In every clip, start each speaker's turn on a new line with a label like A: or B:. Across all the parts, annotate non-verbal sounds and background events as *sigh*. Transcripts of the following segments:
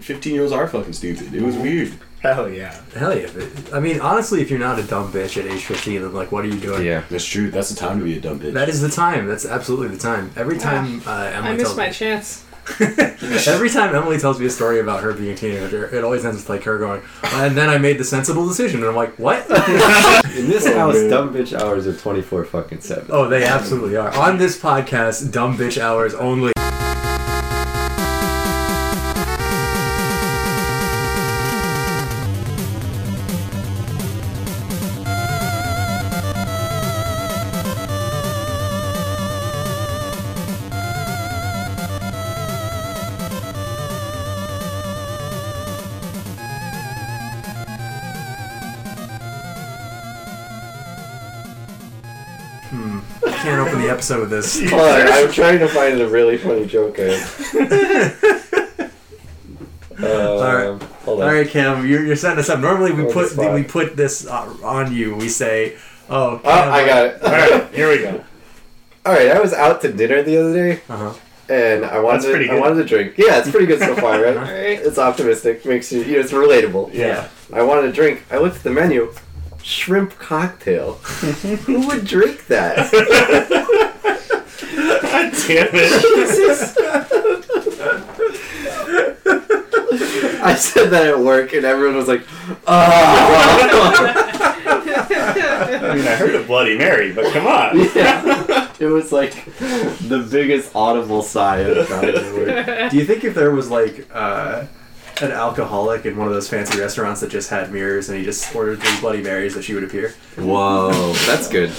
A: Fifteen year olds are fucking stupid. It was weird.
B: Hell yeah.
C: Hell yeah. but- I mean, honestly, if you're not a dumb bitch at age 15, then like, what are you doing?
D: Yeah.
A: That's true. That's the time to be a dumb bitch.
C: That is the time. That's absolutely the time. Every time uh, Emily
E: I
C: tells
E: missed my
C: me,
E: chance.
C: every time Emily tells me a story about her being a teenager, it always ends with like her going, and then I made the sensible decision, and I'm like, what?
D: In this
A: Oh,
D: house,
A: man.
D: dumb bitch hours are 24 fucking 7. *laughs*
C: oh, they absolutely are. On this podcast, dumb bitch hours only. I can't open the episode with
D: *laughs*
C: this.
D: I'm trying to find a really funny joke. I- Um,
C: Alright.
D: Hold
C: All
D: on.
C: right, Cam, you're, you're setting us up. Normally, we
D: Hold
C: put
D: the spot.
C: we put this uh, on you. We say, "Oh,
D: Oh, I got it. *laughs*
B: All right, here we go.
D: Alright, I was out to dinner the other day.
C: Uh-huh.
D: And I
B: That's
D: wanted,
B: pretty
D: to, I
B: good.
D: wanted to drink. Yeah, it's pretty good so far, right?
E: Alright.
D: It's optimistic. Makes you, you know, it's relatable.
B: Yeah.
D: I wanted a drink. I looked at the menu. Shrimp cocktail. Who would drink that?
B: *laughs* God damn it.
D: I said that at work, and everyone was like, "Oh."
B: I mean, I heard of Bloody Mary, but come
D: *laughs*
B: on.
D: yeah. It was like the biggest audible sigh I've tried at work.
C: *laughs* Do you think if there was like uh, an alcoholic in one of those fancy restaurants that just had mirrors and he just ordered three Bloody Marys that she would appear?
D: Whoa, that's good.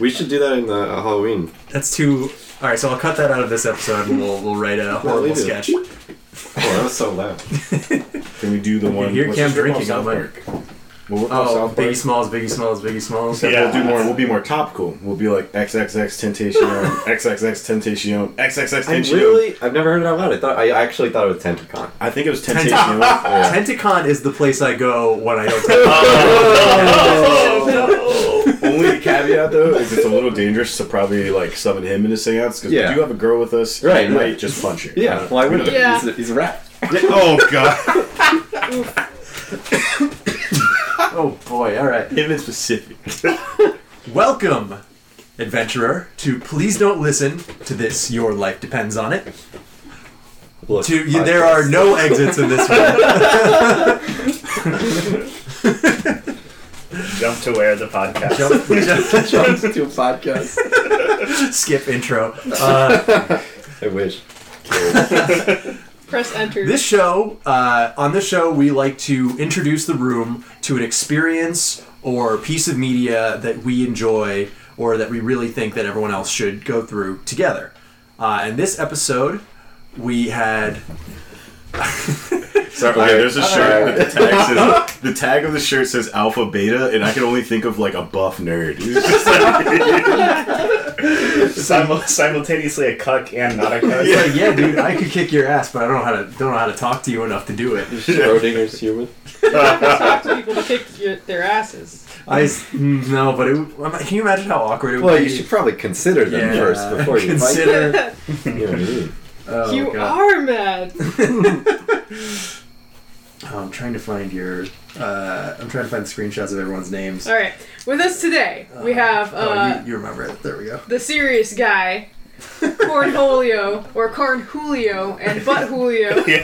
D: We should do that in the uh, Halloween.
C: That's too. All right, so I'll cut that out of this episode and we'll we'll write a horrible
D: leave it.
C: sketch.
D: Oh, that was so loud.
A: Can we do the one?
C: hear
A: what's
C: Cam
A: the strip
C: drinking
A: mall South
C: on my-
A: Park? We'll work off
C: Oh,
A: South Park.
C: Biggie Smalls, Biggie Smalls, Biggie Smalls.
B: Yeah.
A: We'll do more. We'll be more topical. We'll be like XXX Temptation, XXX Temptation, XXX
D: I
A: Temptation.
D: really, I've never heard it out loud. I thought I actually thought it was Tentacon.
A: I think it was Temptation.
C: *laughs*
D: Yeah.
C: Tentacon is the place I go when I
A: *laughs*
C: don't. Take-
D: Oh.
C: *laughs*
A: Only caveat though is it's a little dangerous to probably like summon him in a seance because
D: Yeah.
A: we do have a girl with us.
D: Right,
A: we
D: right.
A: might just punch her.
D: Yeah, why wouldn't it?
E: Yeah.
D: He's, a, he's a rat.
A: oh god.
C: oh boy! All right.
A: *laughs* Him in specific.
C: Welcome, adventurer, to please don't listen to this. Your life depends on it.
D: Look,
C: To you, there are no exits in this room.
B: *laughs* Jump to where the podcast.
C: Jump-
D: *laughs*
C: jump-
D: jumps to a podcast.
C: skip intro. Uh,
D: I wish.
E: *laughs* Press enter.
C: *laughs* This show, uh, on this show, we like to introduce the room to an experience or piece of media that we enjoy or that we really think that everyone else should go through together. Uh, and this episode, we
B: *laughs*
C: had
A: Sorry, okay, there's a shirt that the tag *laughs* says the tag of the shirt says alpha beta, and I can only think of like a buff nerd. He's just like
B: Simul- simultaneously a cuck and not a cuck.
C: it's like, yeah, dude, I could kick your ass, but I don't know how to don't know how to talk to you enough to do it.
D: *laughs* Schrodinger's human.
E: Talk to people to kick your, their asses.
C: I s- mm, no, but it, can you imagine how awkward it would
D: Well,
C: be?
D: you should probably consider them
C: Yeah.
D: first before you
C: Consider-
E: *laughs*
D: fight. You know what I mean?
C: Oh,
E: you
C: God.
E: are mad.
C: Oh, I'm trying to find your. Uh, I'm trying to find the screenshots of everyone's names.
E: All right. With us today, we have uh,
C: oh, you, you remember it. There we go.
E: the serious guy, Cornholio, or Cornhulio, and Butt Julio.
B: Yeah.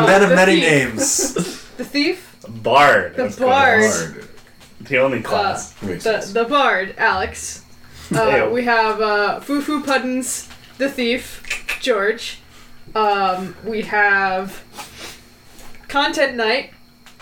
C: *laughs* the man of many
E: thief,
C: names.
E: *laughs*
C: Oh,
E: The thief,
B: Bard.
E: The
B: That's cool.
E: bard. Uh,
A: hard.
B: The only class.
A: Makes
E: *laughs* the,
A: sense.
E: the bard, Alex. Uh,
B: Ew.
E: we have uh, Fufu Puddins, the thief, George. Um, we have Content Knight,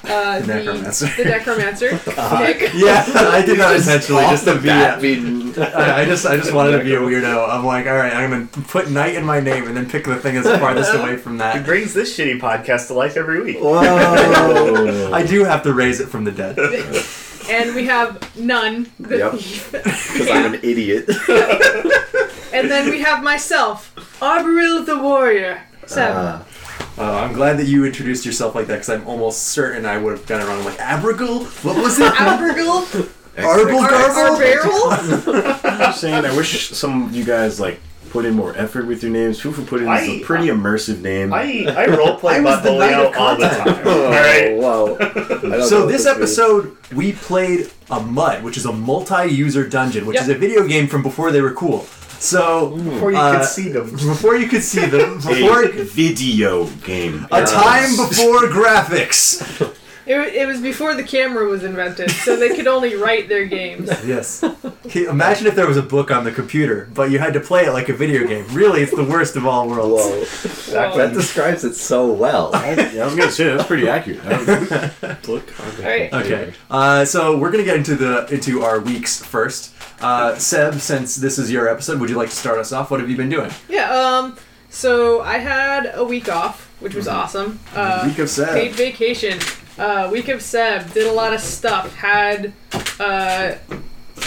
E: uh,
C: The
E: the,
C: necromancer.
E: the *laughs* necromancer, Nick.
C: yeah, I did not intentionally.
D: Off
C: Just to
D: the
C: be.
D: bat,
C: A,
D: mean,
C: I I just, I just wanted to be a weirdo. I'm like, all right, I'm gonna put knight in my name and then pick the thing that's farthest away from
B: It
C: that.
B: brings this shitty podcast to life every week.
D: Whoa.
A: Oh.
C: *laughs* I do have to raise it from the
D: *laughs*
C: dead.
E: *laughs* and we have none. The
D: Yep.
E: thief.
D: Because I'm an
C: *laughs*
D: idiot.
E: And then we have myself, Arboril the warrior. Seven.
D: Uh,
C: Uh, I'm glad that you introduced yourself like that because I'm almost certain I would have done it wrong. I'm like Abrigal, what was it?
E: Albergal,
C: Arbel
E: Ar-
C: Garble?
E: Arbaril?
A: I'm saying I wish some of you guys like put in more effort with your names. Fufu put in is
B: I-
A: a pretty immersive name.
B: I I roleplay
C: I was the knight
B: Buffalo
C: of
B: all the
C: contact.
B: time. All right.
D: Oh, wow.
C: *laughs*
D: I don't know
C: So
D: what
C: this episode, we played a mud, which is a multi-user dungeon, which
E: Yep.
C: is a video game from before they were cool. So
B: Before you
C: Uh,
B: could see
C: *laughs*
B: them.
C: before you could see them, before
A: a video game.
C: a time before graphics.
E: It, wa- it was before the camera was invented, so they could only write their games.
C: Yes. Imagine if there was a book on the computer, but you had to play it like a video game. Really, it's the worst of all worlds.
D: Whoa. That
E: Whoa.
D: describes it so
C: *laughs*
D: well.
A: yeah, I was gonna say that's pretty accurate.
D: *laughs*
A: I don't-
E: All right.
C: Okay. Uh, so we're gonna get into the into our weeks first. Uh, Seb, since this is your episode, would you like to start us off? What have you been doing?
E: Yeah. Um. So I had a week off, which was awesome. Uh,
C: Mm-hmm. Week of Seb.
E: Paid vacation. Uh, week of Seb. Did a lot of stuff. Had uh,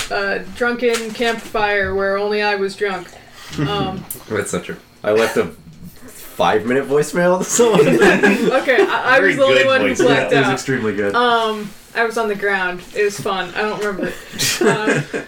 E: a drunken campfire where only I was drunk.
C: *laughs*
E: Um,
D: That's not true. I left a five minute
C: *laughs*
D: voicemail to *laughs* someone.
E: okay, I, I
B: Very
E: was the only
B: good
E: one who
B: voice.
E: blacked
C: It was
E: out.
C: extremely good.
E: Um, I was on the ground. It was fun. I don't
C: *laughs*
E: remember it. Um,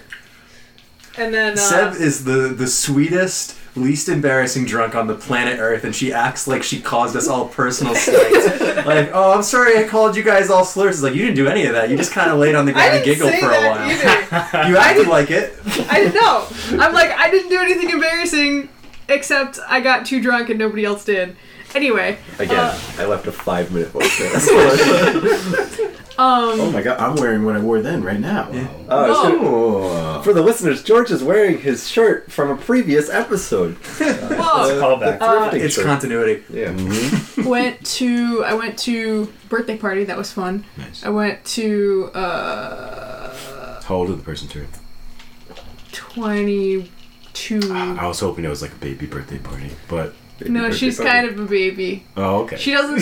E: and then uh,
C: Seb is the the sweetest, least embarrassing drunk on the planet Earth, and she acts like she caused us all personal
E: *laughs*
C: slights. like, oh, I'm sorry, I called you guys all slurs. It's like you didn't do any of that. You just kind of laid on the
E: I
C: ground and
E: didn't
C: giggled
E: say
C: for a
E: that
C: while.
E: either.
C: You
E: *laughs*
C: acted like it.
E: I didn't know. I'm like, I didn't do anything embarrassing, except I got too drunk and nobody else did. Anyway,
D: Again,
E: Uh.
D: I left a five minute voicemail
C: *laughs*
D: to someone.
E: um,
A: oh my god, I'm wearing what I wore then right now.
D: *laughs* Oh, it's
E: Whoa.
D: good.
A: Oh.
D: For the listeners, George is wearing his shirt from a previous episode. Uh,
E: whoa.
B: Callback.
D: The thrifting
C: It's
D: shirt.
C: continuity. *laughs*
D: yeah.
A: Mhm.
E: went to I went to birthday party. That was fun.
A: Nice.
E: I went to uh,
A: How old did the person turn?
E: twenty two.
A: I was hoping it was like a baby birthday party, but
E: No, she's kind of a baby.
A: oh okay.
E: She doesn't.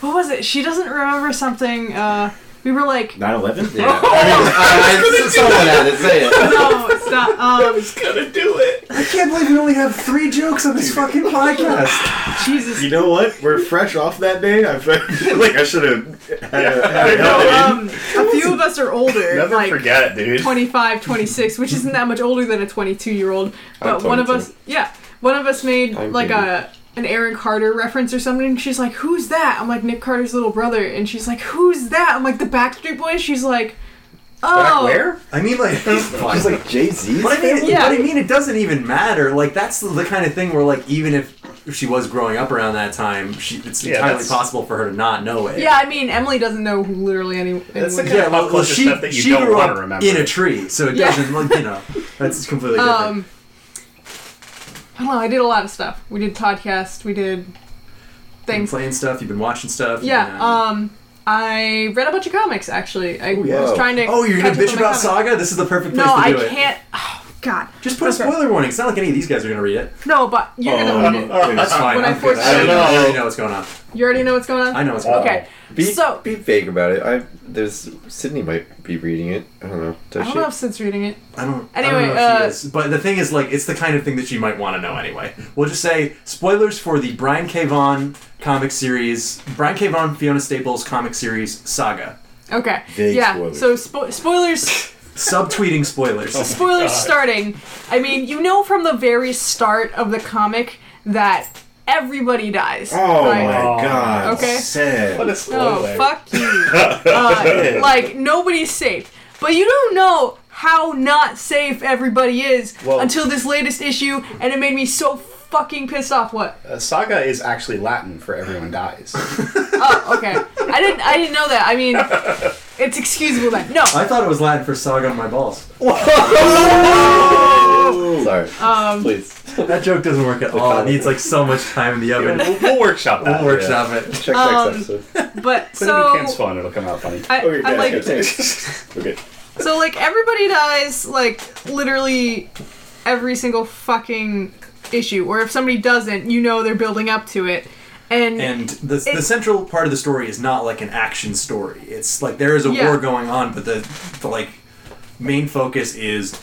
E: What was it? She doesn't remember something. Uh, we
A: *laughs*
E: were like,
A: 9/11.
D: Yeah. I mean,
C: *laughs*
D: I- I- someone had to say it.
E: no, stop. Um,
B: gonna do it.
C: I can't believe we only have three jokes on this fucking
D: *laughs*
C: podcast.
E: Jesus.
A: You know what? We're fresh off that day. I feel *laughs* like I should have
B: *laughs*
A: had a, had a
E: No, um, a few of us are older. *laughs*
B: Never
E: like,
B: forget, dude.
E: 25, 26, which isn't that much older than a 22 year old. But one of
D: 22.
E: us, yeah, one of us made
D: I'm
E: like
D: baby.
E: a an Aaron Carter reference or something. And she's like, "Who's that?" I'm like, "Nick Carter's little brother," and she's like, "Who's that?" I'm like, "The Backstreet Boys." She's like, "Oh,
C: I mean,
E: *laughs*
C: like,
D: She's like Jay Z.
C: But I mean,
E: Yeah.
C: but I mean, it doesn't even matter. Like that's the, the kind of thing where, like, even if she was growing up around that time, she, it's
B: Yeah,
C: entirely
B: that's-
C: possible for her to not know it.
E: Yeah, I mean, Emily doesn't know who literally any. anyone
B: That's the
E: is.
B: kind of pop culture stuff that you don't
C: grew
B: wanna
C: up
B: remember.
C: in a tree, so it
E: Yeah.
C: doesn't, like, you know, that's completely different.
E: Um, I don't know. I did a lot of stuff. We did podcast. We did
C: you've been
E: things.
C: playing stuff, you've been watching stuff.
E: Yeah.
C: and-
E: Um, I read a bunch of comics actually. I
D: yeah.
E: was trying to.
C: oh, you're gonna
E: catch up
C: bitch
E: on my
C: about
E: comics.
C: Saga? This is the perfect place
E: No,
C: to
E: I
C: do it.
E: can't. Oh God.
C: Just put a spoiler Oh, warning. It's not like any of these guys are gonna read
E: *laughs*
C: it.
E: No, but
A: Oh,
E: you're gonna read it.
C: That's fine.
E: When
C: I'm
E: I
C: good.
E: force
C: I already
B: you-
C: know- I already know what's going on.
E: You already know what's going on.
C: I know Uh, what's going on.
E: Okay.
D: Be,
E: so
D: be vague about it. I there's Sydney might be reading it. I don't know. Does
E: I don't
D: she?
E: know if Sid's reading it.
C: I don't. I
E: Anyway,
C: don't know if she
E: uh,
C: is, but the thing is, like, it's the kind of thing that she might want to know anyway. We'll just say spoilers for the Brian K. Vaughan comic series, Brian K. Vaughan, Fiona Staples comic series Saga.
E: Okay.
A: Vague
E: yeah.
A: spoilers.
E: So spo- spoilers.
C: Subtweeting spoilers. *laughs*
E: Spoilers starting. I mean, you know from the very start of the comic that everybody dies.
A: Oh
E: right?
A: my
B: Oh.
A: god.
E: Okay.
A: Sad.
B: What a
E: Oh,
B: slow
E: fuck you.
C: *laughs*
E: Uh, like, nobody's safe. But you don't know how not safe everybody is
B: Well-
E: until this latest issue, and it made me so fucking pissed off. What?
B: Uh, saga is actually Latin for everyone dies.
E: Oh, *laughs* okay. I didn't. I didn't know that. I mean, it's excusable then. No.
C: I thought it was Latin for Saga on my balls.
D: Sorry. *laughs*
E: Um.
D: Please
C: That joke doesn't work at all. It needs like so much time in the
B: *laughs*
C: *laughs*
B: we'll,
C: oven.
B: we'll workshop that.
C: We'll workshop it.
D: check
E: Um,
D: next episode.
E: *laughs* But
B: Put it in
E: so
B: Cam's phone; it'll come out funny.
E: I,
A: Okay,
E: I'm
A: yeah,
E: like,
A: okay.
E: so like everybody dies like literally every single fucking issue. Or if somebody doesn't, you know they're building up to it. And,
C: And the, the
E: It-
C: central part of the story is not like an action story. It's like there is a
E: Yeah.
C: war going on, but the, the like main focus is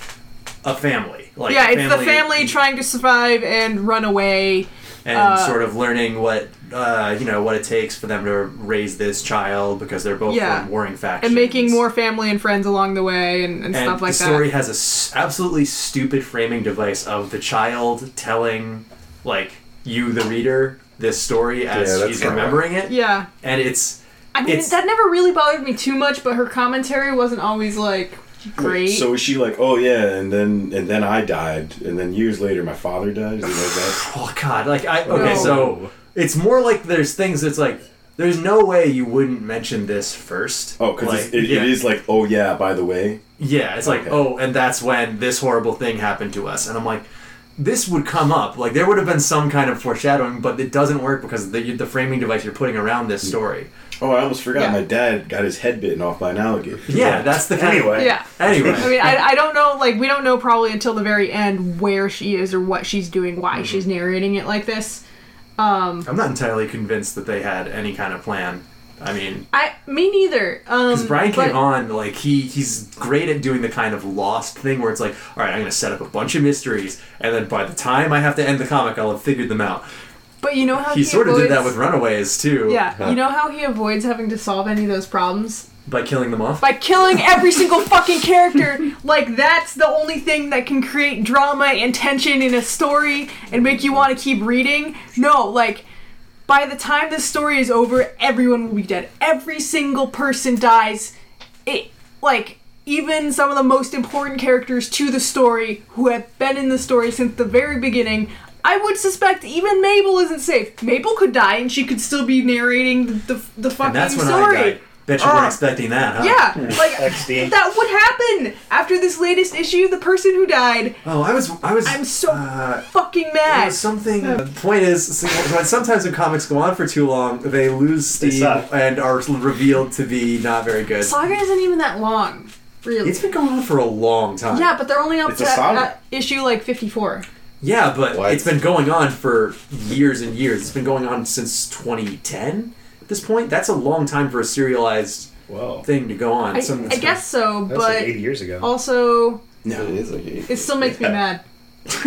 C: a family. Like
E: yeah, it's the family trying to survive and run away.
C: and
E: Uh,
C: sort of learning what uh, you know what it takes for them to raise this child because they're both
E: Yeah.
C: from warring factions
E: and making more family and friends along the way and, and,
C: and
E: stuff like
C: the story
E: that.
C: has a s- absolutely stupid framing device of the child telling like you the reader this story as
D: Yeah, that's
C: she's
D: not right.
C: remembering it
E: Yeah.
C: and it's
E: I mean,
C: It's-
E: that never really bothered me too much, but her commentary wasn't always like great.
A: So is she like, oh yeah, and then and then I died, and then years later my father died. Is it like
C: *laughs* oh god like i okay
E: No.
C: so it's more like there's things that's like there's no way you wouldn't mention this first
A: that? Oh, because
C: Like,
A: it,
C: yeah.
A: it is like, oh yeah, by the way,
C: Yeah, it's like,
A: Okay.
C: oh, and that's when this horrible thing happened to us. And I'm like, this would come up. Like, there would have been some kind of foreshadowing, but it doesn't work because the, the framing device you're putting around this story.
A: oh I almost forgot
E: Yeah.
A: my dad got his head bitten off by an alligator.
C: Yeah, that's the kind
B: Anyway.
E: yeah. I
C: Anyway.
E: mean, I, I don't know, like, we don't know probably until the very end where she is or what she's doing,
C: Mm-hmm.
E: why she's narrating it like this.
C: I'm not entirely convinced that they had any kind of plan. I mean,
E: I, me neither. Um,
C: because Brian
E: but-
C: came on, like, he, he's great at doing the kind of lost thing where it's like, all right, I'm going to set up a bunch of mysteries, and then by the time I have to end the comic, I'll have figured them out.
E: But you know how
C: He sort of
E: avoids,
C: did that with Runaways, too.
E: Yeah, you know how he avoids having to solve any of those problems
C: By killing them off.
E: by killing every single fucking character. Like that's the only thing that can create drama and tension in a story and make you want to keep reading. No, like by the time this story is over, everyone will be dead. Every single person dies. It like even some of the most important characters to the story who have been in the story since the very beginning. I would suspect even Mabel isn't safe. Mabel could die and she could still be narrating the the, the fucking
C: and that's when
E: story.
C: I died. Bet you weren't
E: Ah.
C: expecting that, huh? *laughs*
E: Yeah, like
B: XD.
E: that would happen after this latest issue. The person who died,
C: Oh, I was, I was.
E: I'm so
C: Uh,
E: fucking
C: it
E: mad.
C: was something. The point is, so- sometimes when comics go on for too long, they lose
B: They
C: steam
B: suck.
C: and are revealed to be not very good.
E: Saga isn't even that long, really.
C: It's been going on for a long time.
E: yeah, but they're only up
A: It's
E: to
A: a saga.
E: uh, issue like 54.
C: Yeah, but
D: Why?
C: it's been going on for years and years. It's been going on since 2010. At this point, that's a long time for a serialized
A: Wow.
C: thing to go on.
E: I,
C: Some-
E: I guess so,
B: That was like
E: but Oh.
B: eight years ago.
E: also
D: No, it is like
E: it still makes me mad.
C: *laughs*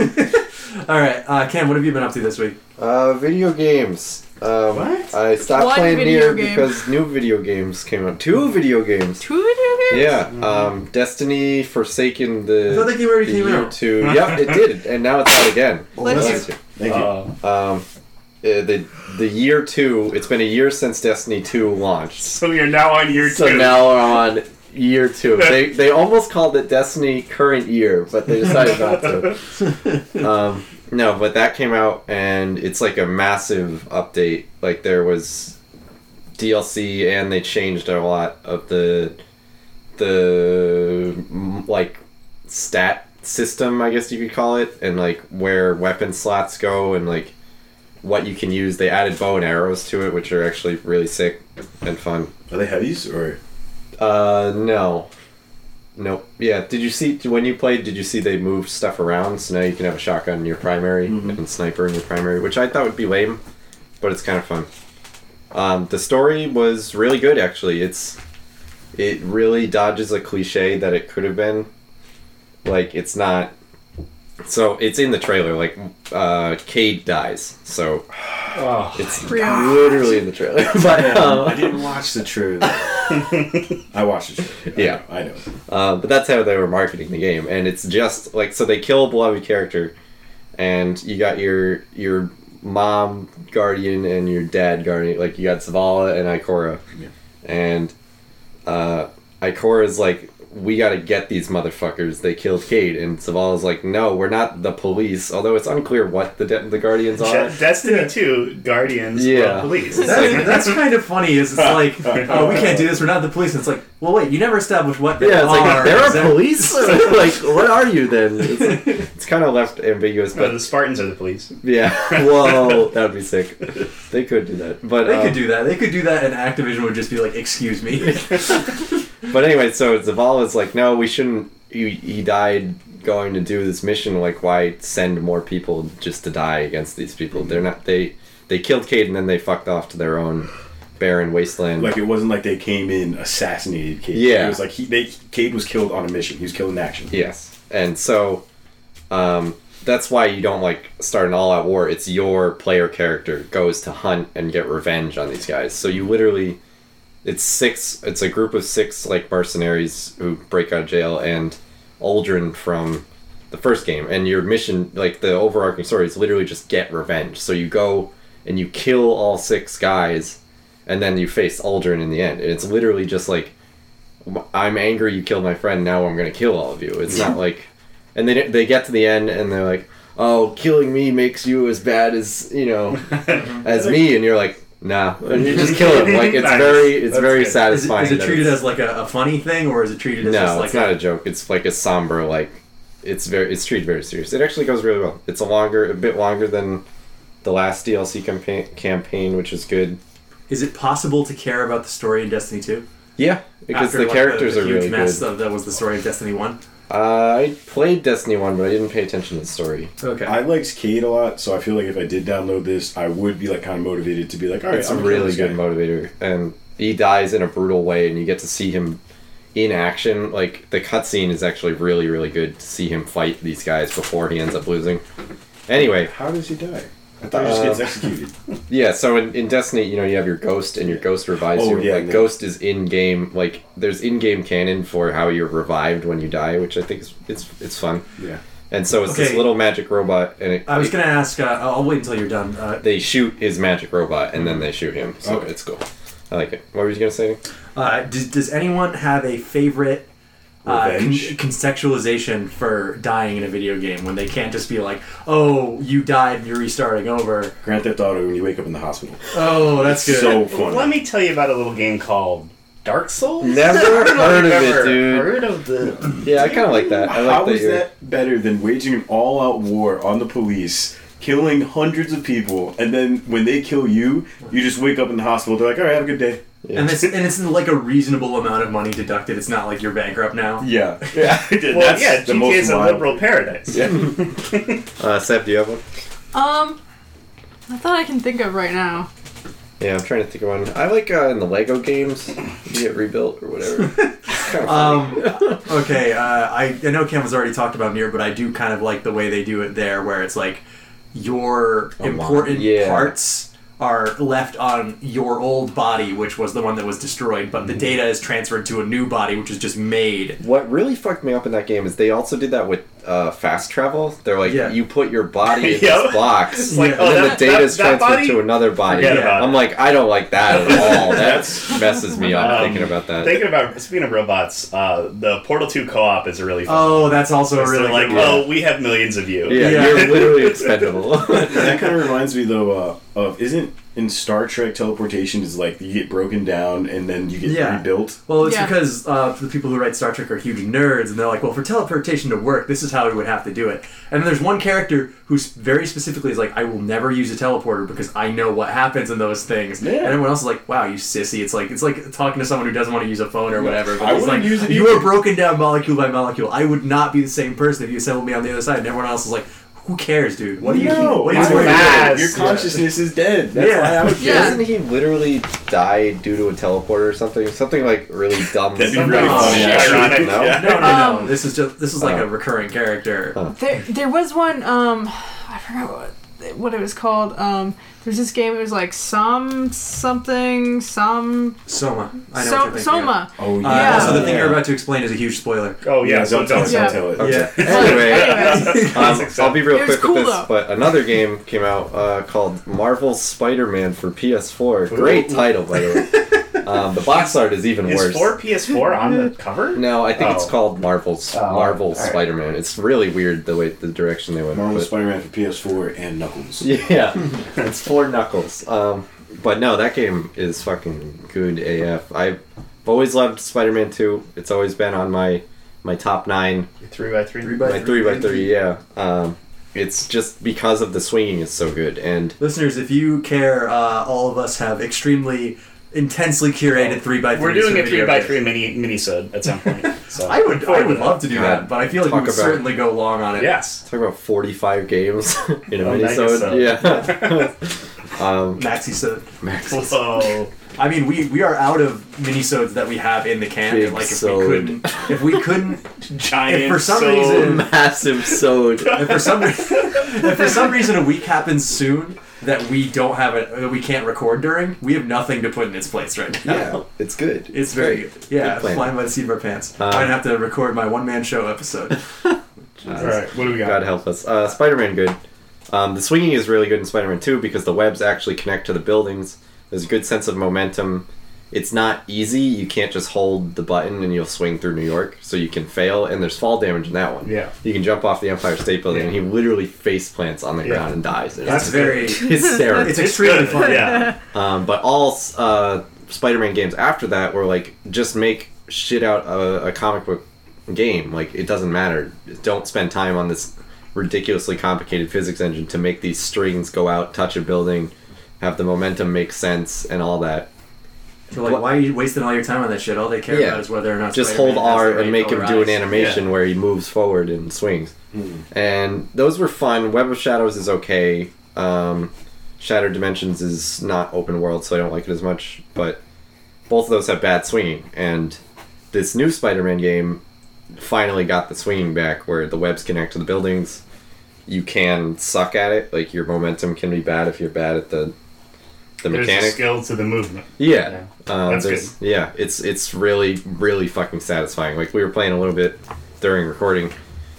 C: All right, uh, Ken, what have you been up to this week?
D: Uh, video games. Um,
B: What?
D: I stopped
E: One
D: playing
E: video
D: Nier
E: game.
D: because new video games came out. Two video games.
E: Two video games?
D: Yeah. Um, Destiny Forsaken. The
C: I thought that game already
D: the
C: came out.
D: Two. yep, it did, and now it's out again.
E: Let's
D: Last
E: hear.
D: year.
A: Thank you.
B: Uh,
D: Um, uh, the the year two. It's been a year since Destiny two launched.
B: so you're now on year
D: So
B: two.
D: now we're on year two. They they almost called it Destiny current year, but they decided not to. Um, no, but that came out and it's like a massive update. Like there was DLC and they changed a lot of the the mm, like stat system, I guess you could call it, and like where weapon slots go and like what you can use. They added bow and arrows to it, which are actually really sick and fun.
A: Are they heavies or?
D: Uh, no. Nope. Yeah. Did you see when you played? Did you see they moved stuff around? So now you can have a shotgun in your primary and sniper in your primary, which I thought would be lame, but it's kind of fun. Um, the story was really good, actually. It's it really dodges a cliche that it could have been. Like it's not. So it's in the trailer. Like uh, Cade dies, so
B: Oh.
D: it's
E: Real.
D: literally in the trailer. *laughs* but um,
A: I didn't watch the trailer. I watched the trailer. I
D: Yeah.
A: know, I know.
D: Uh, but that's how they were marketing the game, and it's just like so they kill a beloved character, and you got your your mom guardian and your dad guardian, like you got Zavala and Ikora,
A: Yeah.
D: and uh, Ikora's like, we gotta get these motherfuckers. They killed Cade, and Zavala's like, no, we're not the police. Although it's unclear what the de- the *laughs* guardians are.
B: Je- Destiny 2, Guardians
D: Yeah.
B: of Police.
C: *laughs* That, that's kind of funny. Is it's like,
D: *laughs*
C: oh, we can't do this. We're not the police. And it's like, well, wait, you never established what they
D: Yeah, it's
C: are.
D: like there
C: Is
D: are
C: that-
D: police. *laughs* like, what are you then? It's, like- it's kind of left ambiguous,
B: No,
D: but
B: the Spartans are the police.
D: *laughs* Yeah. Whoa, that would be sick. They could do that, but
C: They
D: um,
C: could do that. They could do that, and Activision would just be like, "Excuse me."
D: But anyway, so Zavala's like, no, we shouldn't. He, he died going to do this mission. Like, why send more people just to die against these people? They're not. They they killed Cade and then they fucked off to their own barren wasteland.
A: Like it wasn't like they came in assassinated Cade.
D: Yeah.
A: It was like he they Cade was killed on a mission. He was killed in action.
D: Yes. And so um, that's why you don't like start an all-out war. It's your player character goes to hunt and get revenge on these guys. So you literally, it's six. It's a group of six like mercenaries who break out of jail and Aldrin from the first game. And your mission, like the overarching story, is literally just get revenge. So you go and you kill all six guys, and then you face Aldrin in the end. And it's literally just like I'm angry you killed my friend, now I'm gonna kill all of you. It's not like, and they they get to the end and they're like, oh, killing me makes you as bad as
C: *laughs*
D: you know as me, and you're like, nah, and you just kill him.
C: *laughs*
D: Like it's
B: Nice.
D: very it's
B: That's
D: very
B: good.
C: Is it,
D: satisfying.
C: is it
D: that
C: treated
D: it's-
C: as like a, a funny thing, or is it treated as just
D: no,
C: like
D: it's not
C: a,
D: a joke. It's like a somber like it's very it's treated very serious. It actually goes really well. It's a longer a bit longer than the last DLC campaign campaign, which is good.
C: Is it possible to care about the story in Destiny Two?
D: Yeah, because
C: After,
D: the
C: like,
D: characters
C: the
D: are
C: huge
D: really
C: mess
D: good.
C: Of, that was the story of Destiny One.
D: Uh, I played Destiny One, but I didn't pay attention to the story.
C: Okay.
A: I liked Cade a lot, so I feel like if I did download this, I would be like kind of motivated to be like, all right,
D: it's a
A: I'm
D: really good
A: mode.
D: motivator and he dies in a brutal way and you get to see him in action like the cutscene is actually really really good to see him fight these guys before he ends up losing anyway
A: How does he die? I thought he just gets
D: Uh, *laughs*
A: executed.
D: yeah so in, in destiny you know you have your ghost and your ghost revives
A: Oh,
D: you
A: yeah,
D: like
A: no.
D: ghost is in game like there's in game canon for how you're revived when you die which i think is it's it's fun
A: Yeah.
D: and so it's this
C: Okay.
D: little magic robot and it,
C: I was
D: it-
C: gonna ask. Uh, I'll wait until you're done. Uh,
D: they shoot his magic robot and then they shoot him so
A: Okay.
D: it's cool i like it what were you gonna say
C: uh, does, does anyone have a favorite uh, con-
A: Revenge?
C: conceptualization for dying in a video game when they can't just be like, "Oh, you died, you're restarting over."
A: Grand Theft Auto when you wake up in the hospital.
C: Oh, that's good.
A: So
C: *laughs*
A: fun.
B: Let me tell you about a little game called Dark Souls.
D: Never
B: I don't
D: heard of it,
B: ever
D: dude.
B: Heard of
C: *laughs*
B: the?
D: Yeah, I kind of like that. I like
A: How
D: that
A: is
D: you're.
A: that better than waging an all-out war on the police, killing hundreds of people, and then when they kill you, you just wake up in the hospital. They're like, "All right, have a good day."
C: And it's and it's like a reasonable amount of money deducted. It's not like you're bankrupt now.
A: *laughs* Yeah, yeah,
B: Well, yeah, GTA is a liberal paradise.
D: *laughs* Uh, Seb, do you have one?
E: Um, I thought I can think of right now.
D: Yeah, I'm trying to think of one. I like uh, in the Lego games, you get rebuilt or whatever. It's kinda funny.
C: Um, okay, uh, I, I know Cam has already talked about Nier, but I do kind of like the way they do it there, where it's like your
D: lot,
C: important
D: yeah.
C: parts are left on your old body, which was the one that was destroyed, but the data is transferred to a new body, which is just made.
D: what really fucked me up in that game is they also did that with uh, fast travel. They're like,
C: Yeah.
D: you put your body in
B: Yeah.
D: this box,
B: like,
C: Yeah.
B: oh,
D: and then
B: that-
D: the data is
B: that- that
D: transferred
B: body?
D: to another body.
B: Forget
C: about
D: I'm
B: it.
D: like, I don't like that at all. That messes me up
B: Um,
D: thinking about that.
B: Thinking about speaking of robots, uh, the Portal Two co-op is a really fun.
C: Oh, that's also a
B: It's
C: really
B: like,
C: good one.
B: oh, we have millions of you.
D: yeah,
C: Yeah.
D: you're literally expendable.
A: that kind of reminds me though uh, of isn't in Star Trek teleportation is like you get broken down and then you get
C: Yeah.
A: rebuilt.
C: Well, it's
E: Yeah.
C: because uh, the people who write Star Trek are huge nerds, and they're like, well, for teleportation to work, this is how we would have to do it. And then there's one character who's very specifically is like, I will never use a teleporter because I know what happens in those things.
A: Yeah.
C: And everyone else is like, wow, you sissy. It's like it's like talking to someone who doesn't want to use a phone or whatever. But
A: I
C: he's
A: wouldn't
C: like,
A: use it
C: you
A: either."
C: are broken down molecule by molecule. I would not be the same person if you assembled me on the other side. And everyone else is like, who cares, dude? What do you?
A: No,
C: what do
A: it's
C: you worry about?
B: fast.
A: Your consciousness is dead. That's
C: Yeah.
A: why I would
E: Yeah.
D: Doesn't he literally die due to a teleporter or something? Something like really dumb.
A: That'd be
D: stuff.
A: really
C: Oh,
A: funny.
B: shit.
A: actually.
B: Ironic.
A: No?
D: *laughs*
B: Yeah.
C: No, no, no.
E: Um,
C: This is just this is like
A: uh,
D: Oh.
C: a recurring character.
E: There, there was one. Um, *sighs* I forgot what, what it was called. Um, there's this game. It was like some something some
C: Soma. I know what
E: so,
C: you're thinking of.
E: Soma.
A: Oh
C: Uh,
E: Yeah.
C: Also, the thing
A: Yeah.
C: you're about to explain is a huge spoiler.
B: Oh yeah,
A: Yeah,
B: so
A: don't tell it.
B: don't.
E: Yeah.
A: Don't tell it.
D: Okay.
C: Yeah.
E: Anyways.
A: *laughs*
D: Anyway, um,
B: Classic
D: I'll be real
E: It was
D: quick
E: cool,
D: with this,
E: though.
D: but another game came out uh, called Marvel's Spider-Man for PS4. Great
B: Ooh.
D: title, by the way. Um, the box art is even
B: Is
D: worse.
B: four PS4 on
C: *laughs*
B: the cover?
D: No, I think it's
B: Oh.
D: called Marvel's
B: Oh,
D: Marvel
B: all right.
D: Spider-Man. It's really weird the way the direction they went.
A: Marvel
D: but-
A: Spider-Man for PS4 and Knuckles.
C: *laughs*
D: *laughs* Yeah, it's four knuckles. Um, but no, that game is fucking good AF. I've always loved Spider-Man Two. It's always been on my my top nine.
B: Three by three.
C: Three by-
D: my three by three, yeah. Um, it's just because of the swinging is so good, and
C: Listeners, if you care, uh, all of us have extremely intensely curated three by 3s
B: Oh. We're doing
C: for
B: a three
C: video
B: by
C: games.
B: three mini minisode at some
C: *laughs*
B: point. So
C: I would, I would love to do
D: Yeah.
C: that, but I feel like
D: Talk
C: we would
D: about-
C: certainly go long on it.
B: Yes.
D: talk about forty five games *laughs* in a
B: Oh,
C: *laughs*
D: mini
B: nice, uh,
D: yeah. um,
C: Maxi said.
D: Max,
B: Whoa.
C: I mean, we we are out of minisodes that we have in the can. and, like if we
D: Big-sode.
C: couldn't, if we couldn't,
B: Giant.
C: If for some
B: soul.
C: reason-
D: Massive
C: *laughs*
D: sewed.
C: if for some reason, if for some reason a week happens soon that we don't have it, that we can't record during, we have nothing to put in its place right now.
D: Yeah, it's good.
C: It's very good. Yeah,
D: Good plan. Uh,
C: flying by the seat of our pants. I'm gonna have to record my one man show
D: *laughs*
C: episode.
B: All right, what do we got?
D: God help us. Uh, Spider-Man good. Um, the swinging is really good in Spider-Man 2 because the webs actually connect to the buildings. There's a good sense of momentum. It's not easy. You can't just hold the button and you'll swing through New York, so you can fail. And there's fall damage in that one.
B: Yeah.
D: You can jump off the Empire State Building and he literally face plants on the
B: Yeah.
D: ground and dies. It's
C: That's very.
D: *laughs* hysterical.
C: It's extremely
B: Good,
C: fun.
B: Yeah.
D: Um, but all uh, Spider-Man games after that were like, just make shit out a, a comic book game. Like it doesn't matter. Don't spend time on this ridiculously complicated physics engine to make these strings go out, touch a building, have the momentum make sense, and all that.
C: We're like, why are you wasting all your time on that shit? All they care
D: Yeah.
C: about is whether or not
D: just
C: Spider-Man
D: hold
C: has the
D: R
C: right
D: and make him
C: color
D: do an
C: eyes.
D: animation where he moves forward and swings. And those were fun. Web of Shadows is okay. Um, Shattered Dimensions is not open world, so I don't like it as much. But both of those have bad swinging. And this new Spider-Man game finally got the swinging back, where the webs connect to the buildings. You can suck at it. Like your momentum can be bad if you're bad at the *laughs* the
B: There's a
D: mechanic.
B: skill to the movement.
D: Yeah, Uh,
B: That's
D: there's- Yeah, it's it's really really fucking satisfying. Like we were playing a little bit during recording,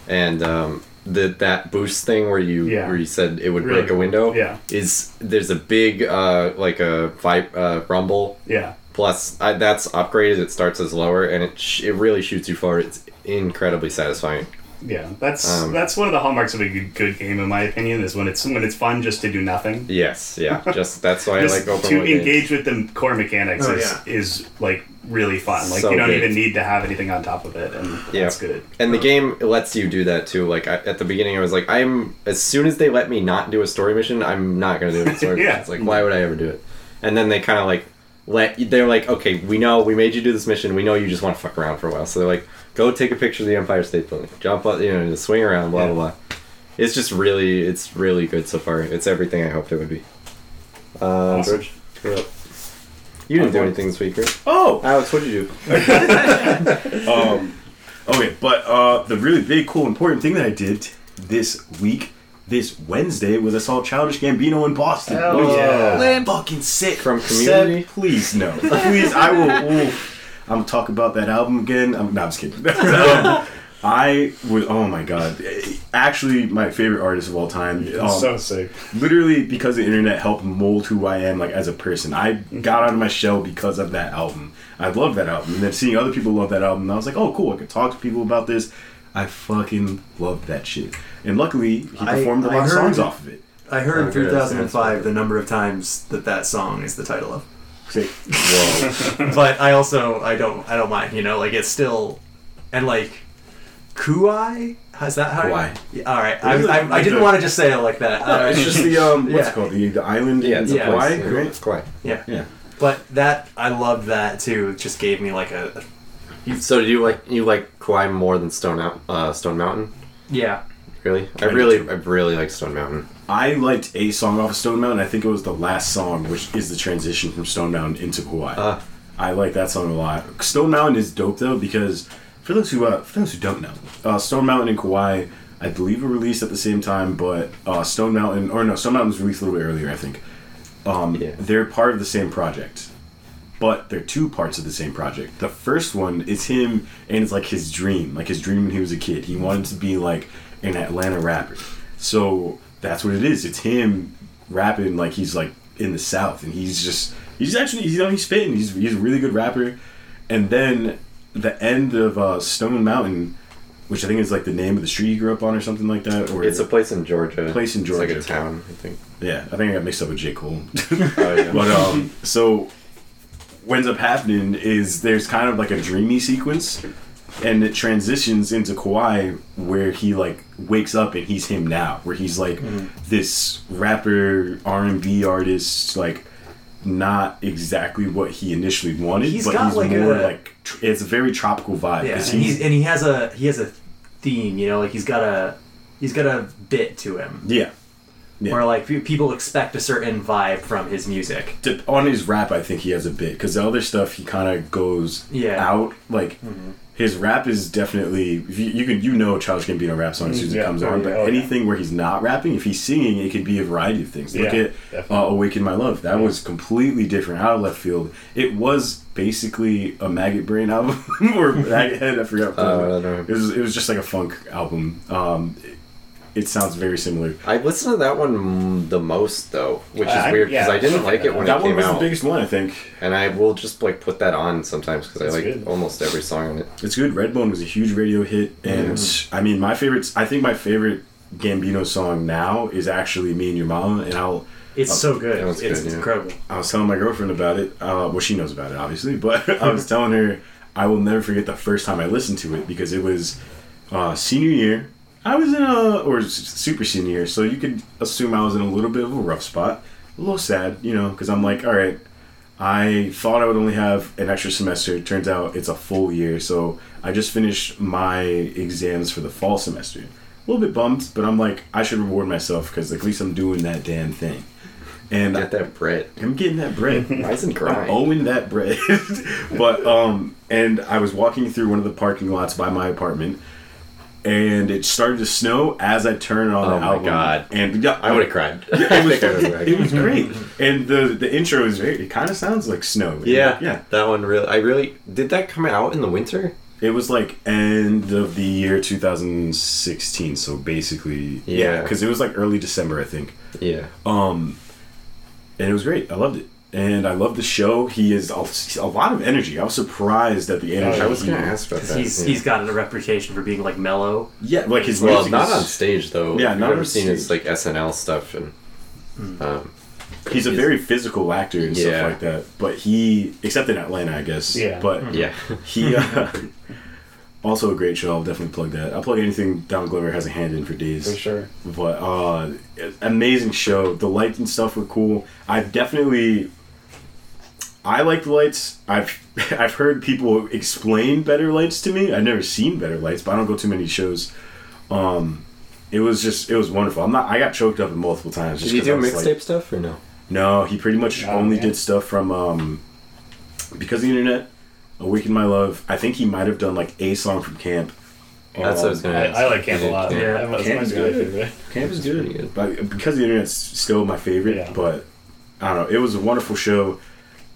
D: and um, the that boost thing where you
B: Yeah.
D: where you said it would
B: Really
D: break a window.
B: Yeah.
D: is there's a big uh, like a vibe uh, rumble.
B: Yeah.
D: Plus, I, that's upgraded. It starts as lower, and it sh- it really shoots you forward. It's incredibly satisfying.
B: Yeah, that's
D: Um,
B: that's one of the hallmarks of a good, good game, in my opinion, is when it's when it's fun just to do nothing.
D: Yes, yeah, just that's why I like
B: Just
D: open
B: to
D: world games.
B: engage with the core mechanics
C: Oh,
B: is,
C: yeah.
B: is like really fun. Like
D: So
B: you don't
D: good.
B: even need to have anything on top of it, and
D: Yeah.
B: that's good.
D: And the game lets you do that too. Like I, at the beginning, I was like, I'm as soon as they let me not do a story mission, I'm not gonna do a story
B: Yeah.
D: mission. It's like, why would I ever do it? And then they kind of like let you- they're like, okay, we know we made you do this mission. We know you just want to fuck around for a while. So they're like, go take a picture of the Empire State Building, jump up, you know, just swing around, blah
B: Yeah.
D: blah blah. It's just really, it's really good so far. It's everything I hoped it would be. Uh,
B: Awesome.
D: George, you're up. you didn't do anything this week, right?
A: Oh,
D: Alex, what'd you do?
A: um, okay, but uh, the really big, cool, important thing that I did this week, this Wednesday, was I saw Childish Gambino in Boston.
B: Oh, yeah.
E: Limp.
A: Fucking sick
D: From
A: Seb,
D: Community?
A: please no, please. I will. will- I'm gonna talk about that album again. I'm, no, I'm just
B: *laughs*
A: kidding. Um, I would. Oh my god! Actually, my favorite artist of all time. Um,
C: Oh,
B: so sick.
A: literally because the internet helped mold who I am like as a person. I got out of my shell because of that album. I love that album. And then seeing other people love that album, I was like, oh cool, I could talk to people about this. I fucking love that shit. And luckily, he
C: I-
A: performed a
C: I
A: lot of
C: heard-
A: songs off of it.
C: I heard in
D: Okay, that sounds
C: 2005 the number of times that that song is the title of.
A: Sick.
C: *laughs* but I also I don't I don't mind. You know, like it's still and like Kuai. Is that how?
A: Kuai.
C: Yeah, all right.
A: It is
C: I, I, I
A: like
C: didn't
A: the-
C: want to just say it like that.
A: Uh, it's just the um, what's
C: Yeah.
A: it called the, the island.
D: Yeah, it's
A: in
D: a place.
A: Hawaii,
D: Yeah,
A: right?
D: It's quiet.
C: yeah.
A: Yeah.
C: But that I loved that too. It just gave me like a
D: So do you like you like Kauai more than Stone Out uh, Stone Mountain?
C: yeah.
D: Really? I
A: I do
D: really
A: too.
D: I really like Stone Mountain.
A: I liked a song off of Stone Mountain. I think it was the last song, which is the transition from Stone Mountain into Hawaii.
D: Ah.
A: I like that song a lot. Stone Mountain is dope though because for those who uh, for those who don't know, uh, Stone Mountain and Kauai, I believe, were released at the same time. But uh, Stone Mountain, or no, Stone Mountain was released a little bit earlier, I think. Um,
D: Yeah.
A: They're part of the same project, but they're two parts of the same project. The first one is him, and it's like his dream, like his dream when he was a kid. He wanted to be like an Atlanta rapper, so that's what it is. It's him rapping like he's like in the South, and he's just he's actually you know he's spitting. He's he's a really good rapper, and then the end of uh, Stone Mountain, which I think is like the name of the street he grew up on or something like that. Or
D: It's a place in Georgia.
A: Place in
D: It's like a
A: Georgia.
D: town, I think.
A: yeah, I think I got mixed up with J Cole.
D: *laughs* Oh, yeah.
A: But um, *laughs* so what ends up happening is there's kind of like a dreamy sequence, and it transitions into Kawhi where he like wakes up and he's him now, where he's like
C: Mm-hmm.
A: this rapper R and B artist, like not exactly what he initially wanted,
C: He's
A: but
C: got
A: he's
C: like
A: more
C: a-
A: like tr- it's a very tropical vibe.
C: Yeah,
A: 'cause
C: and, he's, and he has a he has a theme, you know, like he's got a he's got a bit to him.
A: yeah. Yeah.
C: Or like pe- people expect a certain vibe from his music.
A: Dep- on his rap, I think he has a bit because the other stuff he kind of goes
C: Yeah.
A: out like.
B: Mm-hmm.
A: His rap is definitely if you, you can you know Childish Gambino raps on as soon as it
B: Yeah,
A: comes
B: oh,
A: on,
B: yeah,
A: but
B: oh, yeah.
A: anything where he's not rapping, if he's singing, it could be a variety of things. Look
B: Yeah,
A: at
B: definitely.
A: uh, "Awaken My Love," that was completely different, out of left field. It was basically a Maggot Brain album *laughs* or Maggot Head. I forgot. what it
D: Oh, I
A: was.
D: don't know.
A: It was it was just like a funk album. Um, it, it sounds very similar.
D: I listened to that one mm, the most though, which is
B: Uh, I-
D: weird because
B: yeah,
D: I didn't like it when
A: That
D: it
A: one
D: came
A: was the
D: out,
A: biggest one, I think.
D: and I will just like put that on sometimes because I
B: That's
D: like
B: good.
D: almost every song on it.
A: It's good. Redbone was a huge radio hit, and I mean, my favorite. I think my favorite Gambino song now is actually "Me and Your Mama," and I'll.
C: It's so good.
D: Oh, That was
C: it's
D: good, yeah.
C: incredible.
A: I was telling my girlfriend about it. Uh, well, she knows about it, obviously, but *laughs* I was telling her I will never forget the first time I listened to it because it was uh, senior year. I was in a or s- super senior, year, so you could assume I was in a little bit of a rough spot, a little sad, you know, because I'm like, all right, I thought I would only have an extra semester. It turns out it's a full year, so I just finished my exams for the fall semester. A little bit bummed, but I'm like, I should reward myself because at least I'm doing that damn thing. And
D: Get that bread.
A: I'm getting that
D: *laughs*
A: bread.
D: Rise and
A: I'm
D: grind.
A: owing that bread. *laughs* but um and I was walking through one of the parking lots by my apartment and it started to snow as I turned on
D: Oh
A: the
D: my
A: album.
D: God.
A: And *laughs* yeah,
D: I would have cried. *laughs* I think I would have
A: It
D: cried.
A: was great. And the the intro is very it kinda sounds like snow.
D: Yeah,
A: Yeah.
D: That one really. I really did that come out in the winter.
A: It was like end of the year 2016, so basically yeah,
D: Yeah.
A: because it was like early December, I think.
D: Yeah.
A: Oh, and it was great. I loved it, and I love the show. He is a, he's a lot of energy. I was surprised at the energy.
D: Oh, I was
A: he-
D: gonna ask about that.
C: He's
D: yeah.
C: he's gotten a reputation for being like mellow.
A: yeah, like his
D: well,
A: music
D: not
A: is-
D: on stage though.
A: Yeah,
D: If you've
A: not
D: ever
A: on
D: seen his like SNL stuff and. Um,
A: He's a very physical actor and
D: Yeah.
A: stuff like that. But he, except in Atlanta, I guess.
B: Yeah.
A: But
D: yeah. Mm-hmm.
A: he. Uh, *laughs* Also a great show. I'll definitely plug that. I'll plug anything Donald Glover has a hand in for days.
B: For sure.
A: But uh, amazing show. The lights and stuff were cool. I've definitely I like the lights. I've *laughs* I've heard people explain better lights to me. I've never seen better lights, but I don't go too many shows. Um, it was just it was wonderful. I'm not. I got choked up multiple times.
D: Did
A: Just
D: he
A: 'cause
D: do
A: I was
D: mixtape
A: like-
D: stuff or no?
A: no, he pretty much
B: Oh,
A: only
B: man.
A: did stuff from um, because of the internet. Awaken My Love. I think he might have done like a song from Camp.
D: That's what I
A: Um,
D: was
B: Oh, I,
D: gonna. ask.
B: I like Camp a lot.
C: Yeah.
B: That was
A: Camp
B: my
A: is
B: favorite.
A: Camp is
D: pretty good.
A: But because the internet's still my favorite,
B: Yeah.
A: but I don't know. It was a wonderful show.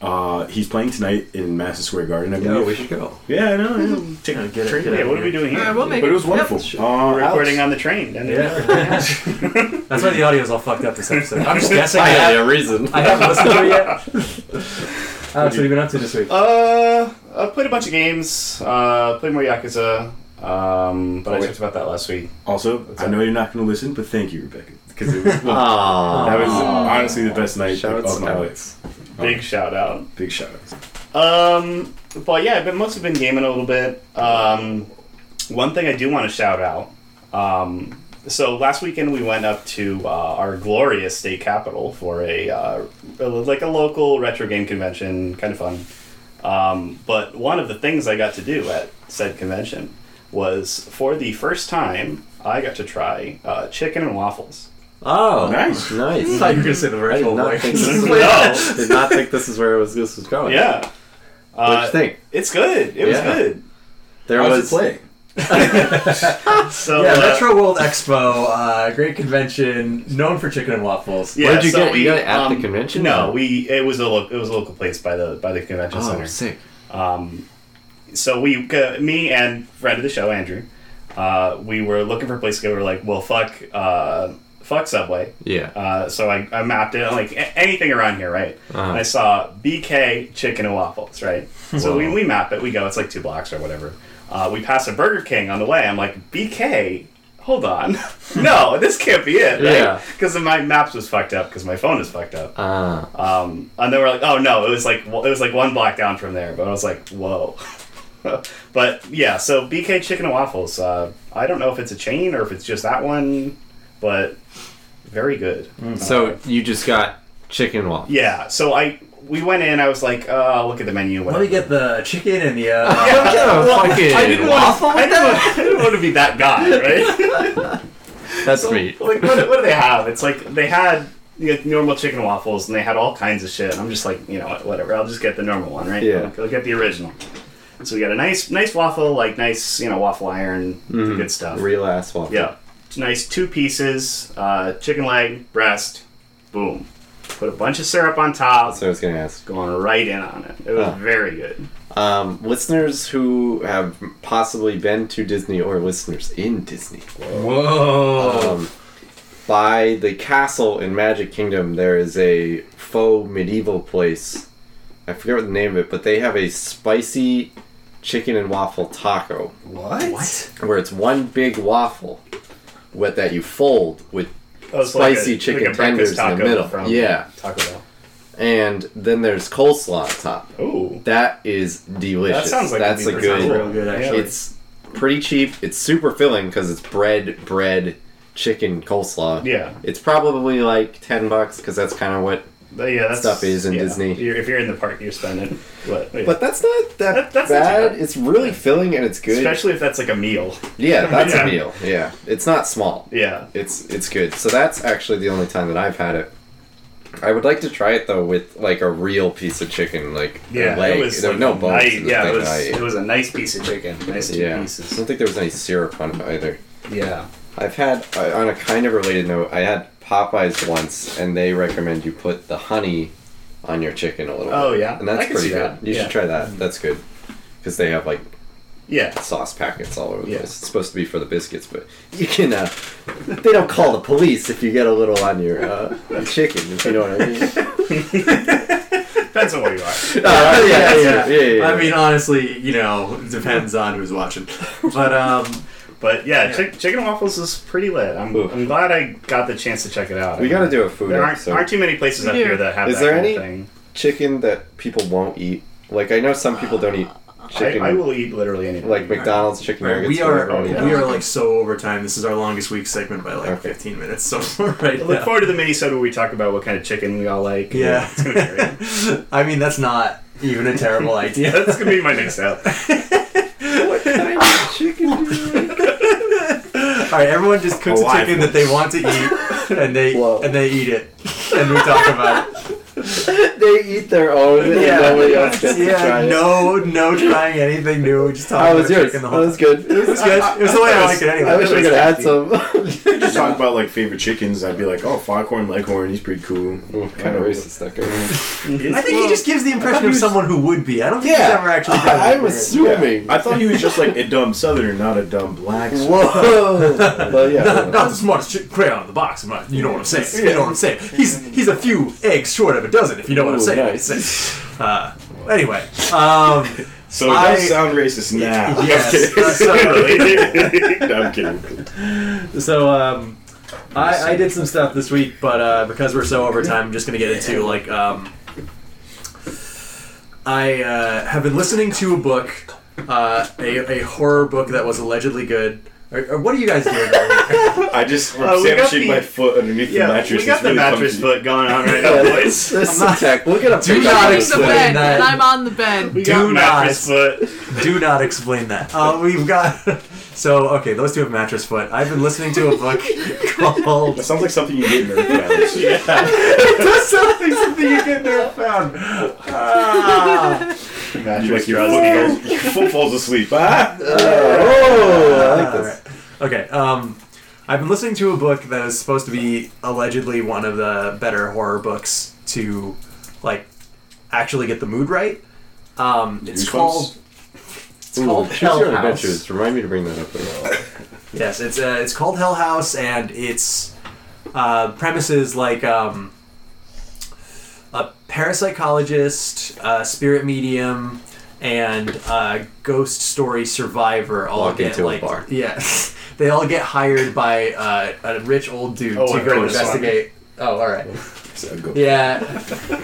A: Uh, he's playing tonight in Madison Square Garden. I
D: Yeah,
A: believe.
D: we should go.
A: yeah, I know. yeah. Take
C: Yeah,
A: a
C: get it,
A: train.
C: get
B: Yeah, what are we doing here?
E: Alright, we'll
B: We're
E: make
A: But it was
E: Yep.
A: wonderful. Uh,
B: recording
A: Alex,
B: on the train. Didn't we? *laughs*
C: Yeah. That's why the audio's all fucked up this episode. I'm *laughs* just guessing. I,
D: I
C: have,
D: had a *laughs* reason.
C: I haven't listened to it yet. *laughs* Alex, what have you been up to this week?
B: Uh, I played a bunch of games. Uh, played more Yakuza. Um, but I talked about that last week.
A: also, I know you're not going to listen, but thank you, Rebecca, because it
D: *laughs*
A: was, that
D: Aww.
A: was honestly the best night
D: Oh. Shout out
A: of my life.
D: Alex.
B: Big shout out.
A: Big shout outs.
B: Um, but yeah, I've been mostly been gaming a little bit. Um, one thing I do want to shout out. Um, so last weekend we went up to uh, our glorious state capital for a, uh, a- like a local retro game convention, kind of fun. Um, but one of the things I got to do at said convention was for the first time I got to try uh, chicken and waffles.
D: Oh,
A: Nice.
D: nice.
C: thought you were going to say the
D: I did
C: virtual
D: not
C: boy. *laughs*
D: think this is
B: no,
D: did not think this is where it was this was going.
B: yeah,
D: What'd
B: uh,
D: you think?
B: it's good. It was
D: Yeah.
B: good.
D: There
A: How
D: was
A: was it play?
B: So
C: yeah,
B: uh,
C: Retro World Expo, uh, great convention, known for chicken and waffles.
B: Yeah,
D: What did you
B: so
D: get? You
B: we,
D: got it at the
B: um,
D: convention?
B: No, we it was a lo- it was a local place by the by the convention
D: Oh,
B: center.
D: sick.
B: Um, so we, uh, me and friend of the show Andrew, uh, we were looking for a place to go. We were like, well, fuck, uh, fuck Subway.
D: Yeah.
B: Uh, so I, I mapped it. I'm like "A- anything around here, right?
D: Uh-huh.
B: And I saw BK Chicken and Waffles, right? so we, we map it. We go. It's like two blocks or whatever. Uh, we pass a Burger King on the way. I'm like BK. Hold on, *laughs* no, this can't be it. Right?
D: Yeah.
B: because my maps was fucked up because my phone is fucked up.
D: Ah.
B: Um, and they were like, oh no, it was like it was like one block down from there. But I was like, whoa. *laughs* but yeah, so BK Chicken and Waffles. Uh, I don't know if it's a chain or if it's just that one, but very good.
D: so you just got chicken waffles. *laughs*
B: Yeah, so I we went in. I was like, uh, I'll look at the menu.
C: Let
B: Whatever.
C: me
B: *laughs*
C: get *laughs* the chicken and the. Uh,
D: Yeah,
B: well, *laughs*
D: fucking
B: I didn't want.
D: waffle.
B: I didn't, want, I didn't want to be that guy, right?
D: That's me.
B: like what, do- what do they have? It's like they had you know, normal chicken waffles and they had all kinds of shit. And I'm just like, you know what, whatever. I'll just get the normal one, right?
D: Yeah.
B: I'll, I'll get the original. So we got a nice, nice waffle, like nice, you know, waffle iron, the good stuff.
D: Mm-hmm. Real ass waffle.
B: Yeah, it's nice. Two pieces, uh, chicken leg, breast, boom. Put a bunch of syrup on top.
D: That's what I was gonna ask.
B: Going right in on it. It was
D: Huh.
B: very good.
D: Um, listeners who have possibly been to Disney or listeners in Disney.
C: Whoa.
D: Um, by the castle in Magic Kingdom, there is a faux medieval place. I forget what the name of it, but they have a spicy chicken and waffle taco
C: what?
D: where it's one big waffle with that you fold with,
B: That was
D: Spicy chicken
B: breakfast
D: tenders in the middle. Yeah.
B: Taco
D: and then there's coleslaw on top.
B: Bell. Ooh,
D: That is delicious.
B: that sounds like
D: that's a
B: it'd be
D: good.
B: pretty
C: real good,
B: Yeah.
C: actually.
D: It's pretty cheap. It's super filling because it's bread, bread, chicken, coleslaw.
B: Yeah.
D: It's probably like ten bucks because that's kind of what.
B: But yeah, that's,
D: stuff is in
B: yeah.
D: Disney.
B: You're, if you're in the park, you're spending. But, yeah.
D: But that's not that
B: That- that's not too
D: bad.
B: bad.
D: It's really filling and it's good.
B: especially if that's like a meal.
D: yeah, that's
B: Yeah.
D: a meal. Yeah, it's not small.
B: Yeah.
D: It's it's good. So that's actually the only time that I've had it. I would like to try it though with like a real piece of chicken, like a
B: Yeah,
D: leg.
B: it was
D: there
B: like
D: were no
B: a
D: bones.
B: nice-
D: in the
B: yeah,
D: thing
B: it was,
D: that I ate.
B: it was a nice piece of chicken, nice two
D: yeah, I
B: pieces.
D: don't think there was any syrup on it either.
B: Yeah,
D: I've had, uh, on a kind of related note, I had Popeyes once, and they recommend you put the honey on your chicken a little.
B: Oh,
D: bit.
B: yeah.
D: and
B: I
D: that's
B: can
D: pretty
B: see
D: good.
B: that.
D: You
B: Yeah.
D: should try that. That's good because they have like
B: yeah.
D: sauce packets all over the
B: Yeah.
D: place. It's supposed to be for the biscuits, but you can. Uh, they don't call the police if you get a little on your uh, chicken. If you know what I mean?
B: Depends on what you are.
D: Uh, *laughs* yeah, yeah, yeah, yeah,
C: I
D: yeah.
C: mean, uh, honestly, you know, it depends on who's watching. But um,
B: But yeah, Chick- chicken and waffles is pretty lit. I'm,
D: Oof.
B: I'm glad I got the chance to check it out.
D: we got to do a food
B: There aren't,
D: episode.
B: aren't too many places
E: We
B: up
E: do.
B: here that have
D: Is
B: that
D: there
B: kind
D: any
B: of thing.
D: chicken that people won't eat. Like I know some people don't eat
B: I,
D: chicken.
B: I will eat literally anything.
D: Like McDonald's chicken
C: Right,
D: nuggets.
C: we
D: whatever.
C: are
D: Oh, yeah.
C: we are like so over time. This is our longest week segment by like
D: Okay.
C: 15 minutes. So we're right
B: I look
C: now.
B: forward to the mini where we talk about what kind of chicken we all like.
C: Yeah.
B: it's
C: *laughs*
B: gonna be great.
C: I mean, that's not even a terrible idea.
B: That's gonna be my next out.
D: *laughs*
C: All right, everyone just cooks a
D: Alive
C: chicken that they want to eat, and they
D: Whoa.
C: and they eat it, and we talk about
D: *laughs*
C: it.
D: *laughs* they eat their own.
C: Yeah.
D: and nobody else gets to try
C: Yeah,
D: it.
C: no, no, trying anything new. We just talk
D: That
C: about
D: was yours.
C: chicken
D: That
C: the whole
D: was good.
C: It was good. It was the way I like it anyway.
D: I wish we could add some. *laughs*
A: Just talk about like favorite chickens. I'd be like, oh, foghorn leghorn. He's pretty cool.
D: kind of racist that guy.
C: I think he just gives the impression of someone who would be. I don't think he's
D: Yeah,
C: ever actually. done
D: I-
C: it.
D: I'm assuming.
A: I thought he was just like a dumb southerner, not a dumb black.
D: Whoa. *laughs* But yeah.
C: Not the smartest chick- crayon in the box. am I- You know what I'm saying? You know what I'm saying? He's he's a few eggs short of a dozen. If you know what I'm
D: Ooh,
C: saying.
D: nice.
C: *laughs* Uh, anyway,
D: *laughs*
C: um,
A: So it does
C: I-
A: sound racist now.
C: yes. uh,
A: No, I'm kidding. *laughs*
C: So um, I, I did some stuff this week, but uh, because we're so over time, I'm just gonna get into like um, I uh, have been listening to a book, uh, a, a horror book that was allegedly good. Or, or what are you guys doing? over *laughs* here?
A: I just
B: Uh,
A: I'm
B: we got
A: sandwiching
B: the-
A: my foot underneath
B: Yeah,
A: the mattress.
B: we got
A: It's
B: the
A: really
B: mattress
A: comfy.
B: foot going
C: *laughs*
B: on right
D: Yeah,
B: now,
D: Let's
B: boys.
D: let's
C: I'm not-
D: attack. Look at a
C: Do
D: picture
C: not
D: of
E: I'm
D: this
E: the
C: explain
D: thing.
E: bed,
C: that.
E: and I'm on the bed.
B: We
C: Do
B: got
C: not. *laughs*
B: mattress foot.
C: Do not explain that. Uh, we've got so okay. Those two have mattress foot. I've been listening to a *laughs* book called
A: That sounds like something you get in Earth Valley.
B: *laughs*
C: That's something, something you get there found. Ah.
A: You
B: Mattress
A: like your
B: draws
A: foot,
B: near.
A: goes, your foot falls asleep. Ah!
D: Oh, I like
C: All
D: this.
C: right. Okay. Um, I've been listening to a book that is supposed to be allegedly one of the better horror books to, like, actually get the mood right. Um, it's
A: Goosebumps?
C: called. It's called
D: Ooh, Choose
C: Hell
D: Your Own
C: House.
D: Adventures. Remind me to bring that up. later.
C: Yes, it's uh, it's called Hell House, and its uh, premises like um, a parapsychologist, a spirit medium, and a ghost story survivor all
D: Walk
C: get
D: into a
C: like
D: bar.
C: yeah, *laughs* they all get hired by uh, a rich old dude
B: Oh,
C: to
B: I
C: go
B: heard this one.
C: investigate. Oh, all right.
A: So go-
C: Yeah. *laughs*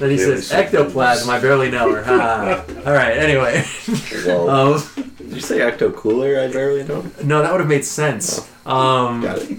C: Then he says, "Ectoplasm." I barely know her.
D: *laughs*
C: Ha. all right. Anyway, *laughs*
D: Well,
C: um,
D: did you say ecto cooler? I barely know.
C: no, that would have made sense. Um,
D: Got it.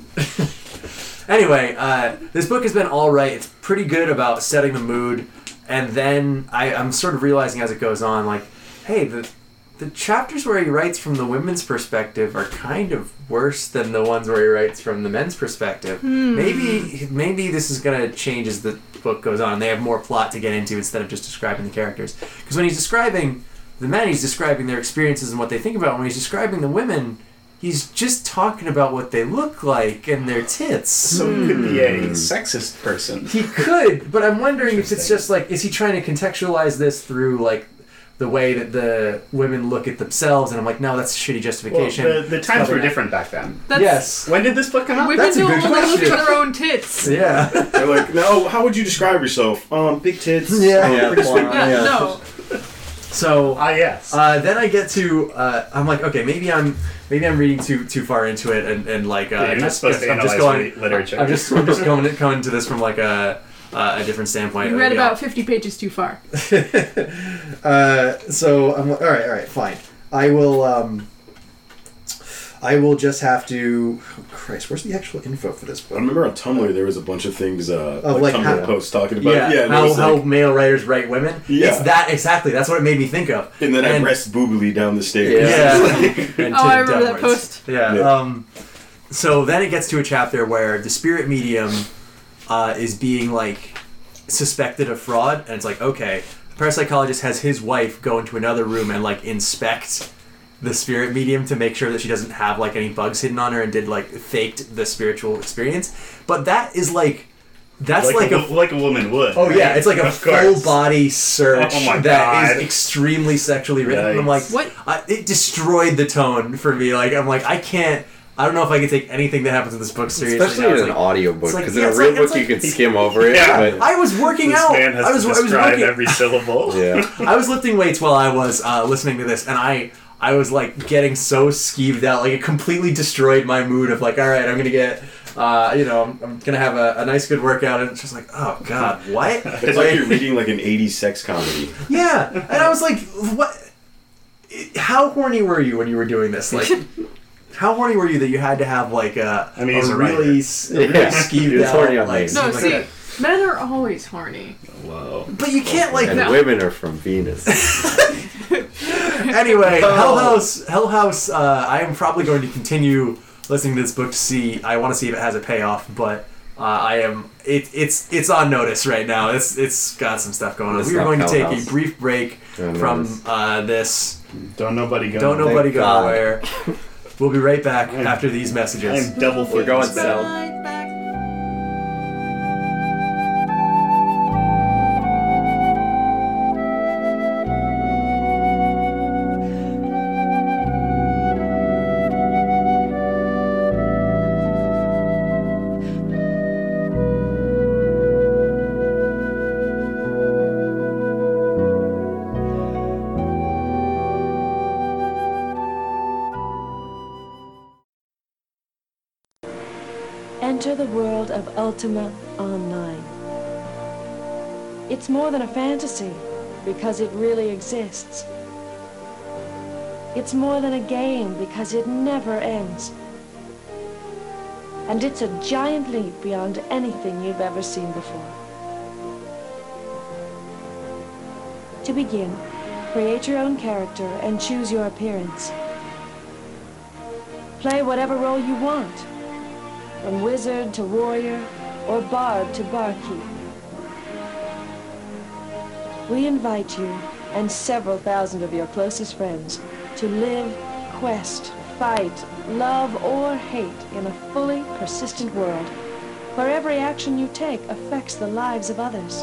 C: anyway, uh, this book has been all right. It's pretty good about setting the mood, and then I, I'm sort of realizing as it goes on, like, hey, the the chapters where he writes from the women's perspective are kind of worse than the ones where he writes from the men's perspective. Maybe maybe this is going to change as the book goes on. They have more plot to get into instead of just describing the characters. Because when he's describing the men, he's describing their experiences and what they think about. When he's describing the women, he's just talking about what they look like and their tits.
B: So he could be a sexist person.
C: Hmm. He could, but I'm wondering if it's
B: Interesting.
C: just like, is he trying to contextualize this through like the way that the women look at themselves? And I'm like, no, that's a shitty
B: Well,
C: justification.
B: the, the times
C: Cover
B: were
C: it.
B: different back then.
E: That's,
C: yes.
B: When did this book come out?
E: Women
C: That's a
E: do
C: good
E: only look
C: question.
E: at their own tits. Yeah,
C: *laughs*
B: *laughs*
C: Yeah.
A: They're like, no, how would you describe yourself? Um, big tits.
C: Yeah.
A: um, pretty sweet.
D: Oh, Yeah.
E: No.
C: so
B: Ah, yes.
C: uh, then I get to, uh, I'm like, okay, maybe I'm maybe I'm reading too too far into it, and, and like, uh,
B: you're not
C: just-
B: supposed to
C: I'm just
B: analyze
C: going,
B: lit- literature.
C: I'm just I'm just going *laughs* coming to this from like a uh, a different standpoint.
E: You
C: Uh,
E: read
C: yeah.
E: about 50 pages too far.
C: Uh, so I'm all right. All right, fine. I will. Um, I will just have to. oh, Christ, where's the actual info for this
A: I
C: book?
A: remember on Tumblr there was a bunch of things, uh,
C: Oh,
A: like,
C: like
A: Tumblr
C: how-
A: posts talking about it. Yeah, and, it
C: how,
A: was
C: how
A: like,
C: male writers write women.
A: Yeah.
C: It's that exactly. That's what it made me think of.
A: and then I
C: and-
A: rest boobily down the *laughs* stairs.
C: Yeah. *laughs* And
E: Oh, I
C: titted
E: remember that
C: downwards.
E: post.
C: Yeah.
A: Yeah.
C: Um, so then it gets to a chapter where the spirit medium uh, is being like suspected of fraud, and it's like, okay, the parapsychologist has his wife go into another room and like inspect the spirit medium to make sure that she doesn't have like any bugs hidden on her and did like faked the spiritual experience. But that is like. That's
B: like,
C: like,
B: a,
C: a
B: wo- like a woman would.
C: Oh yeah,
B: right?
C: it's like a
B: Of course.
C: full body search
B: Oh my
C: that
B: God.
C: is extremely sexually written. And I'm like,
E: Yikes. What?
C: I, it destroyed the tone for me. Like I'm like, I can't. I don't know if I can take anything that happens in this book seriously.
D: Especially
C: now.
D: in
C: It's
D: an
C: like-
D: audiobook,
C: it's like-
D: because
C: yeah,
D: in a
C: it's
D: real
C: like-
D: book
C: it's
D: you
C: like-
D: can skim over it.
C: *laughs*
B: Yeah.
D: But,
C: I was working
B: This
C: out.
B: man has
C: I was,
B: to
C: I was
B: describe
C: working. *laughs*
B: every syllable.
D: yeah.
C: I was lifting weights while I was uh, listening to this, and I I was like getting so skeeved out. Like it completely destroyed my mood of like, all right, I'm gonna get. Uh, you know, I'm, I'm gonna have a, a nice good workout, and it's just like, oh god, what?
A: It's like you're reading like an 80s sex comedy.
C: Yeah, and I was like, what? How horny were you when you were doing this? Like, how horny were you that you had to have like a,
B: I mean, he's
C: a,
B: a writer.
C: really, s- a really
D: Yeah, he
C: skeeved
D: was
C: out
D: horny on
C: like,
D: these.
E: No,
C: something like that.
E: see, men are always horny.
B: Whoa.
C: But
D: Oh,
C: you can't like
D: And
E: No.
D: women are from Venus.
C: anyway,
D: Oh.
C: Hell House. Hell House. Uh, I am probably going to continue listening to this book to see. I want to see if it has a payoff, but uh, I am. It, it's it's on notice right now. It's it's got some stuff going on.
D: It's
C: We are
D: not
C: going to
D: Hell
C: take
D: House.
C: a brief break
D: On notice.
C: from uh, this.
B: Don't nobody go.
C: Don't
B: nobody.
C: nobody go
D: God.
C: anywhere. We'll be right back after these messages.
B: I'm double
D: We're going south.
E: Right back.
F: Enter the world of Ultima Online. It's more than a fantasy because it really exists. It's more than a game because it never ends. And it's a giant leap beyond anything you've ever seen before. To begin, create your own character and choose your appearance. Play whatever role you want from wizard to warrior or bard to barkeep. We invite you and several thousand of your closest friends to live, quest, fight, love, or hate in a fully persistent world where every action you take affects the lives of others.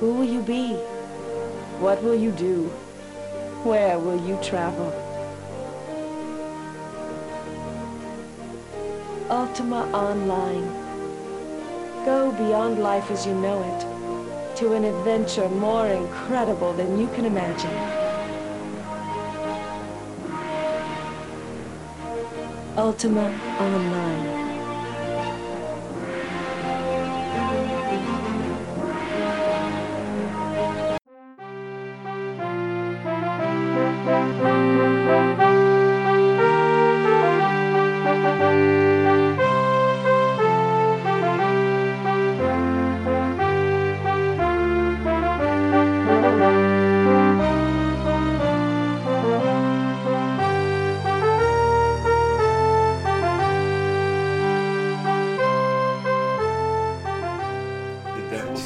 F: Who will you be? What will you do? Where will you travel? Ultima Online. Go beyond life as you know it to an adventure more incredible than you can imagine. Ultima Online.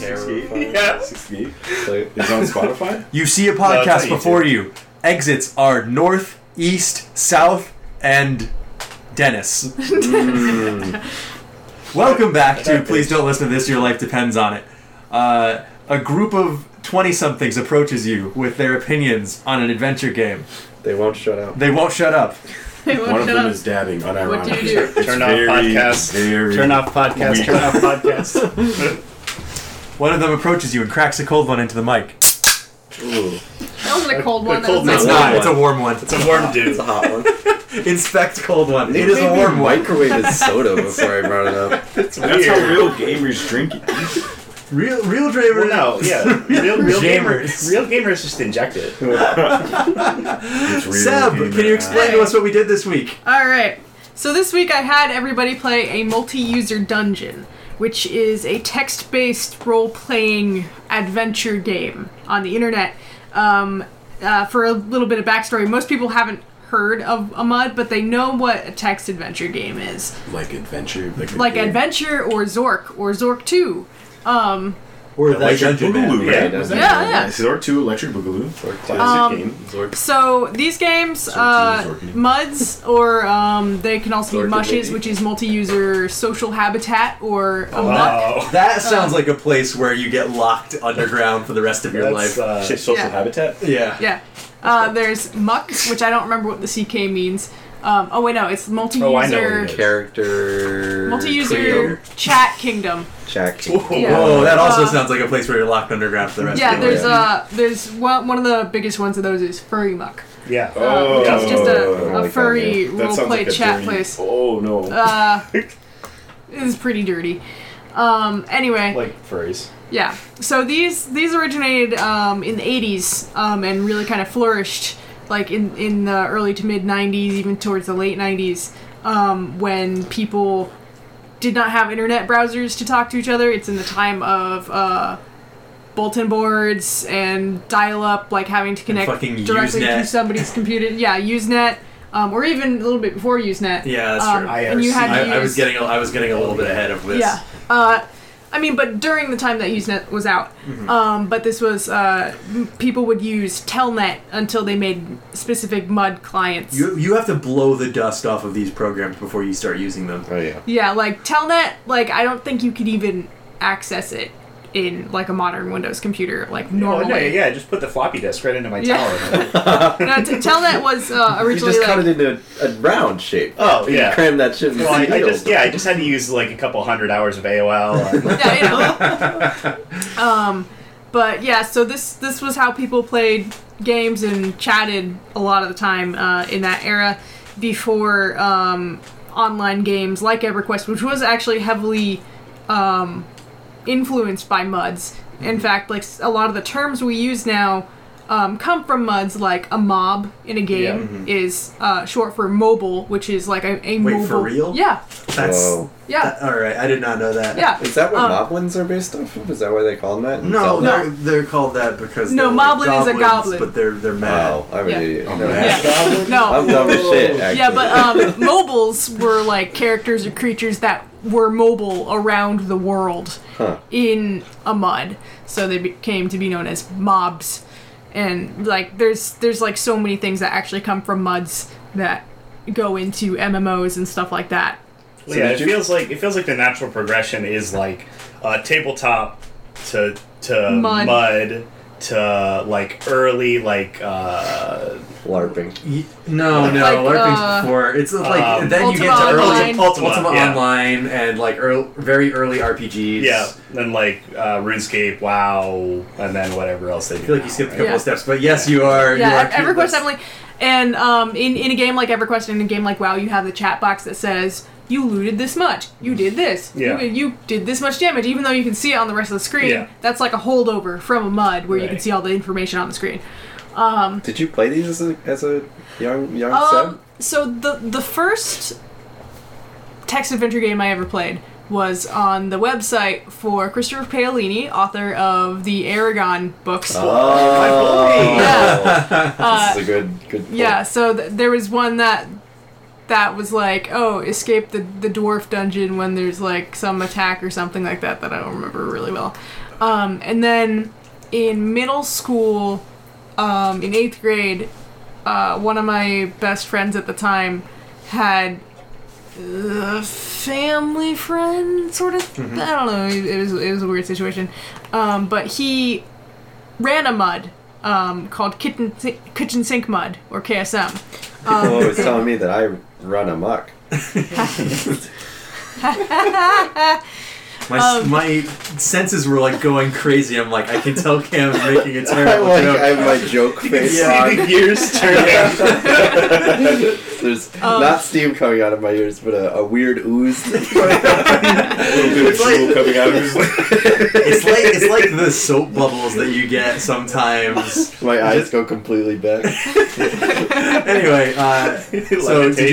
B: Yeah.
A: 68?
D: So-
A: It's on Spotify?
C: You see a
B: it's on
C: podcast before
B: YouTube.
C: you. Exits are north, east, south, and Dennis. Welcome back to Please Don't Listen to This, Your Life Depends on It. Uh, a group of 20 somethings approaches you with their opinions on an adventure game.
D: they won't shut up.
C: They won't shut up.
E: Hey, won't
A: One of
E: shut
A: them
E: up.
A: is dabbing unironically.
E: What do you do?
A: It's
B: Turn off
A: very,
B: podcast.
A: Very
B: Turn off podcast.
A: weak.
C: *laughs*
B: Turn off podcast.
C: One of them approaches you and cracks a cold one into the mic.
D: Ooh,
E: That wasn't a cold
B: A
E: one. That
B: cold
E: was
C: It's
E: nice.
D: one.
C: not, it's a warm one.
B: It's a warm
D: it's
B: dude.
D: a hot
C: *laughs*
D: one.
C: Inspect cold one. It is a
D: Maybe
C: warm one.
D: microwave is
C: *laughs*
D: soda before I brought it up.
B: It's
A: That's how
B: weird.
A: real gamers drink it.
C: Real, real Draver.
B: Well, no, yeah. Real, real
C: Gamers.
B: gamers. Real gamers just inject it.
A: It's real
C: Seb,
A: gamer
C: can you explain to
E: Hey.
C: us what we did this week?
E: All right. So this week I had everybody play a multi-user dungeon, which is a text-based role-playing adventure game on the internet. Um, uh, for a little bit of backstory, most people haven't heard of a mud, but they know what a text adventure game is,
A: act. Like adventure. Like,
E: like
A: a-
E: Adventure or Zork or Zork Two.
C: Or that
A: Electric
C: dungeon man.
A: Boogaloo,
B: Yeah,
A: right?
D: does
A: Was that-
E: Yeah, yeah.
A: Is Zork 2 Electric Boogaloo? Or classic game.
D: Zork.
E: So these games, uh,
A: Zorky.
E: muds, or um, they can also be
D: Zorky
E: mushes,
D: baby.
E: which is multi-user social habitat or
B: Oh,
E: a muck.
B: Wow.
C: That sounds like a place where you get locked underground for the rest of your life.
B: That's uh,
A: Shit, social
E: yeah.
A: habitat?
C: yeah.
E: Yeah. Uh, there's muck, which I don't remember what the CK means. Um, oh wait, no, it's
B: Oh, I know what
E: multi-user,
B: it
D: Character.
E: multi-user chat kingdom.
D: Check.
E: Yeah.
C: Whoa, Oh, that also
E: Uh,
C: sounds like a place where you're locked underground for the rest
E: Yeah,
C: of your
E: there's
C: life.
E: uh, there's one, one of the biggest ones of those is furry muck,
B: Yeah.
E: uh, which
A: Oh.
E: is just
D: I
E: a, a
D: like that
E: furry
A: That sounds
E: roleplay
A: like a
E: chat
A: dirty-
E: place.
A: Oh no.
E: Uh, it is pretty dirty. Um, anyway,
B: Like furries.
E: Yeah. So these these originated um, in the 80s um, and really kind of flourished like in in the early to mid 90s, even towards the late 90s, um, when people did not have internet browsers to talk to each other. It's in the time of uh, bulletin boards and dial-up, like having to connect
C: fucking
E: directly to
C: Usenet.
E: somebody's computer. Yeah, Usenet, um, or even a little bit before Usenet.
C: Yeah, that's
E: um,
C: true.
E: And you had to
C: I, I was
E: use-
C: getting a, I was getting a little bit ahead of this.
E: yeah. Uh, I mean, but during the time that Usenet was out, um, but this was uh, m- people would use Telnet until they made specific MUD clients.
C: You you have to blow the dust off of these programs before you start using them.
D: Oh yeah.
E: yeah, like Telnet, like I don't think you could even access it in like a modern Windows computer, like
B: Oh,
E: normally.
B: no, yeah, just put the floppy disk right into my
E: Yeah.
B: tower.
E: No, t- Telnet was uh,
D: You
E: originally
D: just cut
E: like,
D: it into a round shape.
B: oh,
D: You
B: yeah.
D: cram that shit in
B: Well, I,
D: the
B: I just yeah, I just had to use like a couple hundred hours of *laughs* AOL. and-
E: yeah, you
C: *laughs*
E: know. um, but yeah, so this this was how people played games and chatted a lot of the time uh, in that era before um, online games like EverQuest, which was actually heavily um, influenced by MUDs.
C: Mm-hmm.
E: In fact, like s- a lot of the terms we use now um, come from MUDs, like a mob in a game
B: Yeah.
E: is uh, short for mobile, which is like a, a
C: mm-hmm. Wait,
E: mobile.
C: for real?
E: Yeah,
C: That's
D: Whoa.
E: yeah,
C: that- all right. I did not know that.
E: yeah.
D: Is that what
E: Um,
D: moblins are based off of? Is that why they call them that? in
C: No,
D: Zelda?
C: they're, they're called that because
E: No,
C: they're like
E: Moblin is a
C: goblins,
E: goblin.
C: but they're they're mad.
D: Wow, I'm
E: Yeah.
D: an idiot. No,
A: man.
E: Yeah. *laughs* No.
D: *laughs* I'm dumb as shit. Actually.
E: Yeah, but um, mobiles were like characters or creatures that were mobile around the world
D: Huh.
E: in a mud. So they became to be known as mobs. And like there's there's like so many things that actually come from muds that go into MMOs and stuff like that.
B: Well, yeah,
A: did
B: it
A: you-
B: feels like it feels like the natural progression is like uh, tabletop to to
E: Mud.
B: mud, to like early like uh,
D: LARPing.
C: Y- No, no,
E: Like,
C: LARPing's
E: uh,
C: before. It's like
B: um,
C: then you get to
E: Ultima
C: early
E: Online.
B: Ultima, yeah.
C: Online and like early, very early RPGs.
B: yeah, then like uh, RuneScape, WoW, and then whatever else they do.
C: I feel like
B: now,
C: you skipped a
B: right?
C: couple of steps, but yes, you are.
E: Yeah, e-,
C: you are
E: EverQuest definitely. And um, in in a game like EverQuest, in a game like WoW, you have the chat box that says you looted this much, you did this,
B: Yeah.
E: you, you did this much damage, even though you can see it on the rest of the screen.
B: Yeah.
E: That's like a holdover from a mud where you can
B: Right.
E: see all the information on the screen.
D: Did you play these as a, as a young young
E: Um,
D: sub?
E: so the the first text adventure game I ever played was on the website for Christopher Paolini, author of the Aragon books.
D: Oh,
E: Yeah.
D: Uh, this is a good good. pull.
E: Yeah, so th- there was one that that was like, oh, escape the the dwarf dungeon when there's like some attack or something like that that I don't remember really well. Um, and then in middle school, um, in eighth grade, uh, one of my best friends at the time had a family friend sort of.
D: Mm-hmm.
E: I don't know. It, it was it was a weird situation, um, but he ran a mud um, called kitchen si- kitchen sink mud or
D: *laughs*
E: KSM. um,
D: People always telling me that I run amok. *laughs*
C: My, s
E: um,
C: my senses were like going crazy. I'm like, I can tell Cam is making
B: *laughs*
C: a
D: I
C: terrible
D: like I
C: joke.
D: have my joke face
B: See the
D: on.
B: gears turning.
D: There's
E: Um,
D: not steam coming out of my ears, but a, a weird ooze. *laughs*
A: little bit of drool coming out of
E: *laughs*
A: his
C: It's
B: *laughs*
C: like it's like the soap bubbles that you get
E: *laughs*
C: sometimes.
D: my eyes go completely back.
C: Anyway,
B: *laughs*
C: uh, so did you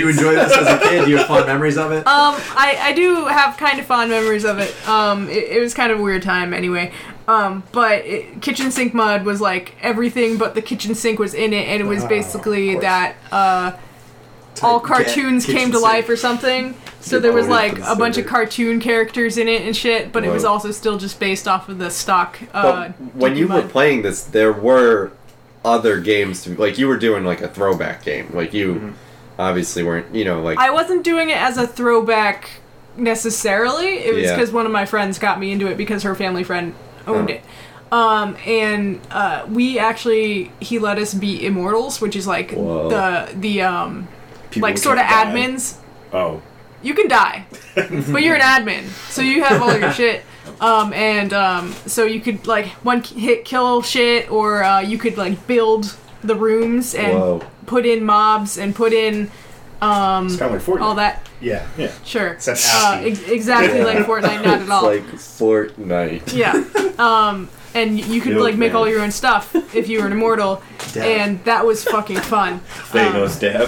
B: Levitates.
C: enjoy this as a kid? Do you have fond memories of it?
E: Um, I, I do have kind of fond memories of it. Um, it, it was kind of a weird time anyway. Um, but it, kitchen sink mud was like everything, but the kitchen sink was in it, and it was basically
D: Ah, course.
E: that uh, all
C: Type get
E: cartoons came
C: kitchen
E: to life
C: sink.
E: or something. So
D: You've
E: there was
D: already
E: like a bunch of
D: considered.
E: cartoon characters in it and shit, but it was
D: Right.
E: also still just based off of the stock. Uh,
D: But when
E: Dicky
D: you were
E: Mud.
D: playing this, there were other games. To, like you were doing like a throwback game. Like you obviously weren't. You know, like
E: I wasn't doing it as a throwback necessarily. It was
D: Yeah.
E: because one of my friends got me into it because her family friend owned
D: Oh.
E: it. Um, and uh, we actually he let us be immortals, which is like
D: Whoa.
E: the the um
A: People
E: like sort of
A: can't die.
E: admins.
A: Oh,
E: You
D: *laughs*
E: can die, but you're an admin, so you have all your shit. Um, and um, so you could like one hit kill shit, or uh, you could like build the rooms and
D: Whoa.
E: put in mobs and put in um,
A: it's kind of like Fortnite.
E: all that
B: *laughs* Yeah.
E: Sure.
B: Except
E: uh,
B: ASCII.
E: ex- exactly like Fortnite, not at
D: it's
E: all.
D: like Fortnite.
E: yeah. Um, and y- you could
A: Yo,
E: like make
A: man.
E: all your own stuff if you were an immortal,
C: Damn.
E: and that was fucking fun. uh,
A: Thanos *laughs* dab.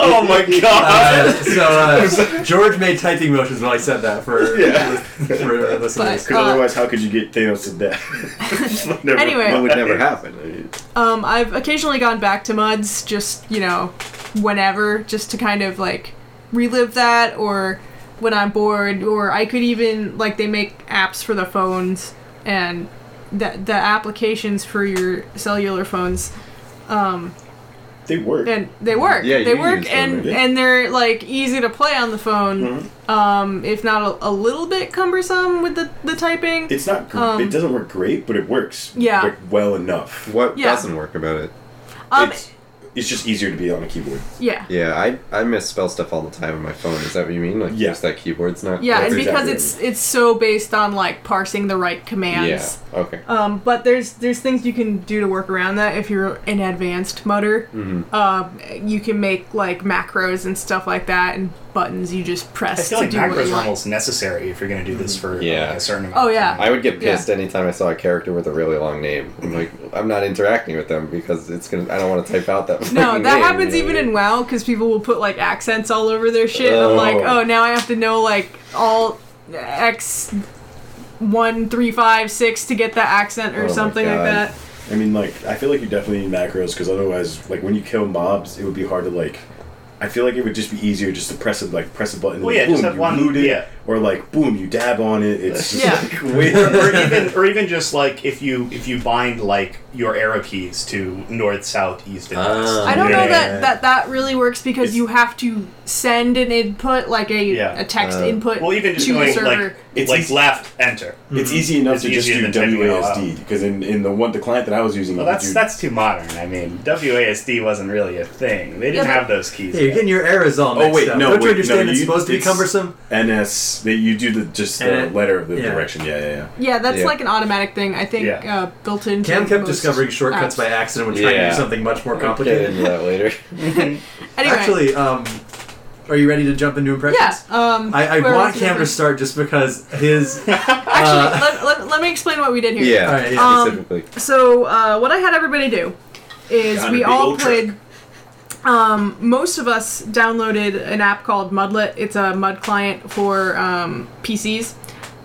B: oh my god.
C: Uh, so *laughs* uh, George made typing motions when I said that for for uh, listeners.
E: But,
A: Because otherwise, how could you get Thanos to
E: *laughs*
A: dab? *laughs* Never-
E: Anyway.
D: That would never happen. I mean,
E: Um, I've occasionally gone back to Muds, just you know, whenever, just to kind of like relive that, or when I'm bored, or I could even like they make apps for the phones and the the applications for your cellular phones.
A: They work.
E: and they work.
D: Yeah,
E: they
D: you
E: work,
D: use them,
E: and
D: yeah.
E: and they're like easy to play on the phone.
D: Mm-hmm.
E: Um, if not a, a little bit cumbersome with the the typing.
A: It's not. Gr-
E: Um,
A: it doesn't work great, but it works.
E: Yeah.
A: like, well enough.
D: What
E: Yeah.
D: doesn't work about it?
E: um,
A: it's, it's just easier to be on a keyboard.
E: yeah. yeah.
D: Yeah, I I misspell stuff all the time on my phone. Is that what you mean? Like
A: Yeah.
D: just that keyboard's not.
E: and
A: That's
E: because
A: exactly
E: it's it's so based on like parsing the right
D: yeah.
E: commands.
D: Okay.
E: Um, but there's there's things you can do to work around that if you're an advanced mutter.
D: Mm-hmm.
E: Um, you can make like macros and stuff like that, and buttons you just press
B: I feel
E: to
B: like
E: do what
B: macros
E: you
B: are
E: want.
B: almost necessary if you're going to do this for
D: Yeah.
B: like, a certain amount.
E: Oh
B: of
E: yeah.
D: I would get
E: Yeah.
D: pissed anytime I saw a character with a really long name. I'm like, I'm not interacting with them because it's gonna. I don't want to type out that.
E: No,
B: *laughs*
D: fucking
E: that
D: name,
E: happens
D: you know?
E: even in WoW because people will put like accents all over their shit. And I'm like,
D: Oh.
E: oh, now I have to know like all X one three five six to get that accent or
D: Oh my
E: something like
D: God.
E: that.
A: I mean, like I feel like you definitely need macros because otherwise, like when you kill mobs, it would be hard to like. I feel like it would just be easier just to press a like press a button.
B: Well,
A: and
B: yeah,
A: boom,
B: just have
A: you
B: one-
A: loot it,
B: yeah.
A: or like boom, you dab on it. It's just
E: Yeah.
A: like *laughs*
B: *laughs*
A: weird.
B: *laughs* or even or even just like if you if you bind like your arrow keys to north, south, east, and
D: Ah.
B: west.
E: I don't
B: Yeah.
E: know that, that that really works because
A: It's-
E: you have to send an input like a
B: Yeah.
E: a text
D: Uh,
E: input
B: Well, even just
E: to the
B: going
E: server.
B: like
A: It's
B: like
A: easy-
B: left enter.
A: It's easy enough
B: It's
A: to just
B: easier
A: do
B: than typing it out
A: WASD because in, in the one the client that I was using,
B: Well,
A: you
B: that's
A: do-
B: that's too modern. I mean, WASD wasn't really a thing. They didn't
E: Yeah, but-
B: have those keys.
C: Hey, you're
B: yet.
C: getting your errors all
A: Oh
C: mixed
A: wait,
C: up.
A: no.
C: Don't you
A: wait,
C: understand
A: no,
C: it's supposed to be cumbersome?
A: NS, that you do the just the
C: And it-
A: letter of the
C: yeah.
A: direction. Yeah, yeah, yeah.
E: yeah, that's
D: Yeah.
E: like an automatic thing I think
B: Yeah.
E: uh, built into.
C: Cam kept
E: most
C: discovering shortcuts
E: apps.
C: by accident when trying to
D: Yeah.
C: do something much more
D: I'll get into
C: complicated.
D: that later.
E: Anyway,
C: Actually, um, are you ready to jump into impressions?
E: yeah. Um,
C: I, I
E: where
C: want
E: was it?
C: Cam to start just because his.
E: Actually, let, let, let me explain what we did here.
D: yeah.
C: All right, *laughs* yeah.
E: Um,
D: Specifically.
E: So uh, what I had everybody do is
A: Got a
E: we
A: big
E: all
A: old truck.
E: played. Um, most of us downloaded an app called Mudlet. It's a mud client for um, PCs,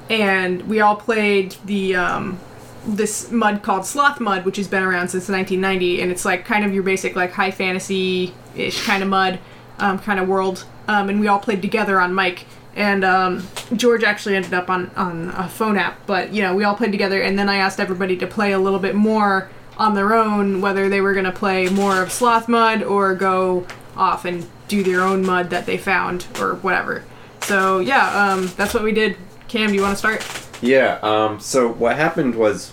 E: and we all played the um, this mud called Sloth Mud, which has been around since 1990, and it's like kind of your basic like high fantasy ish kind of mud, um, kind of world. Um, and we all played together on mic, and um, George actually ended up on, on a phone app. But you know, we all played together, and then I asked everybody to play a little bit more on their own, whether they were gonna play more of Sloth Mud or go off and do their own mud that they found or whatever. So yeah, um, that's what we did. Cam, do you want to start?
D: Yeah, um, so what happened was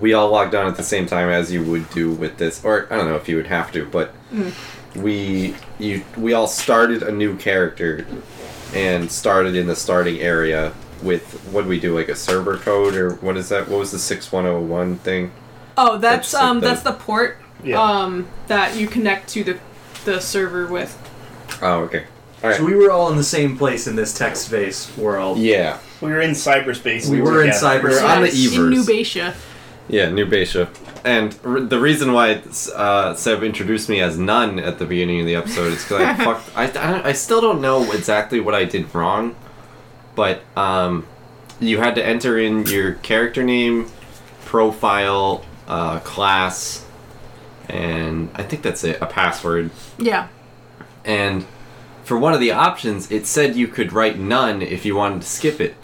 D: we all logged on at the same time as you would do with this, or I don't know if you would have to, but we you we all started a new character and started in the starting area with what do we do like a server code or what is that? What was the six one zero one thing?
E: Oh, that's
D: That's like
E: um,
D: the-
E: that's the port
B: Yeah.
E: um that you connect to the the server with.
D: Oh, okay, all right,
C: So we were all in the same place in this text-based world.
D: yeah,
B: We were in cyberspace.
C: We were in
B: together.
D: We're on the
E: Yes, in
D: Evers.
E: Nubatia.
D: yeah, new Beisha. And r- the reason why it's, uh, Seb introduced me as none at the beginning of the episode is because *laughs* I fucked. I, I, don't- I still don't know exactly what I did wrong, but um, you had to enter in your character name, profile, uh, class, and I think that's it, a password. *laughs*
E: Yeah.
D: And for one of the options, it said you could write none if you wanted to skip it.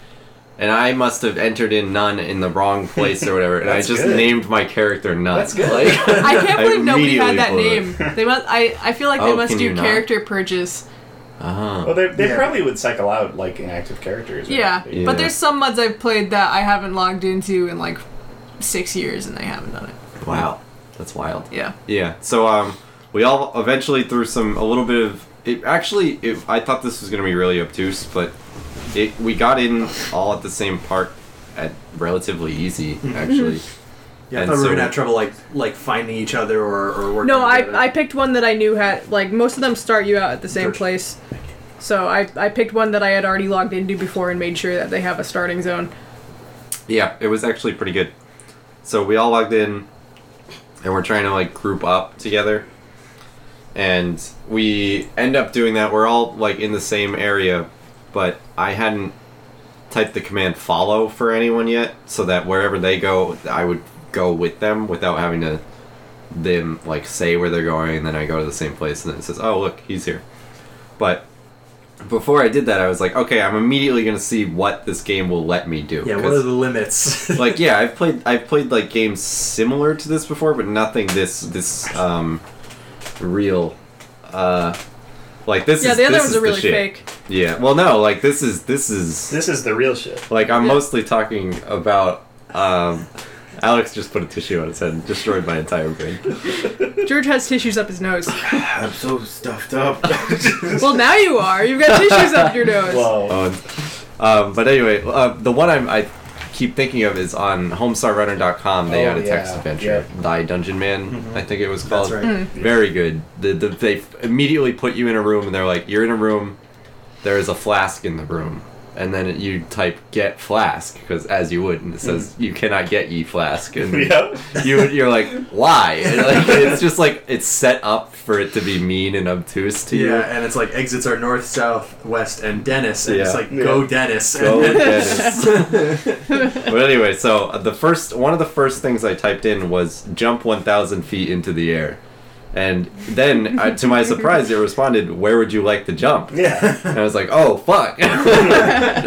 D: And I must have entered in none in the
E: *laughs*
D: wrong place or whatever, and I
B: That's
D: just
B: good.
D: named my character none.
B: That's good.
D: Like,
E: *laughs* I can't
D: I
E: believe nobody had that
D: immediately
E: name. They must. I, I feel like they
D: Oh,
E: must
D: can
E: do
D: you not?
E: character purges.
D: uh
B: Well, they, they
C: Yeah.
B: probably would cycle out like inactive characters. right?
E: Yeah.
D: Yeah.
E: but there's some muds I've played that I haven't logged into in like six years, and they haven't done it.
D: Wow, that's wild.
E: Yeah.
D: Yeah. So um, we all eventually through some a little bit of it. Actually, it, I thought this was gonna be really obtuse, but it we got in all at the same part at relatively
E: *laughs*
D: easy actually.
C: Yeah, I
D: And
C: thought we were
D: so-
C: gonna have trouble like like finding each other or, or working.
E: No,
C: together.
E: I, I picked one that I knew had like most of them start you out at the same
C: George.
E: place. So I, I picked one that I had already logged into before and made sure that they have a starting zone.
D: Yeah, it was actually pretty good. So we all logged in, and we're trying to like group up together, and we end up doing that. We're all like in the same area, but I hadn't typed the command follow for anyone yet, so that wherever they go, I would go with them without having to them like say where they're going, and then I go to the same place, and then it says, "Oh, look, he's here." But before I did that, I was like, "Okay, I'm immediately gonna see what this game will let me do."
C: Yeah, what
D: 'cause-
C: are the *laughs* limits?
D: like yeah, I've played I've played like games similar to this before, but nothing this this um real uh like this
E: yeah,
D: is
E: the other
D: this
E: ones
D: is
E: are
D: the
E: really
D: shit.
E: fake.
D: Yeah. Well no, like this is this is
B: This is the real shit.
D: like I'm
E: Yeah.
D: mostly talking about um Alex just put a tissue on his head and destroyed my entire brain.
E: George has tissues up his nose.
A: I'm so stuffed *laughs* up.
E: well, now you are. You've got tissues up your nose.
B: Whoa. *laughs*
D: Um, um, but anyway, uh, the one I'm, I keep thinking of is on HomestarRunner.com. They
B: Oh,
D: had a text
B: yeah. Mm-hmm.
D: adventure, Die Dungeon Man, I think it was called.
C: That's right.
D: Very good. The, the, they immediately put you in a room and they're like, "You're in a room. There is a flask in the room." And then you type "get flask" because as you would, and it says you cannot get ye flask. And
B: Mm. *laughs* Yep.
D: you you're like, why? *laughs* And, like, it's just like it's set up for it to be mean and obtuse to you.
C: Yeah, and it's like exits are north, south, west, and Dennis, and it's
D: Yeah.
C: like go
B: Yeah.
C: Dennis. *laughs*
D: Go
C: and
D: Dennis. but anyway, so uh, the first one of the first things I typed in was jump 1,000 feet into the air. And then, uh, to my surprise, it responded, "Where would you like to jump?"
B: Yeah.
D: *laughs* And I was like, "Oh fuck!" *laughs* and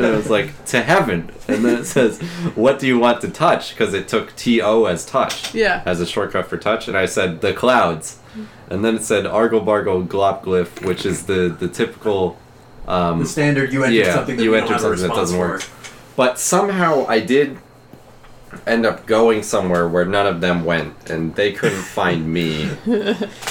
D: I was like, "To heaven." And then it says, "What do you want to touch?" Because it took T O as touch,
E: Yeah.
D: as a shortcut for touch. And I said, "The clouds." And then it said, "Argle bargle glop glyph," which is the the typical. Um,
C: the standard you enter
D: Yeah,
C: something that
D: you
C: we
D: enter
C: don't have a
D: something that
C: response
D: doesn't work.
C: for.
D: but somehow I did end up going somewhere where none of them went, and they
E: *laughs*
D: couldn't find me.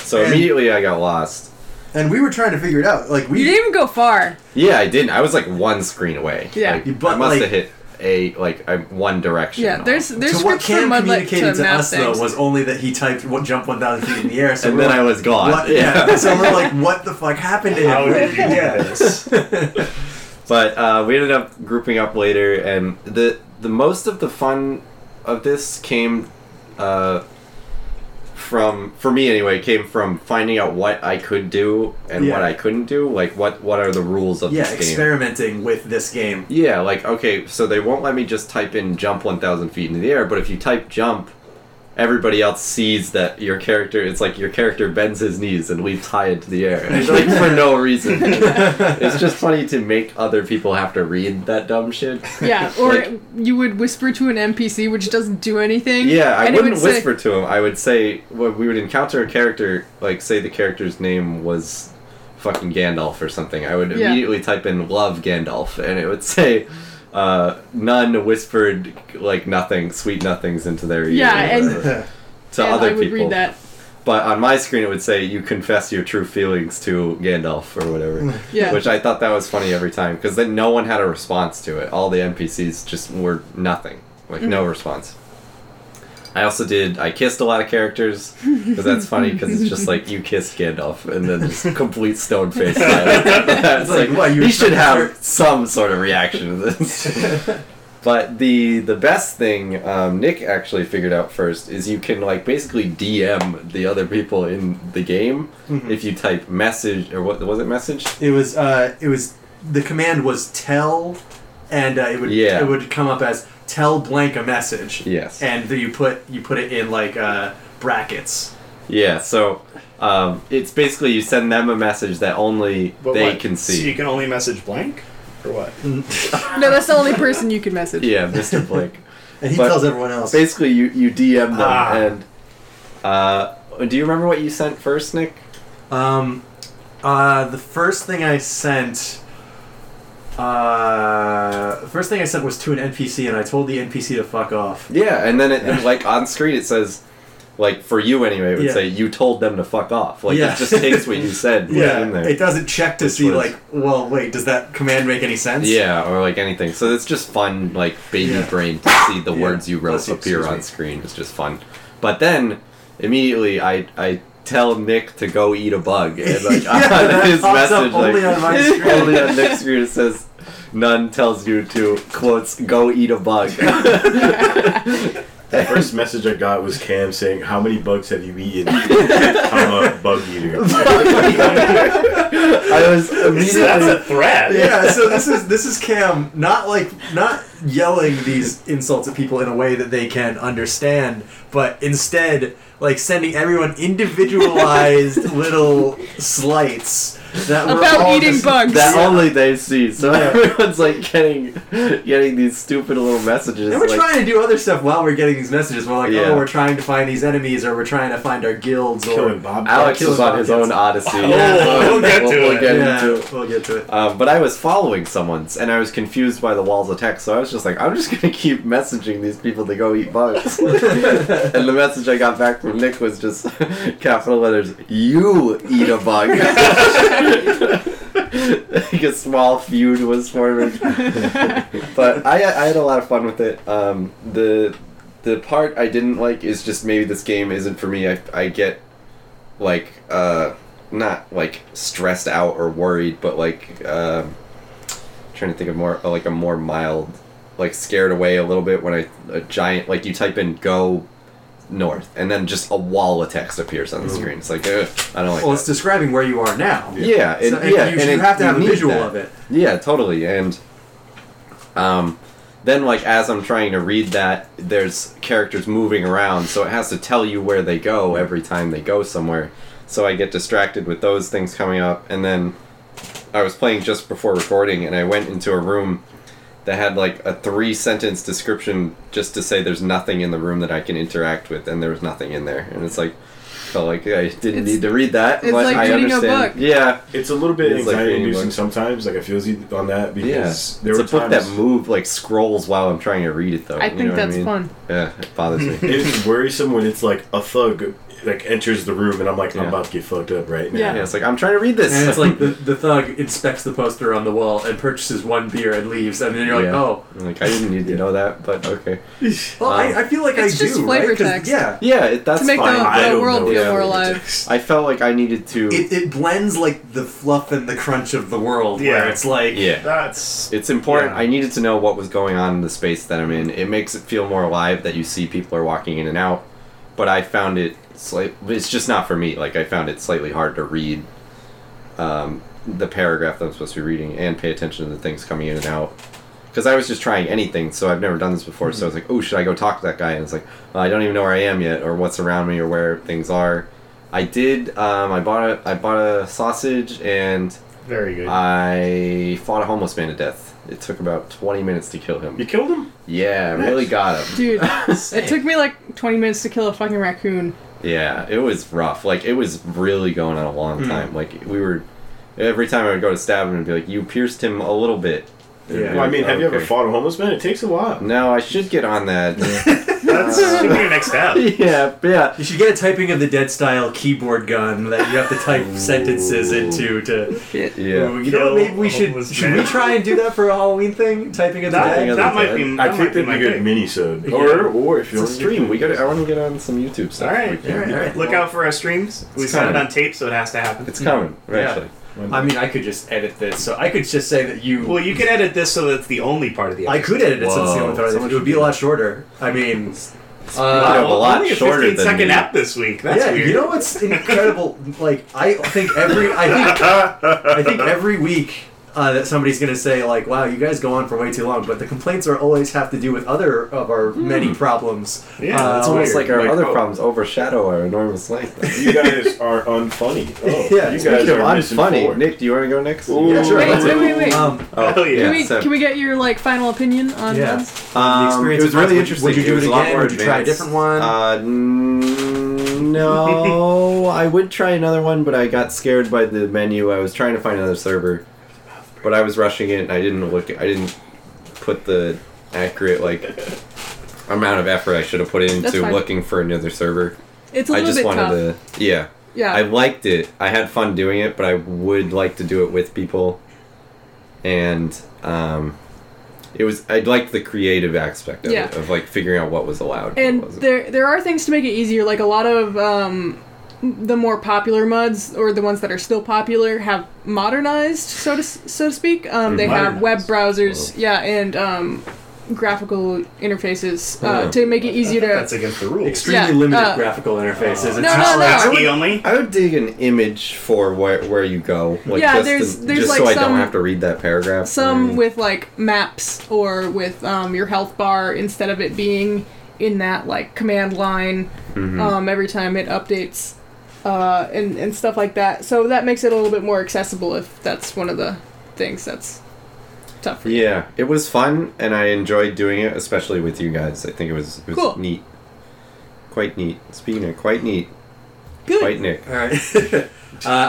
D: So
C: And-
D: immediately I got lost.
C: And we were trying to figure it out. Like
E: You
C: we
E: didn't even go far.
D: Yeah, I didn't. I was like one screen away.
E: Yeah.
D: like,
C: But,
D: I must
C: like-
D: have hit a like I, one direction.
E: Yeah, there's there's
C: so what
E: scripts for
C: Cam
E: mud like
C: communicated to
E: to map
C: us
E: things.
C: though was only that he typed what jump one thousand feet in the air. So
D: and
C: we're like,
D: then I was gone.
C: What?
D: Yeah.
C: Yeah.
D: *laughs*
C: so we're like, what the fuck happened to him?
B: How did you do this?
D: But uh, we ended up grouping up later, and the the most of the fun of this came uh, from for me anyway came from finding out what I could do and what
C: Yeah.
D: I couldn't do. Like what what are the rules of
C: yeah,
D: *laughs* this game?
C: experimenting with this game.
D: Yeah, like okay, so they won't let me just type in jump one thousand feet into the air, but if you type jump, everybody else sees that your character it's like your character bends his knees and leaps high into the
E: *laughs*
D: air and it's like for no reason it's just funny to make other people have to read that dumb shit
E: Yeah, or
D: Like-
E: you would whisper to an NPC, which doesn't do anything.
D: yeah i
E: *laughs* and it would
D: wouldn't
E: say-
D: whisper to him i would say well, we would encounter a character like say the character's name was fucking gandalf or something i would
E: Yeah.
D: immediately type in love gandalf and it would *laughs* say uh, none whispered like nothing sweet nothings into their ear
E: Yeah,
D: or
E: and-
D: whatever, to
E: and
D: other
E: I would
D: people
E: read that.
D: But on my screen, it would say you confess your true feelings to Gandalf or whatever.
E: Yeah.
D: Which I thought that was funny every time because then no one had a response to it. All the NPCs just were nothing, like
E: Mm-hmm.
D: no response. I also did. I kissed a lot of characters because that's funny because it's just like you kissed Gandalf and then just complete stone
B: *laughs*
D: face. silence. it's
C: like,
D: like,
C: what, you
D: you should
C: expect
D: have some sort of reaction to this.
B: *laughs*
D: But the the best thing um, Nick actually figured out first is you can like basically DM the other people in the game
B: Mm-hmm.
D: if you type message or what was it message?
C: It was uh, it was the command was tell, and uh, it would
D: Yeah.
C: it would come up as tell blank a message.
D: Yes.
C: and then you put you put it in like uh, brackets.
D: Yeah, so um, it's basically you send them a message that only
B: But
D: they
B: what?
D: can
B: So you
D: see.
B: can only message blank? Or what?
E: No, that's the only person you can message.
D: Yeah, Mr.
B: *laughs*
D: Blake.
G: And he
D: But-
G: tells everyone else.
D: basically, you you DM them
B: Ah.
D: and uh, do you remember what you sent first, Nick?
C: Um, uh, the first thing I sent. Uh, the first thing I sent was to an NPC, and I told the NPC to fuck off.
D: Yeah, and then it, *laughs* and, like on screen it says, like for you anyway, it would
C: Yeah.
D: say you told them to fuck off. Like
C: Yeah.
D: it just takes what you said put it
C: *laughs* Yeah,
D: in there.
C: it doesn't check to see
D: was-
C: like, well, wait, does that command make any sense? *laughs*
D: yeah, or like anything. So it's just fun, like baby
C: Yeah.
D: brain to see the
C: Yeah.
D: words you wrote
C: Bless you,
D: appear
C: excuse
D: on
C: me.
D: screen. It's just fun. But then immediately I I tell Nick to go eat a bug, and
C: *laughs*
D: like *laughs*
C: Yeah, that
D: on his
C: pops up
D: message,
C: only
D: like
C: on my
D: *laughs*
C: screen.
D: only on Nick's screen it says. None tells you to quotes go eat a bug. *laughs*
A: The first message I got was Cam saying, "How many bugs have you eaten?" I'm a bug eater.
D: I
B: *laughs*
D: was immediately
B: So that's a threat.
C: yeah so this is this is cam not like not yelling these insults at people in a way that they can understand but instead like sending everyone
D: *laughs*
C: individualized little slights that were all
E: About eating
C: just-
E: bugs.
D: *laughs* that
E: *laughs*
D: only they see. So
C: Yeah.
D: everyone's like getting getting these stupid little messages.
C: and we're
D: like,
C: trying to do other stuff while we're getting these messages. We're like,
D: Yeah.
C: oh, we're trying to find these enemies, or we're trying to find our guilds,
A: Killing
C: or
A: Bob.
D: Alex
C: Kill
D: was on his
C: Bobcats.
D: own odyssey.
B: Oh, we'll get to it.
D: get
C: yeah,
D: into it.
C: we'll get to it.
D: *laughs* Um, but I was following someone's, and I was confused by the walls of text, so I was just like, I'm just gonna keep messaging these people to go eat bugs. and the message I got back from Nick was just *laughs* capital letters, you eat a bug. *laughs* like a small feud was forming. but I, I had a lot of fun with it. Um, the the part I didn't like is just maybe this game isn't for me. I, I get like uh not like stressed out or worried but like um trying to think of more uh, like a more mild like scared away a little bit when I a giant like you type in go north and then just a wall of text appears on the screen it's like Ugh, I don't like
C: Well,
D: that.
C: it's describing where you are now.
D: Yeah,
C: So,
D: and-
C: and
D: yeah,
C: you,
D: and
C: you
D: it-
C: have to
D: you
C: have a
D: need
C: visual
D: that.
C: of it.
D: Yeah, totally. And um, then, like, as I'm trying to read that, there's characters moving around, so it has to tell you where they go every time they go somewhere. So I get distracted with those things coming up. And then I was playing just before recording, and I went into a room that had like a three sentence description just to say there's nothing in the room that I can interact with, and there was nothing in there. And it's like, felt like I didn't
E: It's-
D: need to read that.
E: it's
D: but
E: like
D: I
E: reading a
D: understand.
E: book.
D: Yeah.
A: It's a little bit
D: It's like
A: anxiety
D: reading
A: inducing
D: books.
A: sometimes. Like I feel you on that because
D: Yeah.
A: there
D: it's
A: were
D: a book
A: times
D: that move like scrolls while I'm trying to read it though.
E: I
D: You know
E: think
D: what
E: that's
D: mean?
E: fun.
D: Yeah, it bothers
C: *laughs*
D: me.
A: it is worrisome when *laughs* it's like a thug like enters the room and I'm like I'm
D: Yeah.
A: about to get fucked up right now.
E: Yeah.
D: yeah, it's like I'm trying to read this.
C: *laughs* And it's
D: *laughs*
C: like the, the thug inspects the poster on the wall and purchases one beer and leaves, and then you're like,
D: Yeah.
C: oh,
D: I'm like I didn't need to know that, but okay.
C: well,
D: Um,
C: I, I feel like
E: It's
C: I
E: just
C: do,
E: flavor
C: right? 'Cause-
E: text.
C: Yeah,
D: Yeah, it, that's
E: To make
A: I
D: fine.
E: the, the
A: don't
E: world
A: know
E: feel
A: what
E: more
A: that
E: alive.
A: is.
D: I, I felt like I needed to.
C: it, it blends like the fluff and the crunch of the world, where
B: Yeah.
C: it's like,
D: yeah.
B: That's
D: It's important.
C: Yeah.
D: I needed to know what was going on in the space that I'm in. It makes it feel more alive that you see people are walking in and out. But I found it slight. It's just not for me. Like I found it slightly hard to read um, the paragraph that I'm supposed to be reading and pay attention to the things coming in and out. because I was just trying anything, so I've never done this before. So I was like, oh, should I go talk to that guy? And it's like, well, I don't even know where I am yet, or what's around me, or where things are. I did. Um, I bought a. I bought a sausage, and
B: Very
D: Ah.
B: good.
D: I fought a homeless man to death. It took about twenty minutes to kill him.
A: *laughs* You killed him?
D: Yeah, really got him. *laughs*
E: Dude, it took me like 20 minutes to kill a fucking raccoon.
D: Yeah, it was rough. Like it was really going on a long time. Like we were, every time I would go to stab him and be like, "You pierced him a little bit." It'd be
C: Yeah.
A: Well, I
D: like,
A: mean, have you ever
D: "Okay."
A: fought a homeless man? It takes a while.
D: No, I should get on that.
B: That's should be your next
D: *laughs*
B: step.
D: yeah, yeah.
C: You should get a typing of the dead style keyboard gun that you have to type sentences into to.
D: Yeah.
C: You know,
B: Kill
C: what, maybe we should
B: homeless
C: should we
B: man.
C: try and do that for a Halloween thing? Typing of the
B: That,
D: Typing
C: dead.
D: of-
B: that might be.
A: I think
B: That might be
A: that'd be
B: my
A: a good
B: good.
A: mini sode. Or, or if
D: It's
A: you're
D: a stream. We got. I want to get on some YouTube stuff.
B: All right,
D: We-
B: all right, all right. Look out for our streams. We
D: It's
B: set it
D: coming.
B: on tape, so it has to happen.
D: It's coming eventually.
C: I mean, I could just edit this, so I could just say that you.
B: Well, you can edit this so that's the only part of the.
C: I
B: Episode.
C: could edit it since it's the
D: Whoa.
C: only part. of it. It would be a lot shorter. I mean,
D: Wow,
C: uh,
D: a lot
B: only a
D: shorter
B: 15
D: than
B: second
D: me.
B: app this week. That's
C: yeah,
B: weird.
C: you know what's incredible? like, I think every I think I think every week. Uh, that somebody's gonna say like, "Wow, you guys go on for way too long," but the complaints are always have to do with other of our
E: Hmm.
C: many problems. Uh,
B: Yeah, that's
D: It's almost
A: weird.
D: like our
A: Like,
D: other
A: oh.
D: problems overshadow our enormous length.
A: *laughs* You guys are unfunny. Oh,
C: Yeah,
A: you
D: Speaking
A: guys
D: of
A: are
D: unfunny,
A: misinformed.
D: Nick, do you want to go next?
A: Ooh.
C: Yeah, sure.
E: Wait,
C: let's
E: wait,
C: do it.
E: wait, wait.
C: Um,
D: Oh,
B: Hell yeah.
D: yeah.
E: can, we,
D: so-
E: can we get your like final opinion on
C: Yeah.
E: Ed's?
D: Um,
C: experience
D: it was
C: of
D: really
C: Would-
D: interesting.
C: would you do
D: was
C: it
D: a lot
C: again?
D: more
C: Would you try a
D: advanced.
C: different one?
D: Uh, n- *laughs* no, I would try another one, but I got scared by the menu. I was trying to find another server, but I was rushing it. And I didn't look. I didn't put the accurate like amount of effort I should have put
E: That's
D: into
E: fine.
D: looking for another server.
E: It's a
D: I
E: little
D: just
E: bit
D: wanted
E: tough.
D: to. Yeah,
E: yeah.
D: I liked it. I had fun doing it, but I would like to do it with people. And um, it was I liked the creative aspect of
E: Yeah.
D: it, of like figuring out what was allowed.
E: and
D: what wasn't.
E: there there are things to make it easier like a lot of um, the more popular muds or the ones that are still popular have modernized so to s- so to speak um, they have web browsers yeah and um, graphical interfaces uh,
D: Oh.
E: to make it easier
B: that's
E: to
B: against the rules.
C: extremely
E: yeah,
C: limited
E: uh,
C: graphical interfaces. It's
E: no
C: not
E: no
B: That's
E: no
B: the only.
D: I would dig an image for where, where you go. Like
E: Yeah,
D: just
E: there's-
D: to-
E: there's,
D: just
E: like,
D: so I
E: some-
D: don't have to read that paragraph.
E: some
D: Mm.
E: with like maps or with um, your health bar instead of it being in that like command line
D: mm-hmm.
C: Mm-hmm.
E: um, every time it updates uh, and, and stuff like that so that makes it a little bit more accessible if that's one of the things that's tough for you
D: Yeah, it was fun, and I enjoyed doing it, especially with you guys. I think it was it was
E: Cool.
D: neat, quite neat. Speaking of quite neat,
E: good
D: quite
C: *laughs*
D: Nick.
C: All right. uh,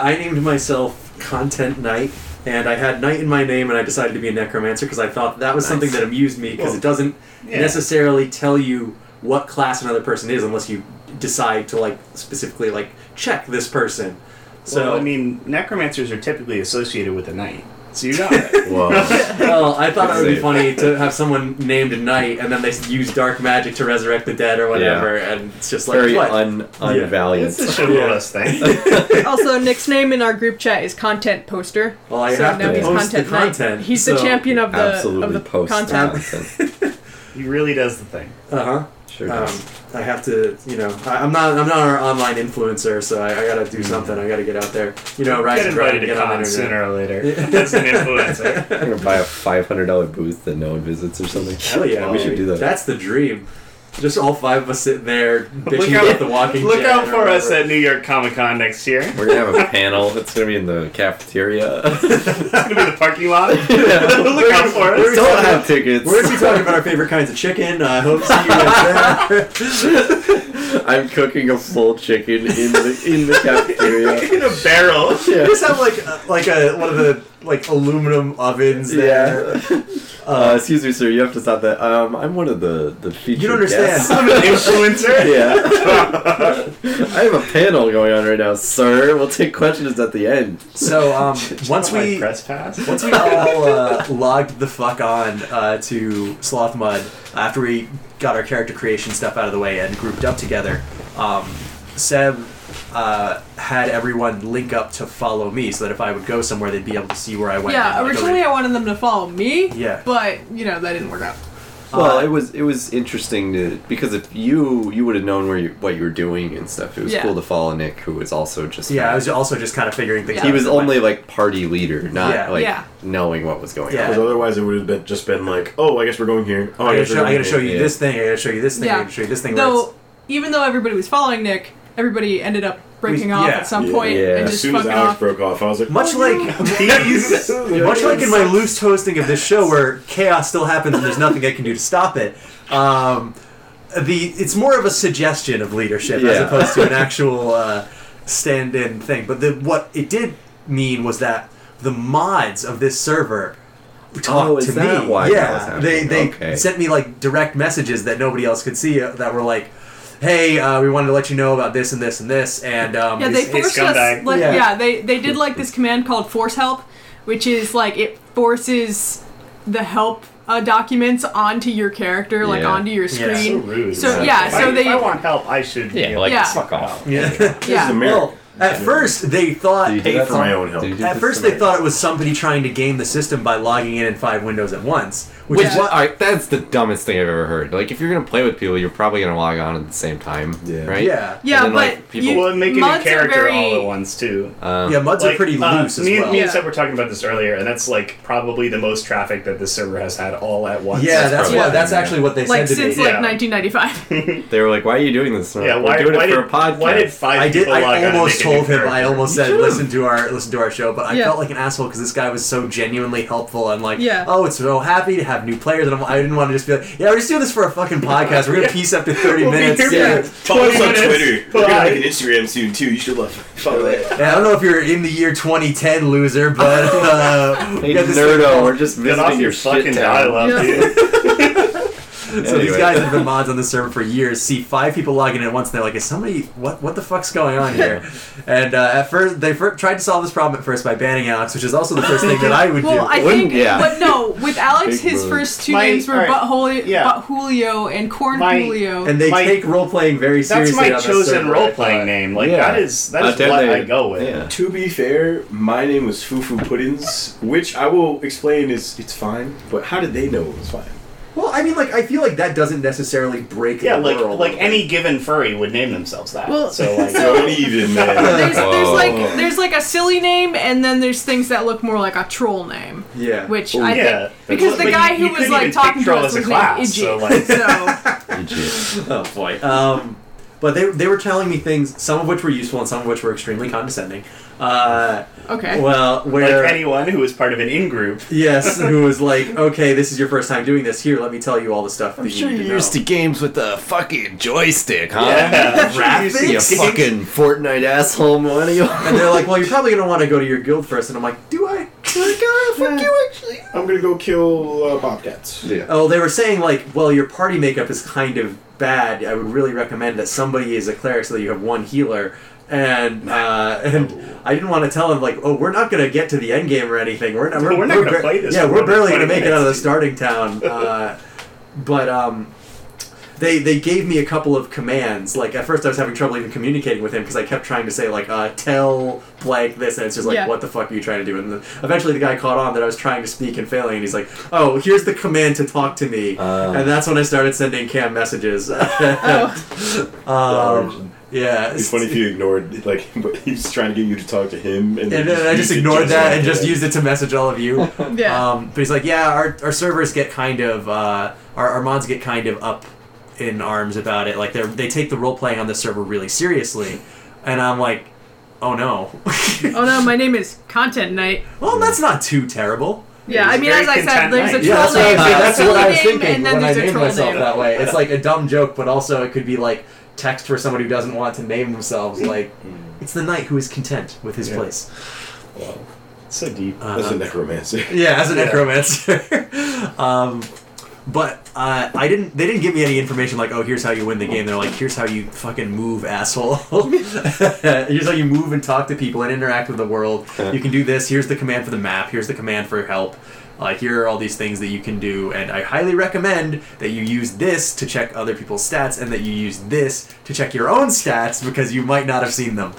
C: I named myself Content Knight, and I had Knight in my name, and I decided to be a necromancer because I thought that was something that amused me because
B: Well,
C: it doesn't
B: yeah.
C: necessarily tell you what class another person is unless you decide to like specifically like check this person. So
B: well, I mean, necromancers are typically associated with a knight, so you know that.
A: Whoa.
C: *laughs* Well, I thought it would be
B: *laughs*
D: Save.
C: funny to have someone named a knight, and then they use dark magic to resurrect the dead or whatever, and it's just like
D: Very
C: what?
D: un
C: Yeah.
D: unvaliant.
B: it's
D: *laughs*
B: a chivalrous thing.
E: also nick's name in our group chat is content poster
C: well, I
E: so
C: have
E: now
C: to
E: he's
C: post
E: content,
C: the
E: Knight.
C: content.
E: he's
C: so,
E: the champion of the of
D: Absolutely
E: the
D: post
E: content
D: nonsense.
B: he really does the thing.
C: Uh huh.
D: *laughs* Sure
C: Um,
D: does.
C: I have to, you know, I, I'm not, I'm not our online influencer, so I, I gotta
D: Mm-hmm.
C: do something. I gotta get out there, you know, rise
B: Get
C: and grind,
B: invited
C: and
B: to
C: get on
B: con
C: the internet.
B: sooner or later. That's an
D: *laughs*
B: influencer.
D: I'm gonna buy a five hundred dollar booth that no one visits or something.
C: Hell yeah,
D: we should
C: baby.
D: do that.
C: That's the dream. Just all five of us sitting
B: *laughs*
C: there bitching
B: out-
C: about the walking.
B: Look
C: Dead
B: out
C: or
B: for us
C: whatever.
B: at New York Comic Con next year.
D: We're gonna have a panel. It's gonna be in the
C: *laughs*
D: cafeteria. *laughs*
B: It's gonna be the parking lot. *laughs* Look out for us. *laughs*
D: Don't have tickets.
C: We're gonna be talking about our favorite kinds of chicken. Uh, I hope to see you guys there.
D: *laughs* I'm cooking a full chicken in the in the
C: *laughs*
D: cafeteria.
B: In a barrel.
C: We just have like a, like a one of the like aluminum ovens there.
D: Yeah. Uh, excuse me, sir. You have to stop that. Um, I'm one of the the featured
C: You don't understand.
D: guests. *laughs*
B: *laughs* I'm an influencer.
D: yeah. *laughs* I have a panel going on right now, sir. We'll take questions at the end.
C: So um, once
B: My
C: we
B: press pass.
C: once we all uh, logged the fuck on uh, to Sloth Mud after we got our character creation stuff out of the way and grouped up together, um, Seb uh, had everyone link up to follow me so that if I would go somewhere, they'd be able to see where I went.
E: yeah
C: and, like,
E: originally i wanted them to follow me
C: Yeah.
E: but you know that didn't work out
D: Well,
C: Uh,
D: it was it was interesting to because if you you would have known where you what you were doing and stuff, it was
E: Yeah.
D: cool to follow Nick, who was also just
C: Yeah, I
D: kinda-
C: was also just kind of figuring things.
E: Yeah.
C: out.
D: he was only like party leader, not
C: Yeah.
D: like
E: Yeah.
D: knowing what was going
C: Yeah.
D: on.
A: Because otherwise, it would have been, just been like, oh, I guess we're going here. Oh,
C: I gotta
A: guess we're
C: show, I
A: going
C: gotta show
A: here."
C: you
D: Yeah.
C: this thing. I gotta show you this thing. I
E: Yeah.
C: gotta show you this thing. where it's-
E: Though, even though everybody was following Nick, everybody ended up breaking
C: We-
E: off
C: yeah.
E: at some
A: Yeah.
E: point
D: Yeah.
E: and
D: As
A: As
E: just
A: soon as
E: fucking
A: Alex
E: off.
A: broke off, I was like,
C: much
E: Oh,
C: like
B: *laughs*
C: *laughs*
B: He's-
C: much like in my loose hosting of this show where chaos still happens and there's nothing I can do to stop it. Um, the it's more of a suggestion of leadership as
D: Yeah.
C: opposed
D: *laughs*
C: to an actual uh, stand-in thing. But the, what it did mean was that the mods of this server talked
D: Oh, is
C: to
D: that
C: me.
D: why that was
C: yeah, they
D: happening?
C: they
D: Okay.
C: sent me like direct messages that nobody else could see uh, that were like. Hey, uh, we wanted to let you know about this and this and this, and um,
E: Yeah, they
B: Hey,
E: forced
B: scumbag.
E: us. Like,
C: Yeah.
E: yeah. they they did like this command called force help, which is like it forces the help uh, documents onto your character, like
D: Yeah.
E: onto your
C: Yeah.
B: So
E: screen.
B: rude.
E: So,
B: If
E: yeah,
B: I-
E: so
B: If
E: they-
B: I want help, I should.
G: Yeah,
B: you know,
G: like
E: Yeah.
G: fuck off.
C: yeah.
A: this is
E: Yeah.
A: America.
C: Well, at first they thought
D: Do you do
A: Pay
D: that
A: for my
D: some-
A: own help.
D: do you do
C: At
D: this
C: first,
D: some-
C: they thought it was somebody trying to game the system by logging in in five windows at once, which
D: Which
C: is
D: is,
C: what.
D: alright, that's the dumbest thing I've ever heard. Like, if you're gonna play with people, you're probably gonna log on at the same time,
A: Yeah.
D: right?
C: Yeah,
E: Yeah,
D: And then,
E: but
D: like, people-
E: you,
D: Well,
B: *laughs* Well, make a new
E: mods are
B: character
E: very
B: all at once too.
D: Um,
C: yeah, muds are pretty
B: uh,
C: loose as
B: me, and-
C: well.
B: Me and
E: Yeah.
B: Seb were talking about this earlier, and that's like probably the most traffic that this server has had all at once.
C: yeah, that's
D: probably
C: what.
D: it,
C: That's
D: yeah.
C: actually what they said
E: like
C: to
E: since
C: me.
B: Yeah.
E: like
B: *laughs*
E: 1995.
D: They were like, "Why are you doing this? And I'm
B: Yeah,
D: like,
B: why,
D: We're doing
B: why
D: it
B: did,
D: for a podcast."
B: Why did five
C: I did.
B: people log on
C: I
B: and
C: almost
B: make a new
C: told him. I
B: character?
C: almost said, "Listen to our listen to our show," but I
E: Yeah.
C: felt like an asshole because this guy was so genuinely helpful and like,
E: Yeah.
C: "Oh, it's so happy to have new players," and I'm, I didn't want to just be like, "Yeah, we're just doing this for a fucking podcast. We're gonna piece up to 30
B: We'll be
C: minutes."
B: here
C: Yeah.
B: for 20 minutes. Bye.
A: Instagram soon too. You should love follow that.
C: Yeah, I don't know if you're in the year 2010, loser,
B: *laughs*
C: but uh,
D: Hey,
C: we got this thing
D: nerdo,
C: called-
D: we're just
B: Get off
D: visiting
B: your
D: your shit
B: fucking
D: town.
B: dial-up,
E: Yeah.
B: dude.
C: So
D: Anyway.
C: these guys have
B: *laughs*
C: been mods on the server for years. See five people logging in at once, and they're like, "Is somebody? What? What the fuck's going on
B: *laughs*
C: here?" and uh, at first, they fir- tried to solve this problem at first by banning Alex, which is also the first thing that
B: *laughs*
C: I would do.
E: Well, I
D: Wouldn't-
E: think,
D: yeah.
E: but no,
D: *laughs*
E: with Alex,
D: Big
E: his
D: bird.
E: first two
B: My-
E: names were
B: alright,
E: But Julio,
B: yeah.
E: But Julio and Corn
B: My-
E: Julio.
C: and they
B: my-
C: take role playing very
B: That's
C: seriously.
B: my
C: on this
B: chosen
C: server, I
B: role
C: thought.
B: playing name. Like
D: Yeah.
B: that is that
D: Out
B: is
D: there
B: what
D: they-
B: I go with.
D: yeah.
A: To be fair, my name was Fufu Puddins, which I will explain is it's fine. But how did they know it was fine?
C: Well, I mean, like I feel like that doesn't necessarily break.
B: Yeah,
C: the
B: like
C: world.
B: like any given furry would name themselves that.
D: *laughs*
E: Well-
B: so like
A: Don't even
E: there's,
A: man.
E: there's
D: Whoa.
E: like there's like a silly name, and then there's things that look more like a troll name,
C: Yeah.
E: which
A: Oh,
E: I
B: yeah.
E: think because
B: But
E: the
B: you-
E: guy
B: you
E: who was
B: couldn't even
E: like talking
B: pick
E: to
B: troll
E: us
B: as a
E: was named
B: class, so, like-
E: Idjit. So
C: Oh boy. Um, but they they were telling me things, some of which were useful and some of which were extremely condescending. Uh,
E: *laughs* okay,
C: well,
B: like
C: where
B: anyone who is part of an in group.
C: Yes, who was like, okay, this is your first time doing this. Here, let me tell you all the stuff that
D: I'm
C: you
D: sure
C: need
D: you're
C: to know.
D: used to games with a fucking joystick, huh? *laughs*
B: Yeah.
C: Graphics?
D: You fucking Fortnite asshole *laughs* millennial.
C: *laughs* and they're like, well, you're probably gonna want to go to your guild first. And I'm like, do I? Do I go? Fuck you, actually.
A: *laughs* I'm gonna go kill uh, bobcats.
D: yeah.
C: Oh, they were saying like, well, your party makeup is kind of bad. I would really recommend that somebody is a cleric so that you have one healer. And uh, and I didn't want to tell him like, oh, we're not gonna get to the end game or anything. We're not. We're,
B: We're not gonna play this
C: Yeah,
B: for
C: we're barely
B: 20
C: gonna make it out of the
B: minutes.
C: starting town. Uh, but um, they they gave me a couple of commands. Like at first, I was having trouble even communicating with him because I kept trying to say like, uh, "Tell blank this," and it's just like,
E: Yeah.
C: "What the fuck are you trying to do?" And then eventually, the guy caught on that I was trying to speak and failing, and he's like, "Oh, here's the command to talk to me,"
D: Ah.
C: and that's when I started sending Cam messages. *laughs* um, yeah.
A: It's funny if you ignored like *laughs* but he's trying to get you to talk to him, and,
C: And then I just ignored that and just used it to message all of *laughs* you.
E: yeah.
C: Um, but he's like, yeah, our, our servers get kind of, uh, our, our mods get kind of up in arms about it. Like, they they take the role playing on the server really seriously. And I'm like, oh no. *laughs*
E: oh no, my name is Content Night.
C: well, that's not too terrible.
E: Yeah,
B: It's
E: I mean, as
B: very
E: I said,
B: Content
E: there's a
B: Night.
E: troll
C: Yeah, that's what, I
E: name,
C: was, that's
E: there's a
C: what I
E: silly
C: was
E: name,
C: thinking
E: and then
C: when I
E: there's a
C: named
E: troll
C: myself
E: name.
C: that way. It's like a dumb joke, but also it could be like text for someone who doesn't want to name themselves. *laughs* Like, it's the knight who is content with his
A: Yeah.
C: place.
B: So deep.
A: That's a
C: Uh,
A: necromancer.
C: *laughs* Yeah, as a necromancer. *laughs* um, but uh, I didn't. They didn't give me any information like, oh, here's how you win the game. They're like, here's how you fucking move, asshole. *laughs* here's how you move and talk to people and interact with the world. You can do this. Here's the command for the map. Here's the command for help. Uh, here are all these things that you can do, and I highly recommend that you use this to check other people's stats, and that you use this to check your own stats because you might not have seen them.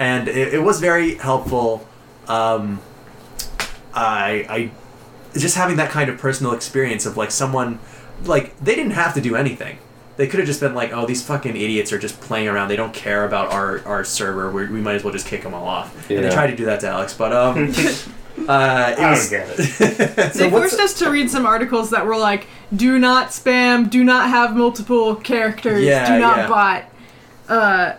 C: And it, it was very helpful. Um, I, I just having that kind of personal experience of like someone like they didn't have to do anything. They could have just been like, "Oh, these fucking idiots are just playing around. They don't care about our our server. We're, we might as well just kick them all off." And they
D: Yeah.
C: tried to do that to Alex, but um, uh, it
B: I
C: was
B: don't get it.
E: they
D: what's-
E: forced us to read some articles that were like, "Do not spam. Do not have multiple characters.
C: Yeah,
E: do not
C: yeah.
E: bot." Uh,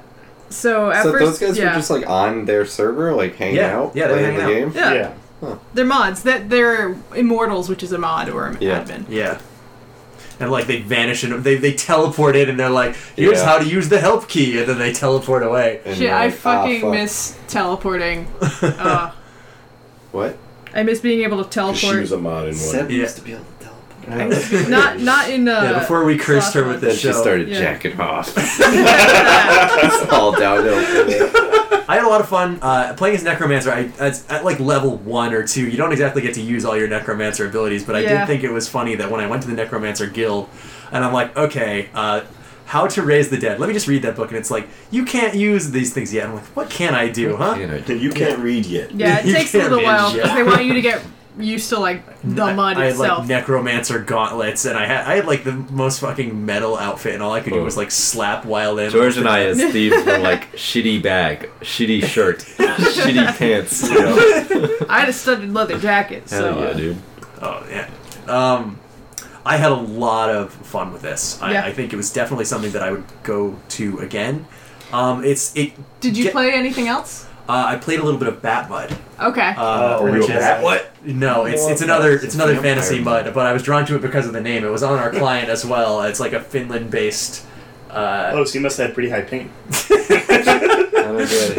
E: so at
D: so
E: first,
D: those guys
E: yeah,
D: were just like on their server, like hanging
C: Yeah,
D: out,
C: yeah, they were
D: playing the
C: hanging
D: game.
E: yeah,
B: yeah.
E: they're mods. That they're immortals, which is a mod or an
D: Yeah.
E: admin.
C: *laughs* yeah. And like they vanish and they they teleport in and they're like, "Here's
D: Yeah.
C: how to use the help key," and then they teleport away.
D: And
E: Shit,
D: you're
E: I
D: like, "Ah,
E: fucking
D: fuck."
E: miss
C: *laughs*
E: teleporting. uh,
D: What?
E: I miss being able to
A: 'Cause She was
E: teleport.
A: a mod in one.
G: Seb
C: Yeah.
G: used to be able to teleport.
E: Not not in uh,
C: yeah, before we cursed her with
E: Sloth
D: Then
C: this
D: she
C: show,
D: started
E: Yeah.
D: jacking *laughs* off.
E: Hunt.
D: it's all downhill. from there.
C: I had a lot of fun uh, playing as necromancer. I at, at like level one or two, you don't exactly get to use all your necromancer abilities, but I
E: Yeah.
C: did think it was funny that when I went to the necromancer guild, and I'm like, okay, uh, how to raise the dead. Let me just read that book, and it's like you can't use these things yet. I'm like, what can I do, huh?
D: You know,
A: You can't read yet.
E: yeah,
C: *laughs*
E: it
C: You
E: takes a
C: can't
E: little while
C: manage,
E: because
C: yeah.
E: they want you to get used
C: *laughs*
E: to like the mud
C: I, I had
E: itself.
C: like necromancer gauntlets, and I had I had like the most fucking metal outfit, and all I could do
D: Whoa.
C: was like slap wild animals.
G: George and I,
D: *laughs*
G: as thieves, were like shitty bag, shitty shirt, shitty pants. You
C: *laughs*
G: know?
E: I had a studded leather jacket,
D: uh,
E: so uh,
G: Hell yeah, dude.
C: Oh yeah. Um, I had a lot of fun with this. I,
E: Yeah.
C: I think it was definitely something that I would go to again. Um, it's it.
E: Did you
C: Get-
E: play anything else?
C: Uh, I played a little bit of Bat Mud.
E: Okay.
C: Uh,
A: Oh,
C: which
A: real
C: is-
A: Bat Mud?
C: No, it's it's another it's another fantasy mud, but I was drawn to it because of the name. It was on *laughs* our client as well. It's like a Finland based. Uh,
B: Oh, so you must have had pretty high paint.
D: I don't get it.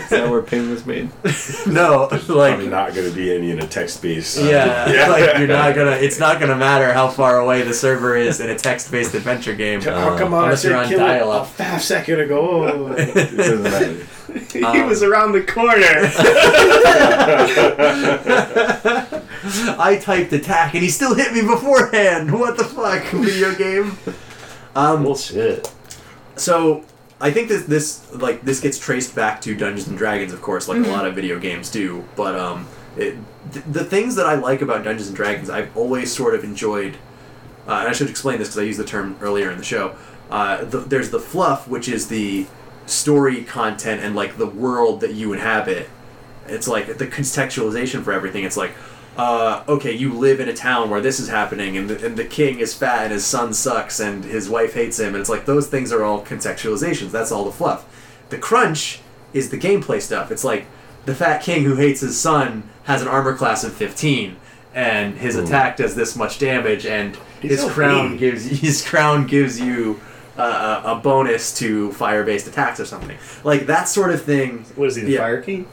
D: Is that where Ping was made?
C: *laughs* no, like
A: I'm not gonna be any in a uh, text based.
C: *laughs* Yeah, like you're not gonna. It's not gonna matter how far away the server is in a text-based adventure *laughs* game.
A: How come I
C: Uh, unless
A: said
C: you're on
A: kill it
C: dial-up.
A: a half second ago? *laughs* it doesn't
C: *laughs*
A: matter.
B: he was around the *laughs* corner.
C: I typed attack and he still hit me beforehand. *laughs* What the fuck, video game?
B: Bullshit.
C: So I think this this like this gets traced back to Dungeons and Dragons, of course, like a lot of video games do. But um, it, th- the things that I like about Dungeons and Dragons, I've always sort of enjoyed. Uh, and I should explain this because I used the term earlier in the show. Uh, the, there's the fluff, which is the story content and like the world that you inhabit. It's like the contextualization for everything. It's like, uh, okay, you live in a town where this is happening, and the, and the king is fat, and his son sucks, and his wife hates him. And it's like those things are all contextualizations. That's all the fluff. The crunch is the gameplay stuff. It's like the fat king who hates his son has an armor class of 15, and his attack does this much damage, and his
B: so
C: crown
B: mean.
C: gives *laughs* his crown gives you. Uh, a a bonus to fire-based attacks or something like that sort of thing.
B: What is he, the
C: Yeah.
B: Fire King?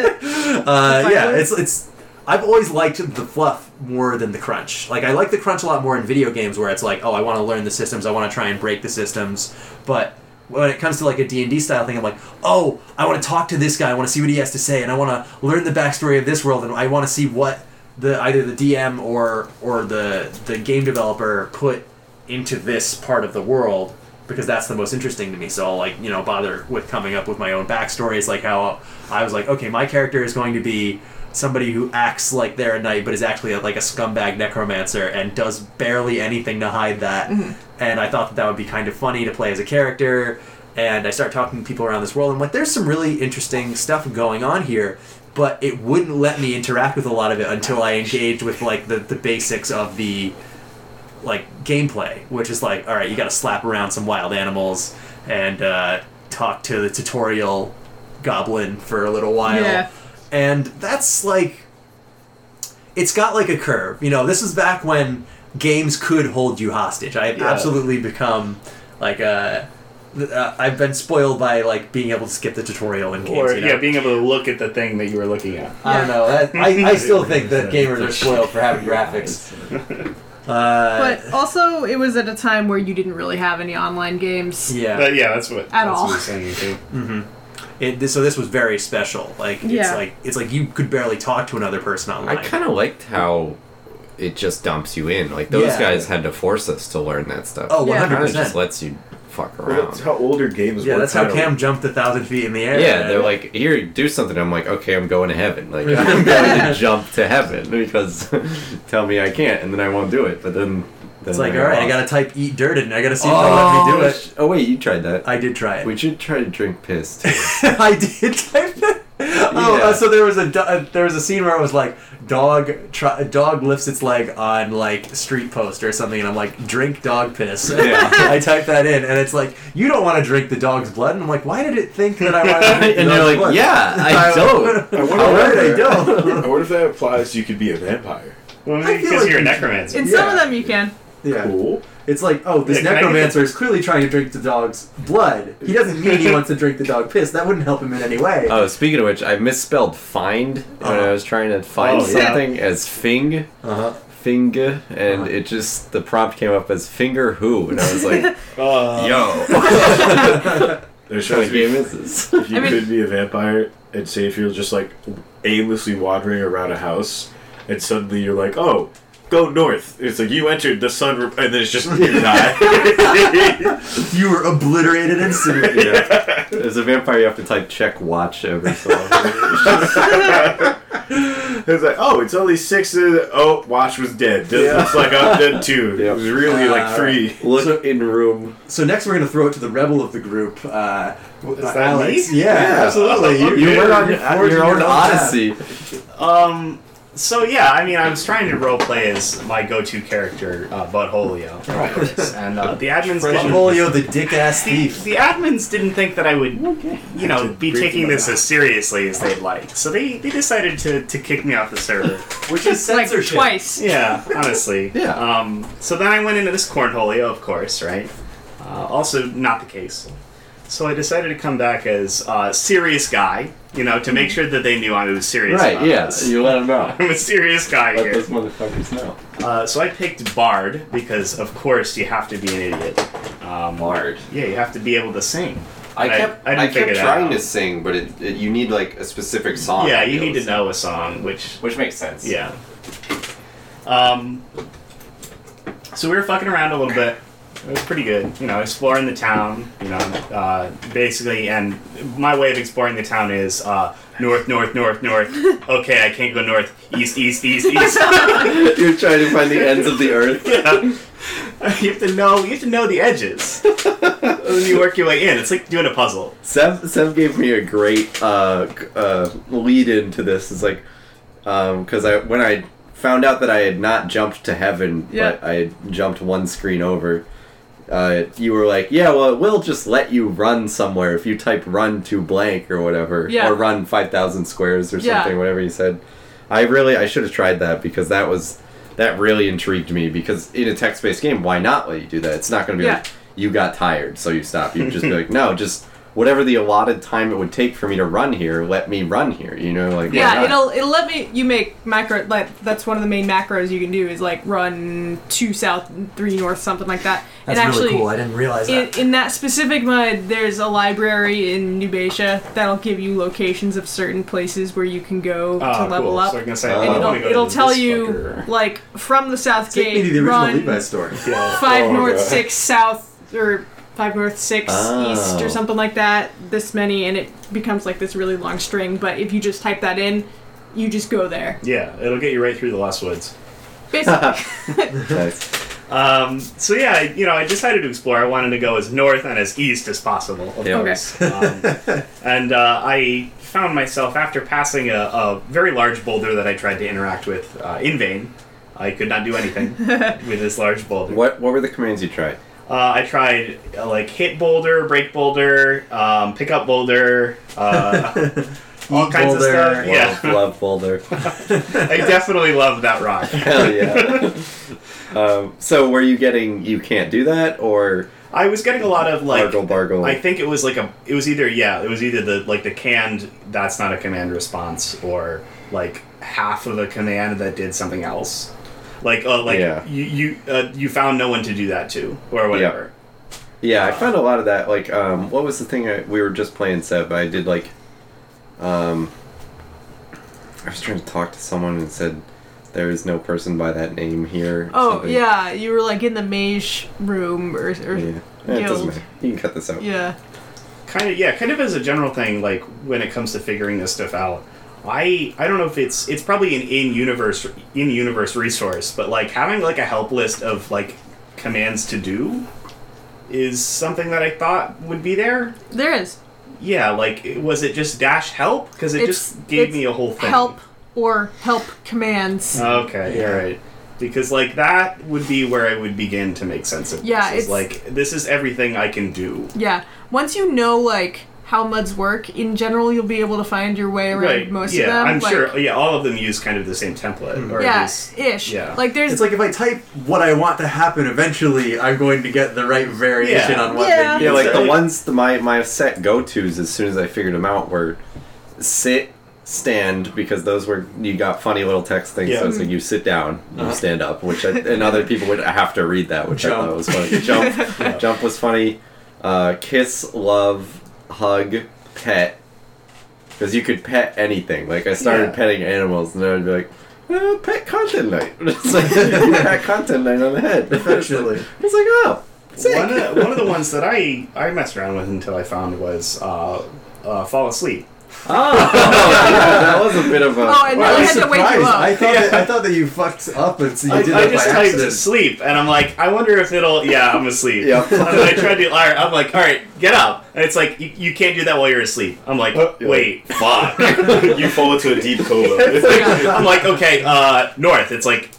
C: Uh, yeah,
E: Fireworks?
C: it's it's. I've always liked the fluff more than the crunch. Like I like the crunch a lot more in video games where it's like, oh, I want to learn the systems, I want to try and break the systems. But when it comes to like a D&D style thing, I'm like, "Oh, I want to talk to this guy. I want to see what he has to say and I want to learn the backstory of this world and I want to see what the either the DM or or the the game developer put into this part of the world because that's the most interesting to me. So I'll like you know bother with coming up with my own backstories, like how I was like, okay, my character is going to be somebody who acts like they're a knight but is actually like a scumbag necromancer and does barely anything to hide that. And I thought that that would be kind of funny to play as a character. And I start talking to people around this world. and I'm like, there's some really interesting stuff going on here, but it wouldn't let me interact with a lot of it until I engaged with like the, the basics of the like gameplay, which is like, all right, you got to slap around some wild animals and uh, talk to the tutorial goblin for a little while,
E: Yeah.
C: and that's like, it's got like a curve. You know, this is back when games could hold you hostage. I have
B: Yeah.
C: absolutely become like a. Uh, I've been spoiled by like being able to skip the tutorial in games.
B: Or,
C: you know?
B: yeah, being able to look at the thing that you were looking at.
C: I don't know. That, I, I
B: *laughs*
C: still think that gamers are spoiled for having graphics. Uh,
E: but also, it was at a time where you didn't really have any online games.
C: yeah.
B: But yeah, that's what. that's
E: all.
B: What you're saying too.
C: It, this, so this was very special. Like it's
E: Yeah.
C: like it's like you could barely talk to another person
D: I
C: online.
D: kind of liked how it just dumps you in. Like those
C: Yeah.
D: guys had to force us to learn that stuff.
C: oh,
E: Yeah.
C: one hundred
D: kind of just
C: percent.
D: lets you fuck
A: Well, that's
D: around.
A: how older games
C: Yeah,
A: were.
C: that's how
A: kinda-
C: Cam jumped a thousand feet in the air.
D: Yeah, they're like, here, do something. I'm like, okay, I'm going to heaven. Like, *laughs* I'm going to jump to heaven because tell me I can't, and then I won't do it. But then
C: It's like, all right, I gotta type "eat dirt" and I gotta see if they'll let me do it.
D: Oh wait, you tried that.
C: I did try it.
D: we should try to drink piss. Too.
C: *laughs* I did type it. Oh, uh, so there was a do- uh, there was a scene where I was like, dog try- dog lifts its leg on like street post or something, and I'm like, drink dog piss.
D: Yeah.
C: *laughs* I type that in, and it's like, you don't want to drink the dog's blood, and I'm like, why did it think that *laughs* I want
D: *laughs*
C: to drink the
D: and you're
C: dog's
D: like,
C: blood?
D: yeah,
C: *laughs*
D: I don't. *laughs*
A: I wonder
C: All
A: if-
C: right, I
A: *laughs*
C: don't.
A: I wonder if that applies. You could be a vampire.
B: Well,
C: I feel
B: because
C: like
B: you're a
C: you-
B: necromancer.
E: In some of them, you can.
C: *laughs* Yeah.
A: Cool.
C: It's like, oh, this
B: Yeah, can I get
C: necromancer is clearly trying to drink the dog's blood. He doesn't mean he wants to drink the dog piss. That wouldn't help him in any way.
D: Oh, speaking of which, I misspelled find when
H: Uh-huh.
D: I was trying to find
B: Oh, yeah.
D: something as fing,
C: Uh-huh.
D: fing, and
H: Uh-huh.
D: it just the prompt came up as finger who, and I was like,
B: *laughs* Uh,
D: *laughs* yo,
A: There's
D: what
A: supposed to be
D: game is
H: *laughs*
D: this?
A: If you
E: I mean-
A: could be a vampire, and say if you're just like aimlessly wandering around a house, and suddenly you're like, oh, go north. It's like you entered the sun, re- and then it's just you die.
C: *laughs* You were obliterated instantly.
D: Yeah. *laughs* As a vampire, you have to type check watch every
H: *laughs*
D: so often.
A: *laughs* it's like, oh, it's only six. uh, oh, Watch was dead. This looks like I'm dead too.
D: Yep.
A: It was really
C: Ah,
A: like three.
D: Look in room.
C: So next, we're gonna throw it to the rebel of the group, uh, Is
B: that
C: Alex.
B: me?
C: Yeah, absolutely. You,
D: You went on your,
C: forging
D: your own
C: path.
D: odyssey.
B: um. So yeah, I mean, I was trying to roleplay as my go-to character, uh, Buttholio, and uh, the admins didn't. *laughs*
C: Benvolio, the dick ass
B: The,
C: thief.
B: the admins didn't think that I would, you know, be
A: breathe
B: taking
A: my
B: this as seriously as they'd like. So they, they decided to, to kick me off the server.
C: Which is
E: Like
C: censorship.
E: twice.
B: Yeah, honestly.
D: *laughs* Yeah.
B: Um, so then I went into this cornholio, of course, right? Uh, also, not the case. So I decided to come back as uh, serious guy, you know, to make sure that they knew I was serious.
D: Mm-hmm. Right,
B: about
D: yeah.
B: this. *laughs*
D: You let them know.
B: I'm a serious guy
D: Let
B: here.
D: those motherfuckers know.
B: Uh, so I picked Bard because, of course, you have to be an idiot. Um,
H: Bard.
B: Yeah, you have to be able to sing.
H: I
B: And I-
H: kept
B: I
H: I,
B: didn't figure
H: kept
B: that
H: trying
B: out.
H: to sing, but it, it you need like a specific song.
B: yeah,
H: be
B: you
H: able
B: need to
H: sing.
B: know a song, which
H: Which makes sense.
B: Yeah. Um, so we were fucking around a little bit. It was pretty good, you know, exploring the town, you know, uh, basically. And my way of exploring the town is uh, north, north,
E: *laughs*
B: north, north. Okay, I can't go north, east, east, east, east.
D: *laughs* You're trying to find the ends
H: *laughs*
D: of the earth.
B: *laughs* you have to know, you have to know
E: *laughs*
B: the edges. and then you work your way in. It's like doing a puzzle.
D: Sev, Sev gave me a great uh, c- uh, lead into this. It's like, because I when I found out that I had not jumped to heaven,
E: Yeah.
D: but I had jumped one screen over, uh, you were like, yeah, well, it will just let you run somewhere if you type run to blank or whatever,
E: Yeah.
D: or run 5,000 squares or
E: Yeah.
D: something, whatever you said. I really, I should have tried that because that was, that really intrigued me because in a text based game, why not let you do that? It's not going to be
E: Yeah.
D: like, you got tired, so you stop. You'd
E: *laughs*
D: just be like, no, just whatever the allotted time it would take for me to run here, let me run here. You know, like why
E: Yeah,
D: not?
E: it'll it'll let me you make macro like that's one of the main macros you can do is like run two south three north something like that.
C: That's
E: and
C: really
E: actually
C: cool. I didn't realize
E: in,
C: that.
E: in that specific mud there's a library in Nubatia that'll give you locations of certain places where you can go to level up.
B: Ah, So I can say,
D: Oh.
B: oh,
E: and
B: I
E: it'll,
B: wanna go to
E: it'll
B: this
E: tell you
B: fucker.
E: like from the south
C: Take me
E: gate
C: to the original
E: run
C: Levi's store.
E: five
A: Oh,
E: north
A: God.
E: six south or five north six
D: Oh.
E: east or something like that this many and it becomes like this really long string but if you just type that in you just go there
B: Yeah, it'll get you right through the Lost Woods.
E: basically
D: Nice.
B: Um, so yeah, I, you know, I decided to explore. I wanted to go as north and as east as possible, of
D: Yeah.
B: course. Um, and uh, I found myself after passing a, a very large boulder that I tried to interact with uh, in vain. I could not do anything with this large boulder.
D: What what were the commands you tried?
B: Uh, I tried uh, like hit boulder, break boulder, um, pick up boulder, uh, all
C: Eat
B: kinds
C: boulder.
B: of stuff. Yeah,
D: *laughs* Love, love folder.
B: *laughs* I definitely love that rock.
D: Hell
B: *laughs*
D: yeah. um, so were you getting you can't do that or
B: I was getting a lot of like
D: bargle bargle?
B: I think it was like a. It was either yeah. It was either the like the canned. That's not a command response, or like half of a command that did something else. Like uh, like
D: Yeah.
B: you you uh, you found no one to do that to or whatever.
D: yeah, I found a lot of that. Like, um, what was the thing I, we were just playing, Seb? I did like, um, I was trying to talk to someone and said, "There is no person by that name here." or
E: oh
D: something.
E: yeah you were like in the mage room or, or
D: Yeah. Eh, it doesn't
E: guild.
D: matter. You can cut this out.
E: yeah
B: Kind of yeah. Kind of as a general thing, like when it comes to figuring this stuff out. I, I don't know if it's it's probably an in universe in universe resource, but like having like a help list of like commands to do is something that I thought would be there.
E: There is.
B: Yeah, like it- was it just dash help? Because it
E: It's-
B: just gave
E: it's
B: me a whole thing.
E: Help or help commands.
B: Uh. Okay, all right. Because like that would be where I would begin to make sense of
E: Yeah,
B: this.
E: it's-
B: Is like this is everything I can do.
E: yeah. Once you know like how muds work in general, you'll be able to find your way around
B: Right.
E: most
B: yeah,
E: of them.
B: I'm
E: like,
B: sure. Yeah, all of them use kind of the same template. Or at
E: Yeah,
B: least,
E: ish.
B: yeah.
E: Like there's
C: It's like if I type what I want to happen, eventually I'm going to get the right variation
B: Yeah.
C: on what.
E: Yeah.
C: They
D: Yeah, like the
B: Right.
D: ones the, my my set go tos as soon as I figured them out were sit, stand because those were you got funny little text things.
B: Yeah. Uh-huh.
D: So it's like you sit down, you stand up, which I, and other people would have to read that, which I
C: Jump.
D: thought was funny. Jump,
B: *laughs*
D: jump was funny. Uh, kiss, love, hug, pet, because you could pet anything. Like I started
B: Yeah.
D: petting animals, and then I'd be like. Uh, pet content night. *laughs* It's
B: *laughs*
D: like pet content night on the head.
C: Affectionately.
D: It's like oh, sick.
B: One of, one of the ones that I, I messed around with until I found was uh, uh, fall asleep.
D: that was a bit of a.
E: Oh, and
C: I
E: then I
C: was
E: had to wake you
C: surprised.
E: up.
C: I thought that, I thought that you fucked up and so you
B: I,
C: did
B: I
C: that
B: just
C: by
B: typed
C: accident.
B: sleep, and I'm like, I wonder if it'll. Yeah, I'm asleep.
D: Yeah.
B: *laughs* and then I tried to. all right, I'm like, all right, get up. And it's like, you, you can't do that while you're asleep. I'm like,
D: yeah.
B: wait,
A: *laughs*
B: fuck.
A: you fall into a deep
E: *laughs*
A: coma.
B: I'm like, okay, uh, north. It's like,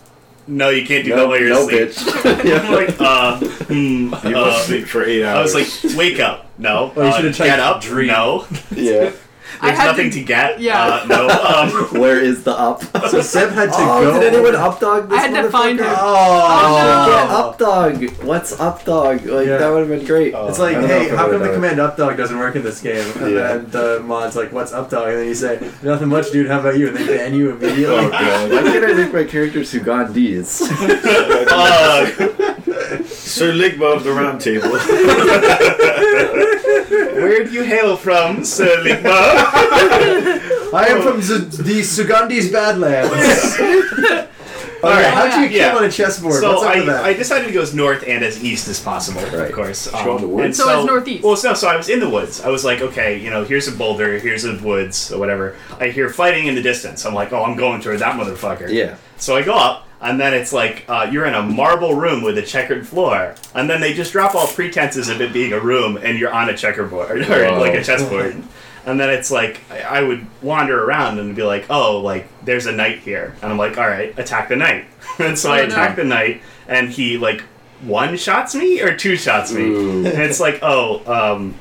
B: no, you can't do that
D: no,
B: while you're
D: no
B: asleep.
D: bitch.
B: *laughs* I'm like, uh, hmm,
A: You
B: uh,
A: must sleep for eight
B: I
A: hours.
B: was like, wake up. No.
C: Or you
B: Uh,
C: should've
B: get
C: typed
B: up.
C: dream.
B: No.
D: yeah.
E: I
B: *laughs* There's
E: had
B: nothing to,
E: to,
B: get.
E: yeah.
B: Uh,
D: *laughs*
B: no. Um,
D: Where is the up?
C: So Seb had to
D: oh,
C: go.
D: did anyone updog this
E: I had to find
D: motherfucker?
E: her.
C: Oh,
D: Get updog. What's updog? Like
C: Yeah.
D: that would have been great.
C: It's like,
D: I don't know
C: hey,
D: if I
C: how come
D: would've
C: the
D: done
C: command up dog doesn't work in this game? And
D: Yeah.
C: then the mod's like, what's up dog? And then you say, nothing much, dude. How about you? And they ban you
A: oh
C: immediately.
A: *laughs*
D: it.
A: god.
D: Why can't I make my characters who
C: *laughs*
D: got D's?
B: uh,
A: Sir Ligma of the Round Table.
B: *laughs* Where do you hail from, Sir Ligma?
C: I am from Z- the Sugandi's *laughs* Badlands. All right, how
E: Oh,
C: do Oh, you
B: Yeah.
C: kill on a chessboard?
B: so
C: what's up with
B: I,
C: that?
B: I decided to go as north and as east as possible, of
D: Right.
B: course. Um,
A: Sure, the woods.
B: and
E: So it's northeast.
B: Well, so, so I was in the woods. I was like, okay, you know, here's a boulder, here's the woods, or whatever. I hear fighting in the distance. I'm like, oh, I'm going toward that motherfucker.
D: Yeah.
B: So I go up, and then it's like uh, you're in a marble room with a checkered floor, and then they just drop all pretenses of it being a room, and you're on a checkerboard *laughs* or
D: Wow.
B: like a chessboard. And then it's like I I would wander around and be like, "Oh, like there's a knight here," and I'm like, "All right, attack the knight." *laughs* and so
E: Oh,
B: I
E: no.
B: attack the knight, and he like one shots me or two shots me,
D: Ooh.
B: and it's like, "Oh, um,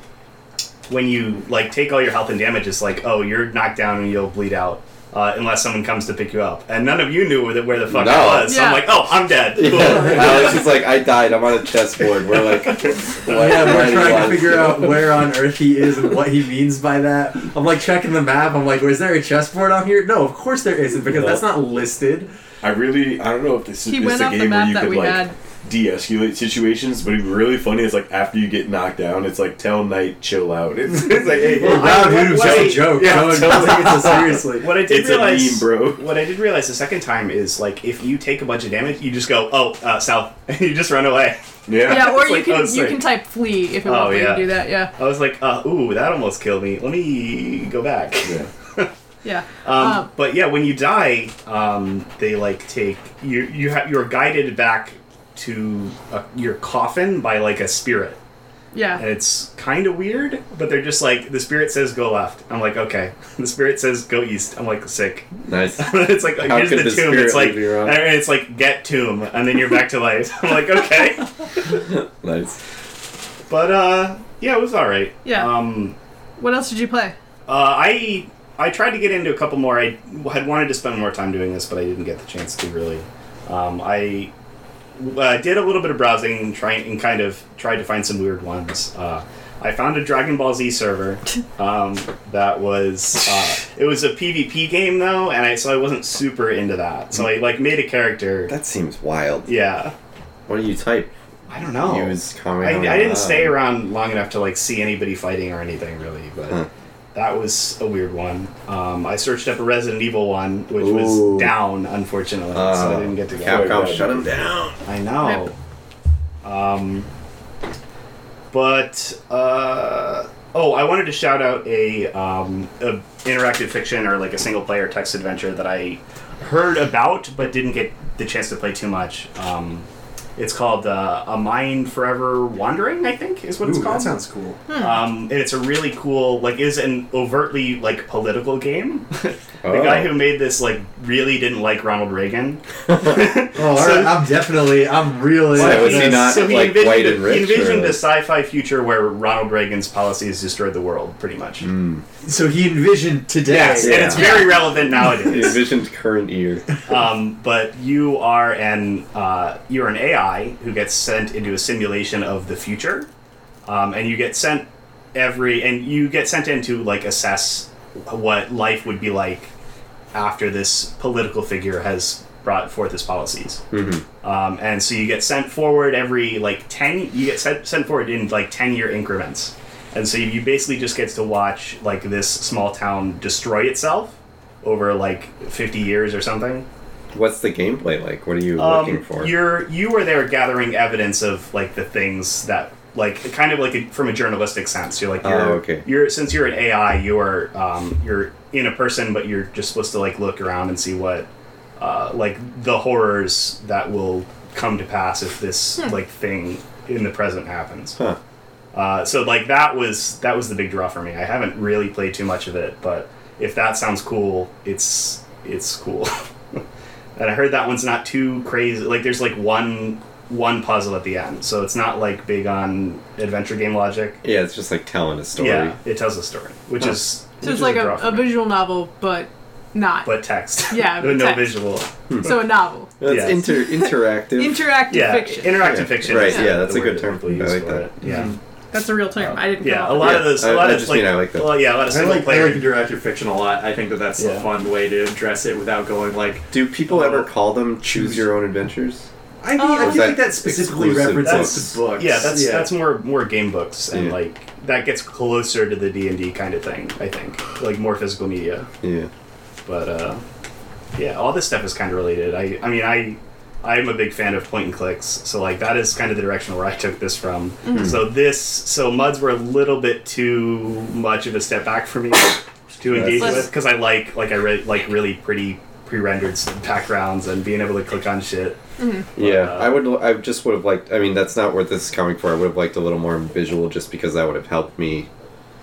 B: when you like take all your health and damage, it's like, oh, you're knocked down and you'll bleed out uh, unless someone comes to pick you up. And none of you knew where the, where the fuck
D: No.
B: I was. So I'm
E: Yeah.
B: like, oh, I'm
A: *laughs*
B: dead. Cool.
D: *laughs* yeah. Alex is like, I died. I'm on a chessboard. We're
C: *laughs*
D: like, what?
C: Yeah,
D: Why
C: we're
D: do you
C: trying
D: want
C: to figure out where on earth he is and what he means by that. I'm like checking the map. I'm like, is there a chessboard on here? No, of course there isn't because that's not listed.
A: I really, I don't know if this
E: He
A: is
E: went
A: a
E: off the
A: game where
E: map
A: you
E: that
A: could
E: we
A: like
E: had.
A: de-escalate situations, but it'd be really funny is like after you get knocked down, it's like tell Knight chill out. *laughs* It's, it's like hey,
C: Wow,
B: I-
C: dude, it's just
B: wait,
C: a joke.
A: yeah,
C: no one
A: totally.
C: takes it seriously.
B: What I did
A: it's a
B: realize,
A: meme, bro.
B: What I did realize the second time is like if you take a bunch of damage, you just go, oh, uh, south, *laughs* and you just run away.
A: Yeah.
E: Yeah, or
B: It's
E: you
B: like, oh,
E: can
B: it's
E: you
B: like-
E: can type flee if it
B: Oh,
E: won't let
B: yeah.
E: you do that. Yeah,
B: I was like, uh, ooh, that almost killed me. Let me go back.
A: Yeah.
E: yeah.
B: Um,
E: Um,
B: but yeah, when you die, um, they like take you. You ha- you're guided back to uh your coffin by like a spirit, and
E: yeah.
B: it's kind of weird. But they're just like the spirit says go left. I'm like okay. *laughs* The spirit says go east. I'm like sick. *laughs*
D: Nice.
B: it's like here's
D: could
B: the
D: the
B: tomb.
D: spirit
B: It's like
D: lead you wrong?
B: and it's like get tomb, and then you're back to life. *laughs* I'm like okay.
D: Nice.
B: But uh, yeah, it was all right.
E: Yeah.
B: Um,
E: What else did you play?
B: Uh, I I tried to get into a couple more. I had wanted to spend more time doing this, but I didn't get the chance to really. Um, I uh, did a little bit of browsing, trying and kind of tried to find some weird ones. Uh, I found a Dragon Ball Z server um, that was uh, it was a PvP game though, and I so I wasn't super into that. So I like made a character.
D: That seems wild.
B: Yeah,
D: What do you type?
B: I don't know.
D: Use comment.
B: I,
D: on um,
B: I
D: that.
B: didn't stay around long enough to like see anybody fighting or anything really, but
D: Huh.
B: that was a weird one. Um, I searched up a Resident Evil one, which
D: Ooh.
B: was down unfortunately, so I
D: Uh,
B: didn't get to go.
D: Capcom
A: Yeah.
D: shut him down.
B: I know. Um, but uh, oh, I wanted to shout out a, um, a interactive fiction or like a single player text adventure that I heard about but didn't get the chance to play too much. Um, It's called uh, A Mind Forever Wandering, I think is what it's
C: Ooh,
B: called.
C: that sounds cool.
B: Um, and it's a really cool, like, is an overtly like political game. *laughs* The
G: Oh.
B: guy who made this like really didn't like Ronald Reagan.
C: Oh, all right. I'm definitely. I'm really.
G: Why was he
C: that's-
G: not
B: so he
G: like
B: envisioned,
G: white and
B: he
G: rich?
B: envisioned
G: or-
B: a sci-fi future where Ronald Reagan's policies destroyed the world, pretty much.
G: Hmm.
C: So he envisioned today.
B: Yes, and it's very relevant
G: *laughs* He
B: nowadays.
G: envisioned current year.
B: um, but you are an uh, you're an AI who gets sent into a simulation of the future, um, and you get sent every and you get sent in to like assess what life would be like after this political figure has brought forth his policies. Um, and so you get sent forward every like ten. You get sent sent forward in like ten year increments, and so you basically just gets to watch like this small town destroy itself over like fifty years or something.
G: What's the gameplay like? What are you looking for?
B: Um, You're you were there gathering evidence of like the things that like kind of like a, from a journalistic sense. You're like
G: Oh,
B: you're
G: okay.
B: you're since you're an AI, you are um, you're in a person, but you're just supposed to like look around and see what uh, like the horrors that will come to pass if this like thing in the present happens.
G: Huh.
B: Uh, so like that was that was the big draw for me. I haven't really played too much of it, but if that sounds cool, it's it's cool. *laughs* and I heard that one's not too crazy. Like there's like one one puzzle at the end, so it's not like big on adventure game logic.
G: Yeah, it's just like telling a story. Oh.
B: Yeah, it tells a story, which is
E: So
B: which
E: it's
B: is
E: like a,
B: draw
E: a,
B: for me.
E: visual novel, but not.
B: but text. *laughs*
E: Yeah,
B: no,
E: but
B: no
E: text.
B: visual.
E: so a novel.
G: That's
B: Yes.
G: inter-
B: *laughs*
G: interactive.
E: Interactive
B: Yeah,
E: fiction.
B: interactive
G: Yeah,
B: fiction.
G: right,
B: is
G: yeah,
B: the
G: that's a
B: word
G: good
B: that
G: term.
B: people
G: I
B: use
G: like
B: for
G: that. Mm-hmm.
B: it. Yeah,
E: That's a real term. I didn't come
B: yeah.
E: up
B: A
E: with
B: lot
E: it.
B: of those.
G: I-
B: A lot
G: I
B: of
G: just
B: like,
G: mean I like that.
B: Well, yeah, a lot of
C: I
B: single
C: like, I
B: player.
C: like interactive fiction a lot. I think that that's
B: Yeah.
C: a fun way to address it without going like.
G: Do people
B: Oh.
G: ever call them choose your own adventures?
C: I think
E: Oh.
C: I feel
G: Is
C: like
G: that
C: that specifically
G: exclusive
C: references to books.
B: Yeah, that's that's more more game books and
G: Yeah.
B: like that gets closer to the D and D kind of thing. I think like more physical media,
G: Yeah.
B: but uh, yeah, all this stuff is kind of related. I I mean I. I'm a big fan of point and clicks, so like that is kind of the direction where I took this from. So this, so muds were a little bit too much of a step back for me to engage
E: Let's-
B: with because I like like I re- like really pretty pre-rendered backgrounds and being able to click on shit.
G: Yeah,
B: uh,
G: I would. I just would have liked. I mean, that's not what this is coming for. I would have liked a little more visual, just because that would have helped me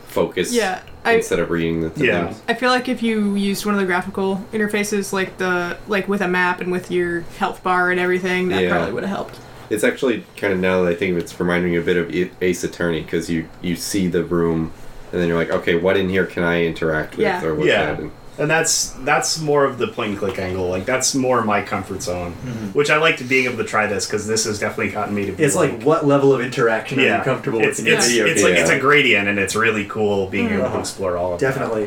G: focus.
E: Yeah, I-
G: Instead of reading the things.
B: Yeah.
E: I feel like if you used one of the graphical interfaces, like the like with a map and with your health bar and everything, that
G: Yeah.
E: probably would have helped.
G: It's actually kind of now that I think of it, it's reminding me a bit of A- Ace Attorney because you you see the room, and then you're like, okay, what in here can I interact with
E: Yeah.
G: or what's
B: yeah
G: that? And,
B: and that's that's more of the point and click angle like that's more my comfort zone which i liked being able to try this because this has definitely gotten me to be
C: Mm-hmm. It's like what level of interaction are
B: yeah
C: you comfortable
B: it's,
C: with? in
B: it's,
C: a video
B: it's
C: game?
B: like it's a gradient and it's really cool being able to
C: Uh-huh.
B: explore all of that.
C: Definitely.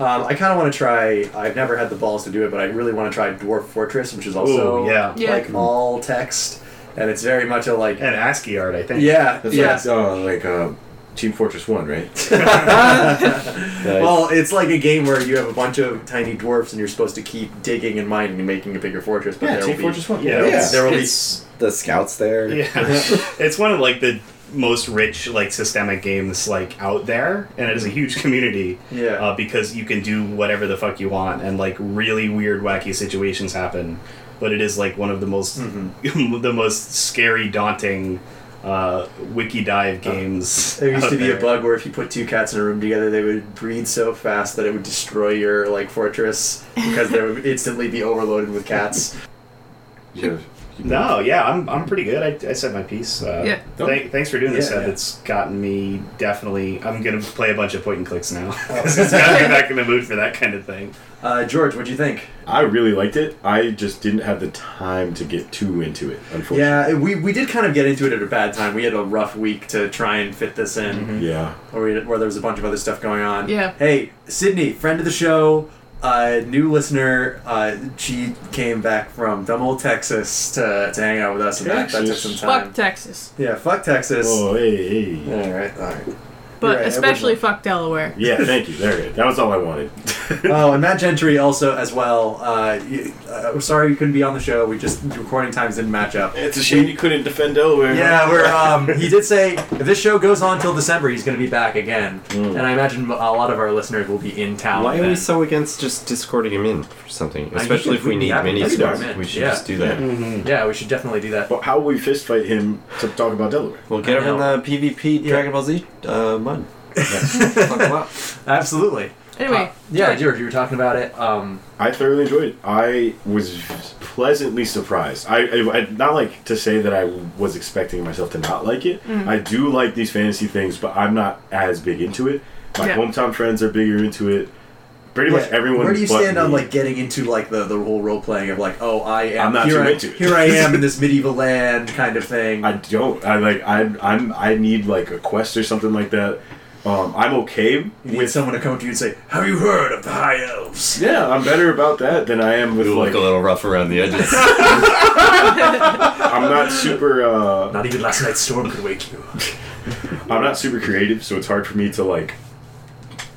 C: Um, I kind of want to try. I've never had the balls to do it, but I really want to try Dwarf Fortress, which is also
B: Ooh, yeah. Eh.
E: Yeah.
C: like all text, and it's very much a like
B: and ascii art i think
C: yeah
A: That's
C: yeah.
A: like, uh, like uh, Team Fortress 1, right?
C: Well, it's like a game where you have a bunch of tiny dwarfs and you're supposed to keep digging and mining and making a bigger fortress. But there will be,
A: 1.
B: yeah,
C: Yeah.
B: It's,
C: There will be- *laughs*
B: it's,
G: the scouts there.
B: yeah. it's one of like the most rich like systemic games like out there and it is a huge community
C: Yeah.
B: uh, because you can do whatever the fuck you want and like really weird wacky situations happen but it is like one of the most *laughs* the most scary daunting uh, wiki dive games
C: There used
B: out
C: to
B: *laughs*
C: be
B: there.
C: a bug where if you put two cats in a room together, they would breed so fast that it would destroy your like fortress because they would instantly be overloaded with
B: *laughs*
C: cats.
A: Yeah.
B: no yeah i'm, I'm pretty good i, I said my piece uh,
E: Yeah.
B: thank- thanks for doing this
C: Yeah,
B: Seb.
C: yeah.
B: it's gotten me definitely i'm gonna play a bunch of point and clicks now 'Cause *laughs* it's gotten me back in the mood for that kind of thing
C: Uh, George, what'd you think?
A: I really liked it. I just didn't have the time to get too into it, unfortunately.
C: Yeah, we, we did kind of get into it at a bad time. We had a rough week to try and fit this in,
A: Yeah.
C: or we, where there was a bunch of other stuff going on.
E: Yeah.
C: Hey, Sydney, friend of the show, uh, new listener. Uh, she came back from dumb old Texas to, to hang out with us, and that, that took some
A: Texas.
C: time.
E: Fuck Texas,
C: yeah, fuck Texas.
A: Oh, hey, hey.
C: All right, all right.
E: but
C: right, I
E: especially
C: wouldn't-
E: fuck Delaware.
A: Yeah, thank you. There it is. That was all I wanted.
C: oh, and Matt Gentry also as well. Uh, you, uh, we're sorry you couldn't be on the show. We just recording times didn't match up.
I: It's a shame you couldn't defend Delaware.
A: *laughs*
C: Yeah, we're. Um, he did say if this show goes on till December, he's going to be back again,
A: Hmm.
C: and I imagine a lot of our listeners will be in town.
D: Why are
C: then.
D: we so against just discording him in for something? Especially
C: think
D: if we
C: we'd be
D: need
C: happy to
D: mini
C: discord
D: squads.
C: him in.
D: We should
C: Yeah.
D: just do that.
E: Mm-hmm.
C: Yeah, we should definitely do that.
A: But how will we fist fight him to talk about Delaware?
D: We'll get
C: I
D: him in
C: know.
D: the PvP Dragon Ball Z uh, *laughs* mud. Fuck him up.
C: Absolutely.
E: Anyway,
C: Yeah,
E: George.
C: George, you were talking about it. Um,
A: I thoroughly enjoyed it. I was pleasantly surprised. I, I, I- not like to say that I was expecting myself to not like it. I do like these fantasy things, but I'm not as big into it. My
E: Yeah.
A: hometown friends are bigger into it. Pretty much
C: yeah,
A: everyone.
C: Where do you
A: but
C: stand on
A: me.
C: like getting into like the, the whole role playing of like, oh, I am
A: I'm not
C: here.
A: too
C: I,
A: into it. *laughs*
C: Here I am in this medieval land kind of thing.
A: I don't. I like. I'm. I'm. I need like a quest or something like that. Um, I'm okay
C: you need
A: with.
C: someone to come to you and say, "Have you heard of the High Elves?"
A: yeah, I'm better about that than I am with
D: You
A: like.
D: look a little rough around the *laughs* edges.
A: I'm not super. Uh,
C: Not even last night's storm could wake you.
A: I'm not super creative, so it's hard for me to like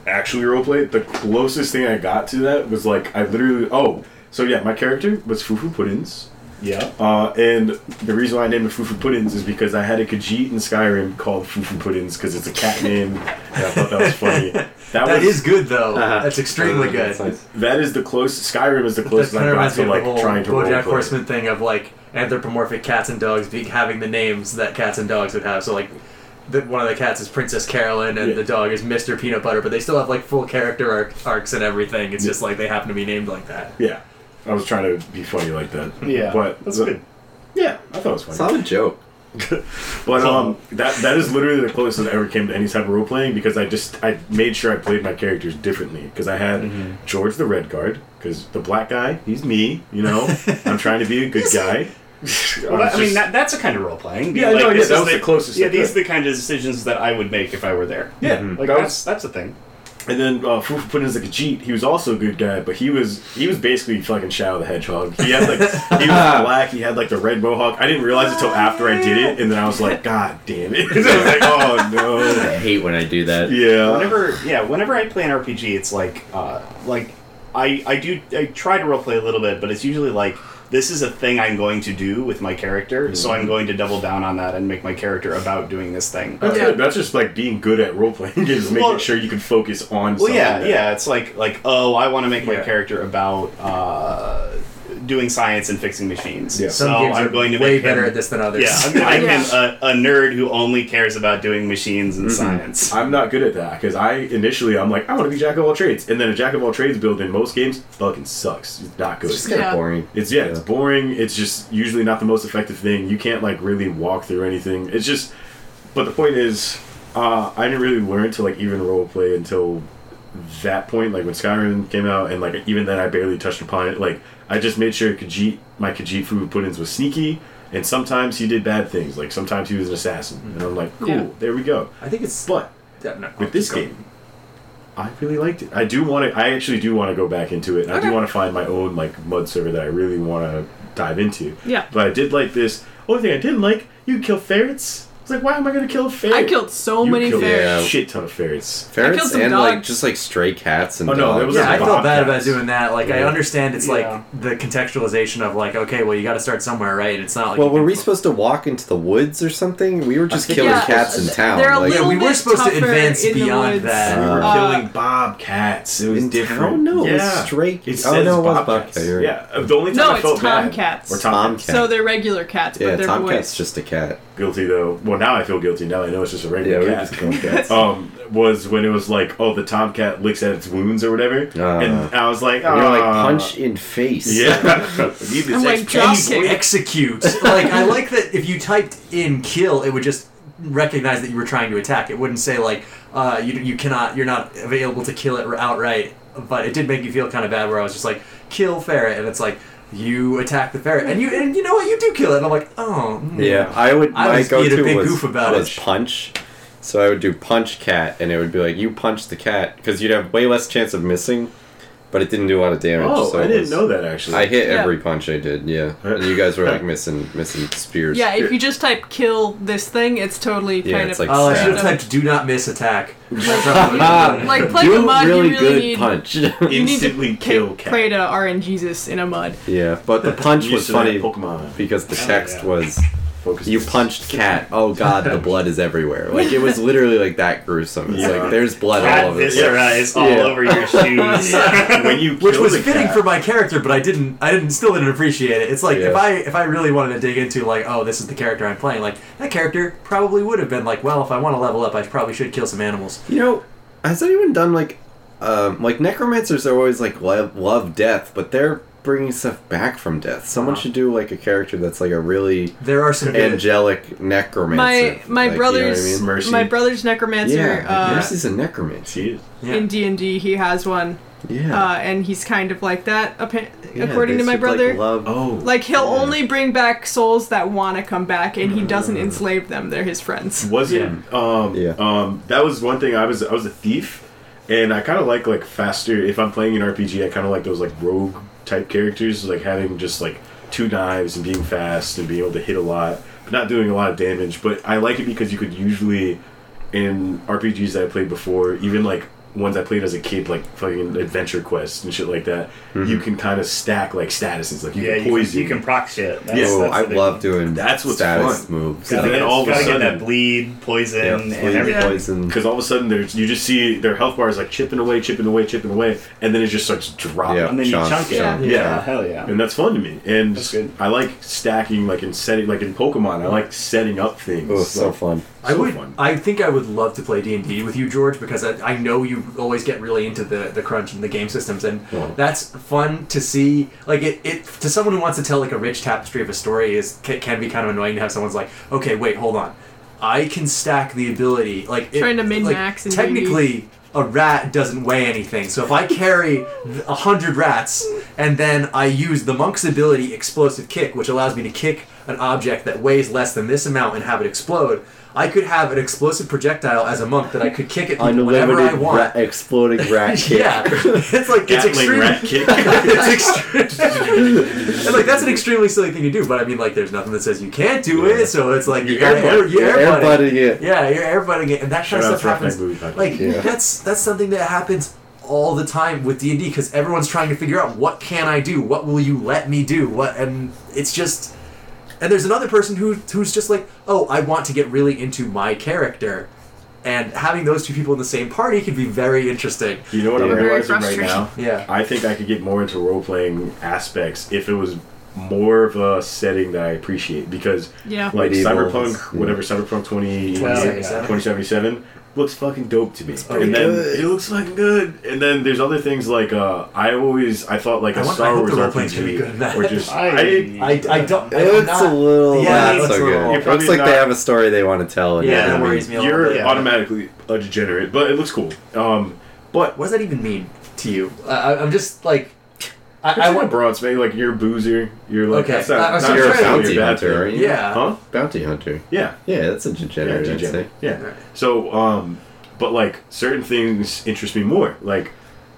A: actually roleplay. The closest thing I got to that was like I literally oh so yeah, my character was Fufu Puddins.
B: Yeah.
A: Uh, and the reason why I named it Fufu Puddins is because I had a Khajiit in Skyrim called Fufu Puddins because it's a cat name. and I thought that was funny.
C: *laughs*
A: That,
C: That
A: was,
C: is good though.
D: Uh-huh.
C: That's extremely good.
D: That's nice.
A: that is the closest. Skyrim is the
C: That
A: closest
C: kind of
A: I got
C: reminds me
A: to
C: of
A: like
C: the whole
A: trying to
C: BoJack
A: roleplay.
C: Horseman thing of like anthropomorphic cats and dogs being, having the names that cats and dogs would have. So like, the, one of the cats is Princess Carolyn and
A: Yeah.
C: the dog is Mister Peanut Butter, but they still have like full character arc, arcs and everything. It's just like they happen to be named like that.
A: Yeah, I was trying to be funny like that.
B: Yeah.
A: but
B: that's
A: the-
B: good.
A: Yeah, I thought it was funny.
D: Solid joke.
A: But um, that that is literally the closest I ever came to any type of role playing because I just I made sure I played my characters differently because I had
B: Mm-hmm.
A: George the Red Guard because the black guy he's me you
B: *laughs*
A: know I'm trying to be a good guy.
B: Well, that, I mean,
A: just-
B: that, that's a kind of role playing.
A: Yeah, no, yeah,
B: this
A: that
B: is
A: was the closest
B: Yeah,
A: I
B: these are
A: could.
B: the kind of decisions that I would make if I were there.
A: yeah,
B: Like
A: Mm-hmm. that
B: that's
A: was,
B: that's a thing.
A: and then uh, Fufu put in as like a cheat. He was also a good guy, but he was he was basically fucking Shadow the Hedgehog. He had like he was
B: *laughs*
A: black. He had like the red mohawk. I didn't realize it till after I did it, and then I was like, God damn it! *laughs* I was like, Oh no!
D: I hate when I do that.
A: Yeah.
B: Whenever yeah, whenever I play an RPG, it's like uh, like I I do I try to roleplay a little bit, but it's usually like this is a thing I'm going to do with my character, so
A: Mm-hmm.
B: I'm going to double down on that and make my character about doing this thing.
A: That's,
E: Yeah.
A: good. That's just like being good at role playing *laughs* games, making
B: Well-
A: sure you can focus on.
B: Well,
A: something
B: yeah,
A: that-
B: yeah. It's like like oh, I want to make
C: Yeah.
B: my character about uh, doing science and fixing machines.
A: Yeah.
B: So
C: Some games
B: I'm
C: are
B: going to
C: way
B: make
C: better
B: him,
C: at this than others.
B: Yeah,
C: *laughs*
B: I'm going to make
E: Yeah.
B: him a, a nerd who only cares about doing machines and
A: Mm-hmm.
B: science.
A: I'm not good at that because I initially I'm like I want to be jack of all trades, and then a jack of all trades build in most games fucking sucks. It's not good.
D: It's kind
E: Yeah.
D: of boring.
A: It's yeah, it's boring. It's just usually not the most effective thing. You can't like really walk through anything. It's just, but the point is, uh, I didn't really learn to like even role play until that point. Like when Skyrim came out, and like even then, I barely touched upon it. Like I just made sure Khajiit, my Khajiit Fu put-ins was sneaky, and sometimes he did bad things. Like sometimes he was an assassin, and I'm like, cool,
E: Yeah.
A: there we go.
C: I think it's
A: But
C: yeah, no,
E: Oh,
A: with this
C: keep going.
A: game. I really liked it. I do want to. I actually do want to go back into it. And I
E: Okay.
A: do want to find my own like mud server that I really want to dive into.
E: Yeah.
A: But I did like this. Only thing I didn't like, you could kill ferrets. It's like, why am I gonna kill a ferret?
E: I killed so
A: You
E: many
A: killed
E: ferrets.
A: A shit ton of ferrets.
E: killed
D: Ferrets
E: some
D: and like
E: dogs.
D: just like stray cats and
A: Oh, no, there
D: dogs.
A: was
C: Yeah, I
A: Those are
C: felt bad about
A: bobcats.
C: doing that. Like, I understand it's
B: Yeah.
C: like the contextualization of like, okay, well, you got to start somewhere, right? It's not like
D: Well,
C: you
D: were
C: can-
D: we supposed to walk into the woods or something? We were just
A: think-
D: killing
E: Yeah,
D: cats in town.
E: they're a
D: like,
C: Yeah,
E: little
C: we were
E: bit
C: supposed to
E: tougher
C: advance
E: in the
C: beyond
E: woods.
C: that.
A: we were
E: Uh,
A: killing bobcats. It was
D: in
A: different.
D: town? No,
A: yeah.
D: it was stray-
A: It
D: oh,
A: says
D: no, it was
A: bobcats.
D: bobcat, you're right.
A: Yeah. The only time
E: No,
A: I
E: it's
A: felt bad-
E: tomcats.
A: Or tomcats.
D: Tomcat.
E: So they're regular cats, but
D: yeah,
E: they're
D: Tomcat's
E: boys.
D: just a cat.
A: Guilty though. Well, now I feel guilty. Now I know it's just a
D: Yeah,
A: regular
D: we were
A: cat.
D: just killing
A: *laughs*
D: cats.
A: um, was when it was like, oh, the tomcat licks at its wounds or whatever,
D: Ah.
A: and I was like,
D: And You're like
A: ah.
D: punch in face.
A: *laughs* Yeah,
D: *laughs*
A: Leave this
E: I'm like,
A: XP.
E: drop
C: Please
E: kick.
C: execute. like I like that if you typed in kill, it would just recognize that you were trying to attack. It wouldn't say like uh, you you cannot you're not available to kill it outright. But it did make you feel kind of bad where I was just like kill ferret, and it's like you attack the ferret, and you and you know what you do kill it, and I'm like oh mm.
D: Yeah, I would.
C: I
D: my
C: was being a
D: go-to
C: big
D: was,
C: goof about
D: was
C: it.
D: punch. So I would do punch cat, and it would be like you punch the cat because you'd have way less chance of missing. but it didn't do a lot of damage.
A: Oh,
D: so
A: I
D: it
A: didn't
D: was-
A: know that actually.
D: I hit
E: Yeah.
D: every punch I did. Yeah, and you guys were like missing missing spears.
E: Yeah, if you just type "kill this thing," it's totally
D: Yeah,
E: kind
D: it's
E: of
D: like
C: Oh, I
D: Yeah.
C: should have typed "do not miss attack." That's probably what I would've done.
E: *laughs* like play
D: do
E: the mud.
D: really,
E: you really
D: good
E: need
D: punch. *laughs*
E: you need
A: Instantly
E: to
A: kill
E: kick-
A: cat.
E: play to RNGesus Jesus in a mud.
D: yeah, but the punch
A: Used
D: was
A: to that
D: funny
A: Pokemon
D: because the
B: Oh,
D: text
B: yeah.
D: was
A: focus.
D: you punched cat. Oh god, the blood is everywhere. Like it was literally like that gruesome. It's
A: Yeah.
D: like there's blood all
B: Cat
D: over. the
B: viscera
D: place.
B: is all
D: Yeah.
B: over
A: *laughs*
B: your shoes.
A: *laughs* when
D: *laughs*
A: you
C: which
A: kill
C: was
A: the
C: fitting
A: cat,
C: for my character, but I didn't. I didn't. Still didn't appreciate it. It's like if
D: Yeah.
C: I if I really wanted to dig into like, oh, this is the character I'm playing. Like that character probably would have been like, well, if I want to level up, I probably should kill some animals.
D: You know, has anyone done like, um, like necromancers are always like love, love death, but they're bringing stuff back from death. Someone should do like a character that's like a really
C: There are some good.
D: angelic necromancer.
E: My my
D: Like, you know what I
E: brother's
D: mean?
A: Mercy.
E: my brother's necromancer
D: Yeah,
E: uh,
D: Mercy's a necromancer.
A: See it?
C: Yeah.
E: in D and D. He has one,
D: Yeah,
E: uh, and he's kind of like that, appa-
D: Yeah,
E: according
D: they
E: to my
D: should, like,
E: brother.
D: love-
A: Oh,
E: Like he'll only bring back souls that want to come back, and
D: Mm.
E: he doesn't enslave them. They're his friends.
A: was it? Um,
D: Yeah.
A: um, that was one thing. I was I was a thief, and I kind of like like faster. If I'm playing an RPG, I kind of like those like rogue type characters, like having just like two knives and being fast and being able to hit a lot, but not doing a lot of damage. But I like it because you could usually in RPGs that I played before, even like ones I played as a kid, like fucking Adventure Quest and shit like that, you can kind of stack like statuses. Like you
B: yeah,
A: can
B: you
A: poison.
B: can, you can proc shit. That's,
D: Oh,
B: that's
D: I
B: the big
D: love
B: one.
D: doing
A: That's what's
D: status
A: fun.
D: moves.
A: Because
B: Gotta
A: then
B: get-
A: all of a
B: gotta get
A: sudden-
B: that bleed, poison,
D: Yeah,
B: and
D: sleep,
B: everything.
D: poison.
A: Because all of a sudden, there's you just see their health bar is like chipping away, chipping away, chipping away, and then it just starts dropping.
D: Yeah.
B: And then
D: Chunk,
B: you chunk it.
E: chunk,
A: Yeah.
B: hell yeah.
A: And that's fun to me. And
B: That's good.
A: I like stacking, like in setting, like in Pokemon, I like setting up things.
D: Oh, so
A: Like,
D: fun.
C: I
A: so
C: would.
A: fun.
C: I think I would love to play D and D with you, George, because I, I know you always get really into the, the crunch and the game systems, and that's fun to see. Like it, it to someone who wants to tell like a rich tapestry of a story is can, can be kind of annoying to have someone's like, okay, wait, hold on, I can stack the ability. Like it-
E: Trying to
C: like,
E: min-max in
C: technically. A rat doesn't weigh anything, so if I carry th- a hundred rats and then I use the monk's ability explosive kick, which allows me to kick an object that weighs less than this amount and have it explode, I could have an explosive projectile as a monk that I could kick at people whenever I
D: Unlimited
C: want.
D: ra- exploding rat kick.
C: Yeah, *laughs* it's like it's
A: Gatling
C: extreme.
A: rat kick.
C: It's extreme. and like that's an extremely silly thing to do, but I mean, like, there's nothing that says you can't do it, so it's like
A: You're
C: you're,
A: air-
C: air- you're
D: You're
C: air butting.
D: airbutting it.
C: Yeah, you're airbutting it, and that
A: Shout
C: kind of
A: out
C: stuff
A: to Rough Night
C: happens.
A: Movie Podcast.
C: Like
D: Yeah.
C: that's that's something that happens all the time with D and D because everyone's trying to figure out what can I do, what will you let me do, what, and it's just. And there's another person who who's just like, oh, I want to get really into my character, and having those two people in the same party could be very interesting.
A: You know what
D: Yeah.
A: I'm
D: Very
A: realizing right
E: frustrating.
A: now?
C: Yeah.
A: I think I could get more into role playing aspects if it was more of a setting that I appreciate because
E: Yeah.
A: like
D: Medieval,
A: Cyberpunk,
D: yeah.
A: whatever Cyberpunk 20,
B: Well, yeah.
A: 2077 looks fucking dope to me.
C: pretty
A: and then
D: good.
A: it looks fucking good. And then there's other things like uh, I always I thought like a
C: I want- I
A: Star
C: hope
A: Wars
C: the role-playing's gonna be good in
A: RPG
C: that.
A: or
C: *laughs*
A: just
B: I-
A: I,
C: I, I don't. I
D: It
C: don't
D: looks a
C: Yeah,
D: little. Yeah,
C: it
D: not
C: looks a
D: so
C: little-
D: good.
A: You're
D: It looks
A: probably
D: like they
A: not-
D: have a story they want to tell. and
C: Yeah,
D: they
C: that
D: haven't-
C: worries me a little
A: you're
C: bit.
B: yeah.
A: automatically a degenerate, but it looks cool. Um, but
C: What does that even mean to you? I, I- I'm just like, I,
A: I
C: I
A: want
C: want.
A: broad span like you're a boozer. You're like
C: Okay,
A: that's
C: I- I
A: not,
C: was
A: not
C: trying
D: You're a
C: to-
A: necessarily
D: bounty
A: bad
D: hunter,
A: thing.
D: aren't you?
C: Yeah.
A: Huh?
D: Bounty hunter.
A: Yeah.
D: Yeah, that's a
A: Yeah,
D: degenerate. I'd
A: DJ.
D: say.
A: Yeah. So, um, but like certain things interest me more. Like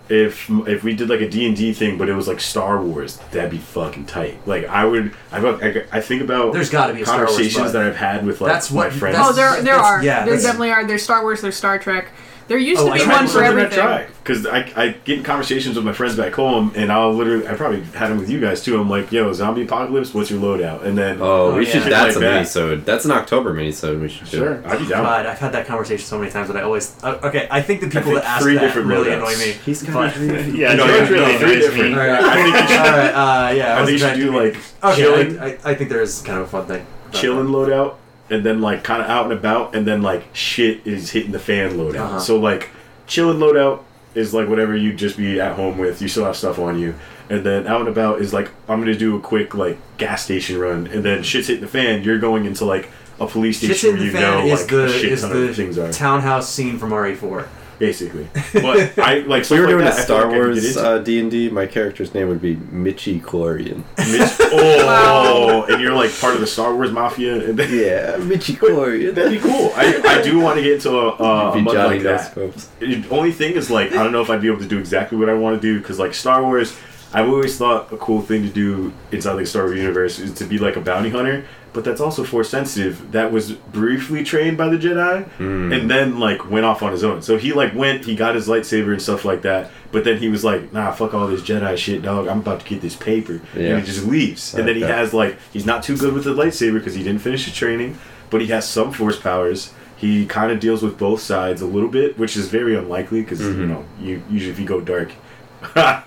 A: if if we did like a D and D thing, but it was like Star Wars, that'd be fucking tight. Like I would, I I, I think about
C: There's gotta be a Star Wars
A: conversations
C: button.
A: that I've had with like
C: That's what-
A: my friends.
C: that's-
E: Oh, there there
C: That's-
E: are.
C: yeah,
E: there
C: that's-
E: definitely are. There's Star Wars. There's Star Trek. There used
C: Oh,
E: to be
C: I tried
E: one
C: to
E: for
C: learn
E: everything.
A: Because I, I get in conversations with my friends back home, and I'll literally, I probably had them with you guys too. I'm like, yo, zombie apocalypse, what's your loadout? And then,
D: Oh, we
C: yeah.
D: should.
A: Shit
D: That's
A: like
D: a
A: that.
D: minisode. That's an October minisode. We should do.
A: sure, I'd be down.
C: God, I've had that conversation so many times that I always. uh, okay, I think the people
A: think
C: that ask
A: three
C: that
A: different
C: really
A: loadouts.
C: annoy me.
D: He's
C: But-
D: got *laughs* a-
B: Yeah,
A: No,
B: George
A: yeah,
B: really
A: no, three
B: annoys
A: different-
B: me.
C: *laughs* All right,
A: I think you should,
C: all right, uh, yeah.
A: I
C: wasn't
A: think you should
C: trying to
A: do
C: be-
A: like
C: Okay,
A: chilling,
C: I, I, I think there is kind of a fun thing. about
A: chilling loadout and then like kind of out and about and then like shit is hitting the fan loadout.
C: Uh-huh.
A: So like chilling loadout is like whatever you just be at home with. You still have stuff on you. And then out and about is like I'm gonna do a quick like gas station run and then shit's hitting the fan. You're going into like a police
C: that.
A: station
C: Shit in
A: where
C: the
A: you
C: fan
A: know
C: is
A: like
C: the
A: a shit
C: is
A: ton of things
C: the
A: are.
C: townhouse scene from RE4.
D: *laughs*
A: basically. But I like
D: If we were doing
A: like
D: a
A: that, I
D: Star
A: feel like I could get
D: Wars
A: into.
D: uh, D&D, my character's name would be Mitchy Chlorian.
A: *laughs* Mitch- oh, and you're like part of the Star Wars mafia. And then,
D: *laughs* yeah, Mitchy Chlorian.
A: that'd *laughs* be cool. I, I do want to get into a, uh, a
D: be
A: mud
D: Johnny
A: like
D: Knows
A: that. The only thing is like I don't know if I'd be able to do exactly what I want to do because like Star Wars, I've always thought a cool thing to do inside the Star Wars universe is to be like a bounty hunter, but that's also force sensitive. That was briefly trained by the Jedi and then like went off on his own. So he like went, he got his lightsaber and stuff like that, but then he was like, nah, fuck all this Jedi shit, dog. I'm about to get this paper,
D: Yeah.
A: and he just leaves. and then he
D: Okay.
A: has like he's not too good with the lightsaber because he didn't finish his training, but he has some force powers. He kind of deals with both sides a little bit, which is very unlikely because
C: Mm-hmm.
A: you know you usually if you go dark, *laughs* not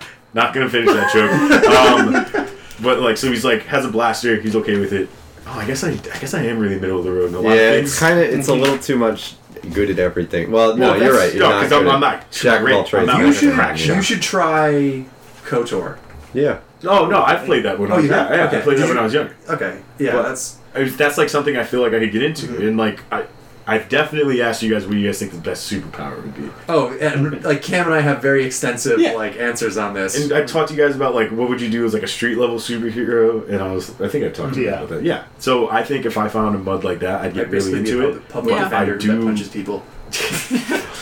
A: gonna finish that
C: *laughs*
A: joke. um, but like so he's like has a blaster, he's okay with it. Oh, I guess I, I guess I am really middle of the road in a lot
D: Yeah,
A: of
D: it's
A: things.
D: kind of, it's a little too much good at everything. Well, no,
A: Well,
D: you're
A: that's-
D: right. You're
A: no,
D: not
A: 'cause I'm-
D: good at-
A: I'm not
D: Jack of all
A: great. I'm
D: trades.
A: not
C: You
A: like a
C: should
A: crack
C: you
A: shot.
C: should try Kotor.
D: Yeah.
A: oh no, I've played that when I
C: Oh,
A: was
C: you have?
A: yeah, yeah,
C: Okay.
A: I played
C: Did
A: that when
C: you-
A: I was younger.
C: Okay, yeah,
A: But-
C: that's
A: I was- that's like something I feel like I could get into,
C: Mm-hmm.
A: and like I, I've definitely asked you guys what you guys think the best superpower would be,
C: oh, and like Cam and I have very extensive
A: Yeah.
C: like answers on this.
A: and uh, I talked to you guys about like what would you do as like a street level superhero, and I was I think I talked to you
B: Yeah.
A: about that. Yeah. So I think if I found a mud like that, I'd get
C: I'd
A: really
C: basically be
A: into
C: a
A: it.
C: pub- public
E: Yeah.
C: defender
A: I do-
C: that punches people.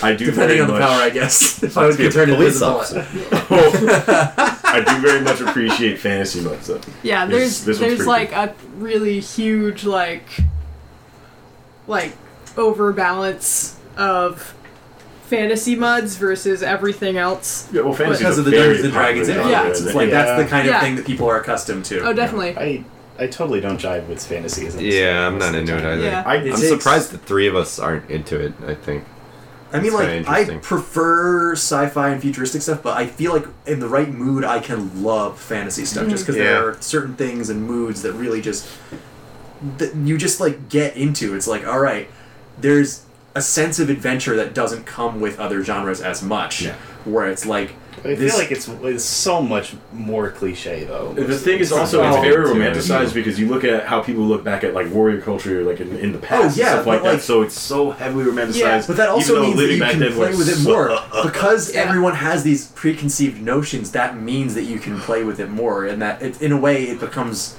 A: I do
C: Depending
A: very
C: on the
A: much,
C: power, I guess. *laughs* if I was
D: be a
C: getting turned
D: police
C: invisible,
D: officer.
A: *laughs* I do very much appreciate fantasy muds though.
E: Yeah,
A: This-
E: there's
A: this one's
E: there's
A: pretty
E: like a really huge like like overbalance of fantasy muds versus everything else.
A: Yeah, well, fantasy
C: because of the
A: Dungeons
C: Dungeons and Dragons
E: popular
C: influence,
E: genre,
C: it's like
B: yeah.
C: that's the kind of
E: Yeah.
C: thing that people are accustomed to.
E: Oh,
A: *laughs*
E: definitely.
B: I I totally don't jive with fantasies.
D: Yeah, I'm not into it either.
E: Yeah.
A: I,
C: It
D: I'm
C: takes-
D: surprised the three of us aren't into it, I think.
C: I mean,
D: It's kinda
C: like I
D: interesting.
C: prefer sci-fi and futuristic stuff, but I feel like in the right mood, I can love fantasy stuff
E: Mm-hmm.
C: just because
D: Yeah.
C: there are certain things and moods that really just that you just like get into. It's like, all right, there's a sense of adventure that doesn't come with other genres as much.
A: Yeah.
C: Where it's like,
B: I
C: this-
B: feel like it's, it's so much more cliche though.
A: The thing is also
D: Well,
A: it's very
D: too,
A: romanticized
D: yeah.
A: because you look at how people look back at like warrior culture like in, in the past and
C: Oh, yeah,
A: stuff like
C: but, like-
A: that. So it's so heavily romanticized.
E: Yeah,
C: but that also
A: even though
C: means that
A: living
C: you
A: back
C: can
A: then
C: play
A: was
C: with it
A: so- *laughs*
C: more because
E: Yeah.
C: everyone has these preconceived notions. That means that you can play with it more, and that it, in a way it becomes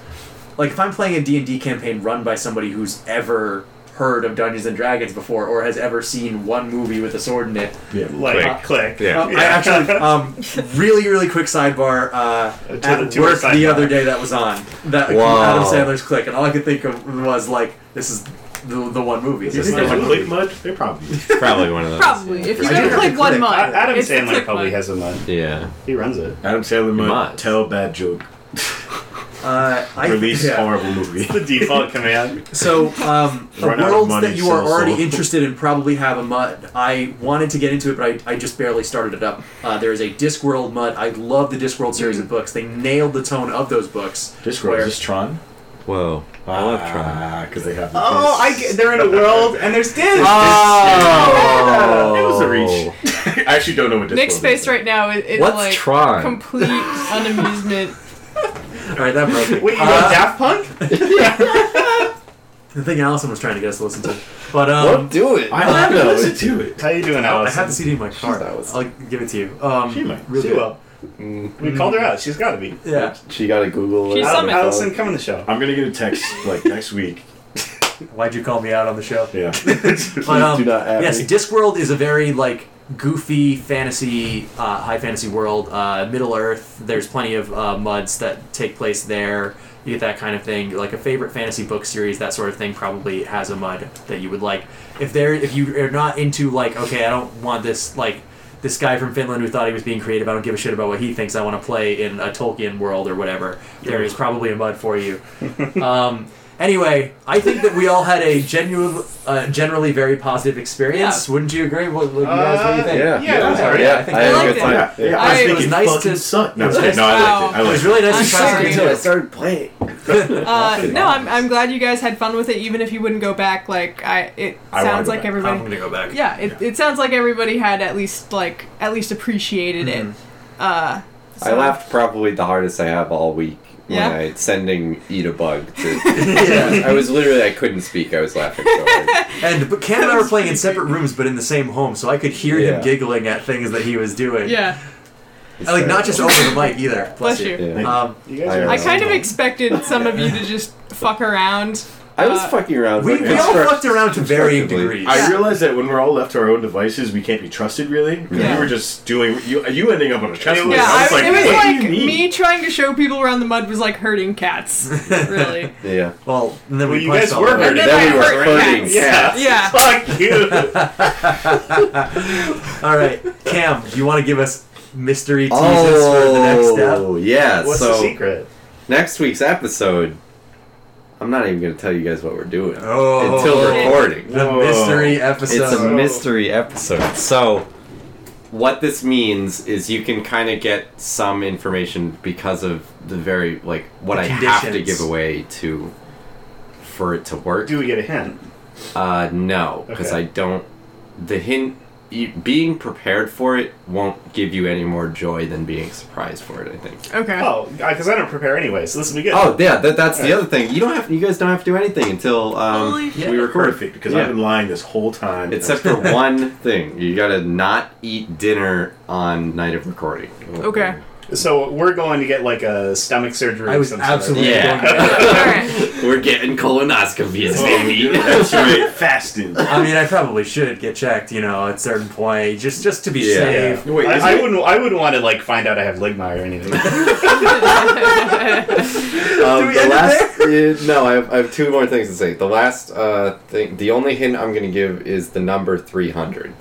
C: like if I'm playing a D and D campaign run by somebody who's ever heard of Dungeons and Dragons before or has ever seen one movie with a sword in it.
A: Yeah.
B: like click.
D: Yeah.
A: Uh,
C: Um, I actually
B: *laughs*
C: um, really really quick sidebar uh,
B: To the-
C: at
B: to
C: work
B: our
C: the
B: sidebar.
C: other day that was on that
D: Wow.
C: Adam Sandler's Click, and all I could think of was like this is the, the one movie. It's
A: Is
C: just
A: this
C: like-
A: like click mud? They probably. is.
D: Probably one of those.
E: Probably. If you
C: I do
E: ever
C: have
E: click
C: to
E: one
C: click.
E: mud,
B: I- Adam
E: it's the
B: Sandler
E: click
B: probably
E: mud.
B: has a mud.
D: Yeah.
B: He runs it.
A: Adam Sandler mud.
D: Mud.
A: Tell bad joke.
C: Uh, I,
A: Release
C: yeah.
A: horrible *laughs* movie.
B: The default command.
C: So, um, the
A: Run out of
C: worlds
A: money,
C: that you are
A: so-
C: already
A: so.
C: interested in probably have a mud. I wanted to get into it, but I, I just barely started it up. Uh, there is a Discworld mud. I love the Discworld series of books. They nailed the tone of those books.
A: This girl
C: where-
A: is this Tron.
D: Whoa. I love Tron.
A: because Ah, they have.
B: *laughs* Oh, I get, they're in a world and there's this.
D: Oh!
A: It was a reach. *laughs* I actually don't know what this.
E: Nick's face right now is it's
D: What's
E: like
D: Tron?
E: complete
C: *laughs*
E: unamusement.
C: All right, that broke me.
B: Wait, you
C: Uh,
B: want Daft Punk?
C: the thing Allison was trying to get us to listen to. But um,
D: do it.
A: I have to listen to it.
B: How you doing,
C: I
B: Allison?
C: have the CD in my car. I'll give it to you. Um,
A: She might.
C: real
B: She
C: good.
B: will. We called her out. She's got to be.
C: Yeah.
D: She got a Google.
E: She's
D: it.
E: Summit.
B: Allison, come on the show.
A: I'm gonna get a text like next week.
C: Why'd you call me out on the show?
A: Yeah.
D: *laughs*
C: But, um,
D: do not at
C: yes,
D: me.
C: Discworld is a very like goofy fantasy, uh, high fantasy world. Uh, Middle Earth. There's plenty of uh, muds that take place there. You get that kind of thing. Like a favorite fantasy book series, that sort of thing, probably has a mud that you would like. If there, if you are not into like, okay, I don't want this like this guy from Finland who thought he was being creative. I don't give a shit about what he thinks. I want to play in a Tolkien world or whatever. There is probably a mud for you. Um, anyway, I think that we all had a genuine, uh, generally very positive experience. Wouldn't you agree? What, what, you guys, what do you think?
D: Uh, Yeah.
B: Yeah, that was
D: yeah.
B: alright.
D: I, think
E: I
D: had a
E: liked
D: good
E: it.
D: time.
A: Yeah, yeah.
E: I-
A: I,
E: it
A: think
C: was
A: it
C: nice
A: fucking
C: to-
A: sucked. No,
C: it was
A: I'm kidding. no, I liked it. I
C: It
A: liked
C: was
A: it.
C: really nice
E: I'm
C: to try
E: sorry.
C: something new.
D: started playing.
E: Uh, no, I'm, I'm glad you guys had fun with it, even if you wouldn't go back. Like I, it
A: I wanna
E: sounds
A: go
E: like
A: back.
E: everybody.
C: gonna go back. *laughs*
A: Mm-hmm.
E: yeah, it, it sounds like everybody had at least like at least appreciated it. Uh,
D: I laughed probably the hardest I have all week
E: Yeah?
D: when I sending eat a bug. To,
E: *laughs*
D: I was literally I couldn't speak. I was laughing so hard.
C: And but Cam and I were playing in separate rooms, but in the same home, so I could hear
D: Yeah.
C: him giggling at things that he was doing.
E: Yeah,
C: I, like not just over the mic either. Bless,
E: bless you.
D: Yeah.
C: Um,
B: You guys are
D: I
E: I kind of expected some of you to just fuck around.
D: I was
E: Uh,
D: fucking around.
C: we,
D: but
C: we all
D: construct-
C: fucked around to varying
D: constructively.
C: degrees.
A: I realized that when we're all left to our own devices, we can't be trusted really. 'cause
E: Yeah.
A: We were just doing you. You ending up on a chess
B: Yeah,
A: board.
E: Yeah,
A: I was
E: I,
A: like,
E: it was
A: what
E: like
A: do you mean?
E: me trying to show people around the mud was like hurting
A: *laughs*
E: cats. Really.
D: Yeah.
C: well, and then
B: Well,
C: we
B: you
C: punched
B: guys
C: all
B: were
C: of them.
E: And then
D: Then
E: I
D: we were
E: hurt
D: hurting
E: cats.
C: *laughs*
B: Yeah.
E: Yeah.
B: Fuck you.
C: All right, Cam, do you want to give us mystery teases for the next step?
D: Oh yeah.
B: What's
D: so
B: the secret?
D: next week's episode, I'm not even gonna tell you guys what we're doing
C: Oh.
D: until recording.
C: The
A: Whoa.
C: mystery episode.
D: It's a mystery episode. So, what this means is you can kind of get some information because of the very like what
C: The
D: I have to
C: conditions.
D: give away to for it to work.
B: Do we get a hint?
D: Uh, no, because
B: Okay.
D: I don't. The hint you, being prepared for it won't give you any more joy than being surprised for it. I think.
E: Okay.
B: Oh, because I don't prepare anyway, so this will be good.
D: Oh yeah, that, that's the other thing. You don't have. You guys don't have to do anything until
E: Holy
D: um,
E: shit.
D: we record.
A: Perfect, because
D: Yeah.
A: I've been lying this whole time.
D: Except for one thing, you gotta not eat dinner on night of recording.
E: Okay.
B: So we're going to get like a stomach surgery.
C: I
B: of
C: was
B: some sort.
C: absolutely
D: Yeah.
C: going to.
E: All right.
D: We're getting
E: *laughs*
D: colonoscopies, *laughs*
A: Oh,
D: baby. Um,
A: That's right, fasting.
C: I mean, I probably should get checked, you know, at a certain point, just just to be
D: Yeah.
C: safe.
B: Yeah.
A: Wait, is
B: I, I
A: it-
B: wouldn't. I wouldn't want to like find out I have ligma or anything.
D: Um,
C: we
D: the
C: end it
D: last, uh, no, I have, I have two more things to say. The last uh, thing, the only hint I'm gonna give is the number 300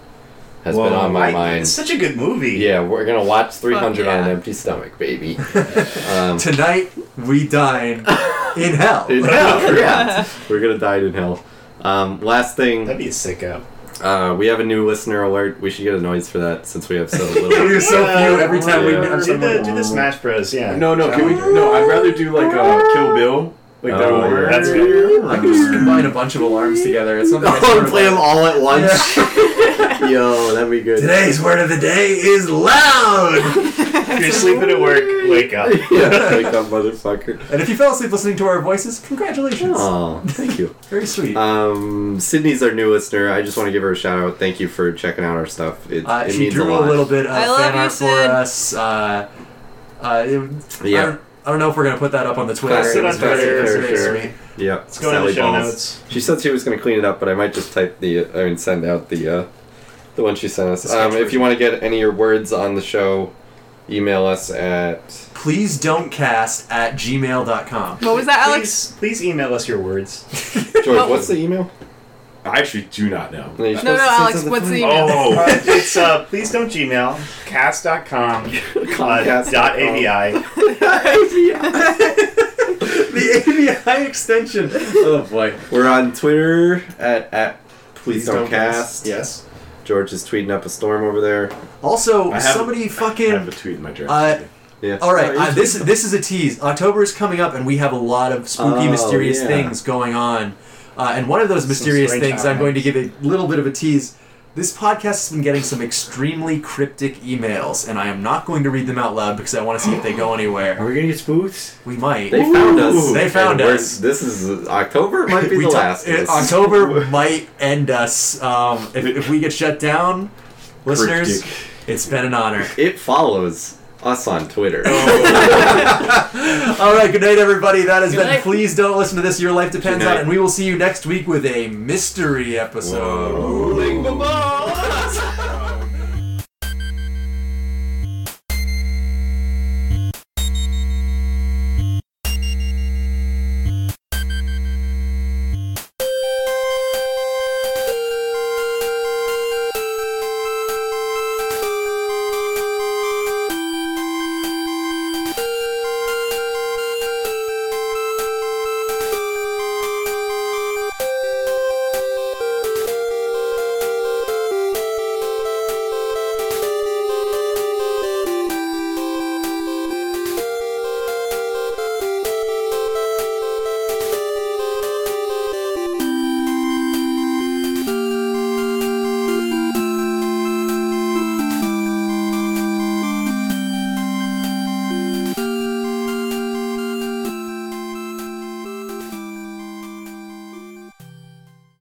D: has
A: Whoa.
D: been on my
B: I-
D: mind.
B: It's such a good movie.
D: Yeah, we're gonna watch 300 on
E: yeah.
D: an empty stomach, *laughs* baby. um,
C: Tonight we dine in hell.
D: in hell, yeah. we're gonna die in hell. Um, last
B: That'd
D: thing,
B: be a sick app.
D: uh, we have a new listener alert. We should get a noise for that since we have so little. *laughs*
C: We're so few every time we
D: Yeah.
C: have
B: Do the,
C: someone.
B: do the Smash Bros. Yeah.
A: No, no, can we? No, I'd rather do like uh, Kill Bill. Like that
D: Oh,
A: one.
B: that's good.
C: I can just combine a bunch of alarms together. It's something. I
D: *laughs* *laughs* Oh,
C: sort
D: and
C: of
D: play them
C: like-
D: all at once. *laughs* Yo, that'd be good.
C: Today's word of the day is loud.
B: If *laughs* you're sleeping at work, wake *laughs* up.
D: *laughs* yeah, *laughs* like that motherfucker.
C: and if you fell asleep listening to our voices, congratulations.
D: Oh, thank you.
C: Very sweet.
D: Um, Sydney's our new listener. I just want to give her a shout out. Thank you for checking out our stuff. It,
C: Uh,
D: it
C: she
D: means
C: drew
D: a
C: a,
D: lot.
C: little bit of
E: I love
C: fan
E: you,
C: art for
E: Sid.
C: us. Uh, uh, it- I,
D: Yeah.
C: don't, I don't know if we're gonna put that up on the Twitter.
D: Post
B: it
C: It was
B: on Twitter,
C: very- it was
D: for
C: very
D: sure.
C: sweet.
D: Yeah,
B: Let's go in the
D: Sally
B: show
D: balls.
B: notes.
D: She said she was going to clean it up, but I might just type the uh, I mean send out the uh, the one she sent us. Um, if you want to get any of your words on the show, email us at
C: Please don't cast at gmail.com.
E: What was that, Alex?
B: Please, please email us your words.
D: George. what's the email?
A: I actually do not know.
D: No,
E: No, no, Alex. What's the email?
A: Oh,
B: *laughs* Uh, it's uh, please don't Gmail *laughs* cast.com uh,
D: Comcast.com.
B: dot avi.
C: The ABI extension.
D: Oh boy, we're on Twitter at at please, don't, cast.
A: Yes,
D: George is tweeting up a storm over there.
C: Also,
A: I have-
C: somebody
A: I have a
C: fucking.
A: tweet in my draft.
C: Uh,
D: Yeah.
C: all right,
D: Oh,
C: uh, this this is a tease. October is coming up, and we have a lot of spooky,
D: Oh,
C: mysterious
D: yeah.
C: things going on. Uh, and one of those mysterious
B: strange
C: things, I'm
B: happenings.
C: going to give a little bit of a tease. This podcast has been getting some extremely cryptic emails, and I am not going to read them out loud because I want to see if they go anywhere.
A: we gonna get spooked?
C: We might.
D: They found us.
C: They found
D: And we're-
C: us.
D: This is uh, October. *laughs* Might be
C: We
D: the
C: ta-
D: last. of
C: uh,
D: this. *laughs*
C: October might end us. Um, if, if we get shut down, listeners,
A: Cryptic.
C: it's been an honor.
D: It follows us on Twitter. *laughs*
C: All right, good night, everybody. That has been.
E: night.
C: Please don't listen to this. Your life depends
D: Good
C: on
D: night.
C: it. And we will see you next week with a mystery episode.
D: Rolling the ball.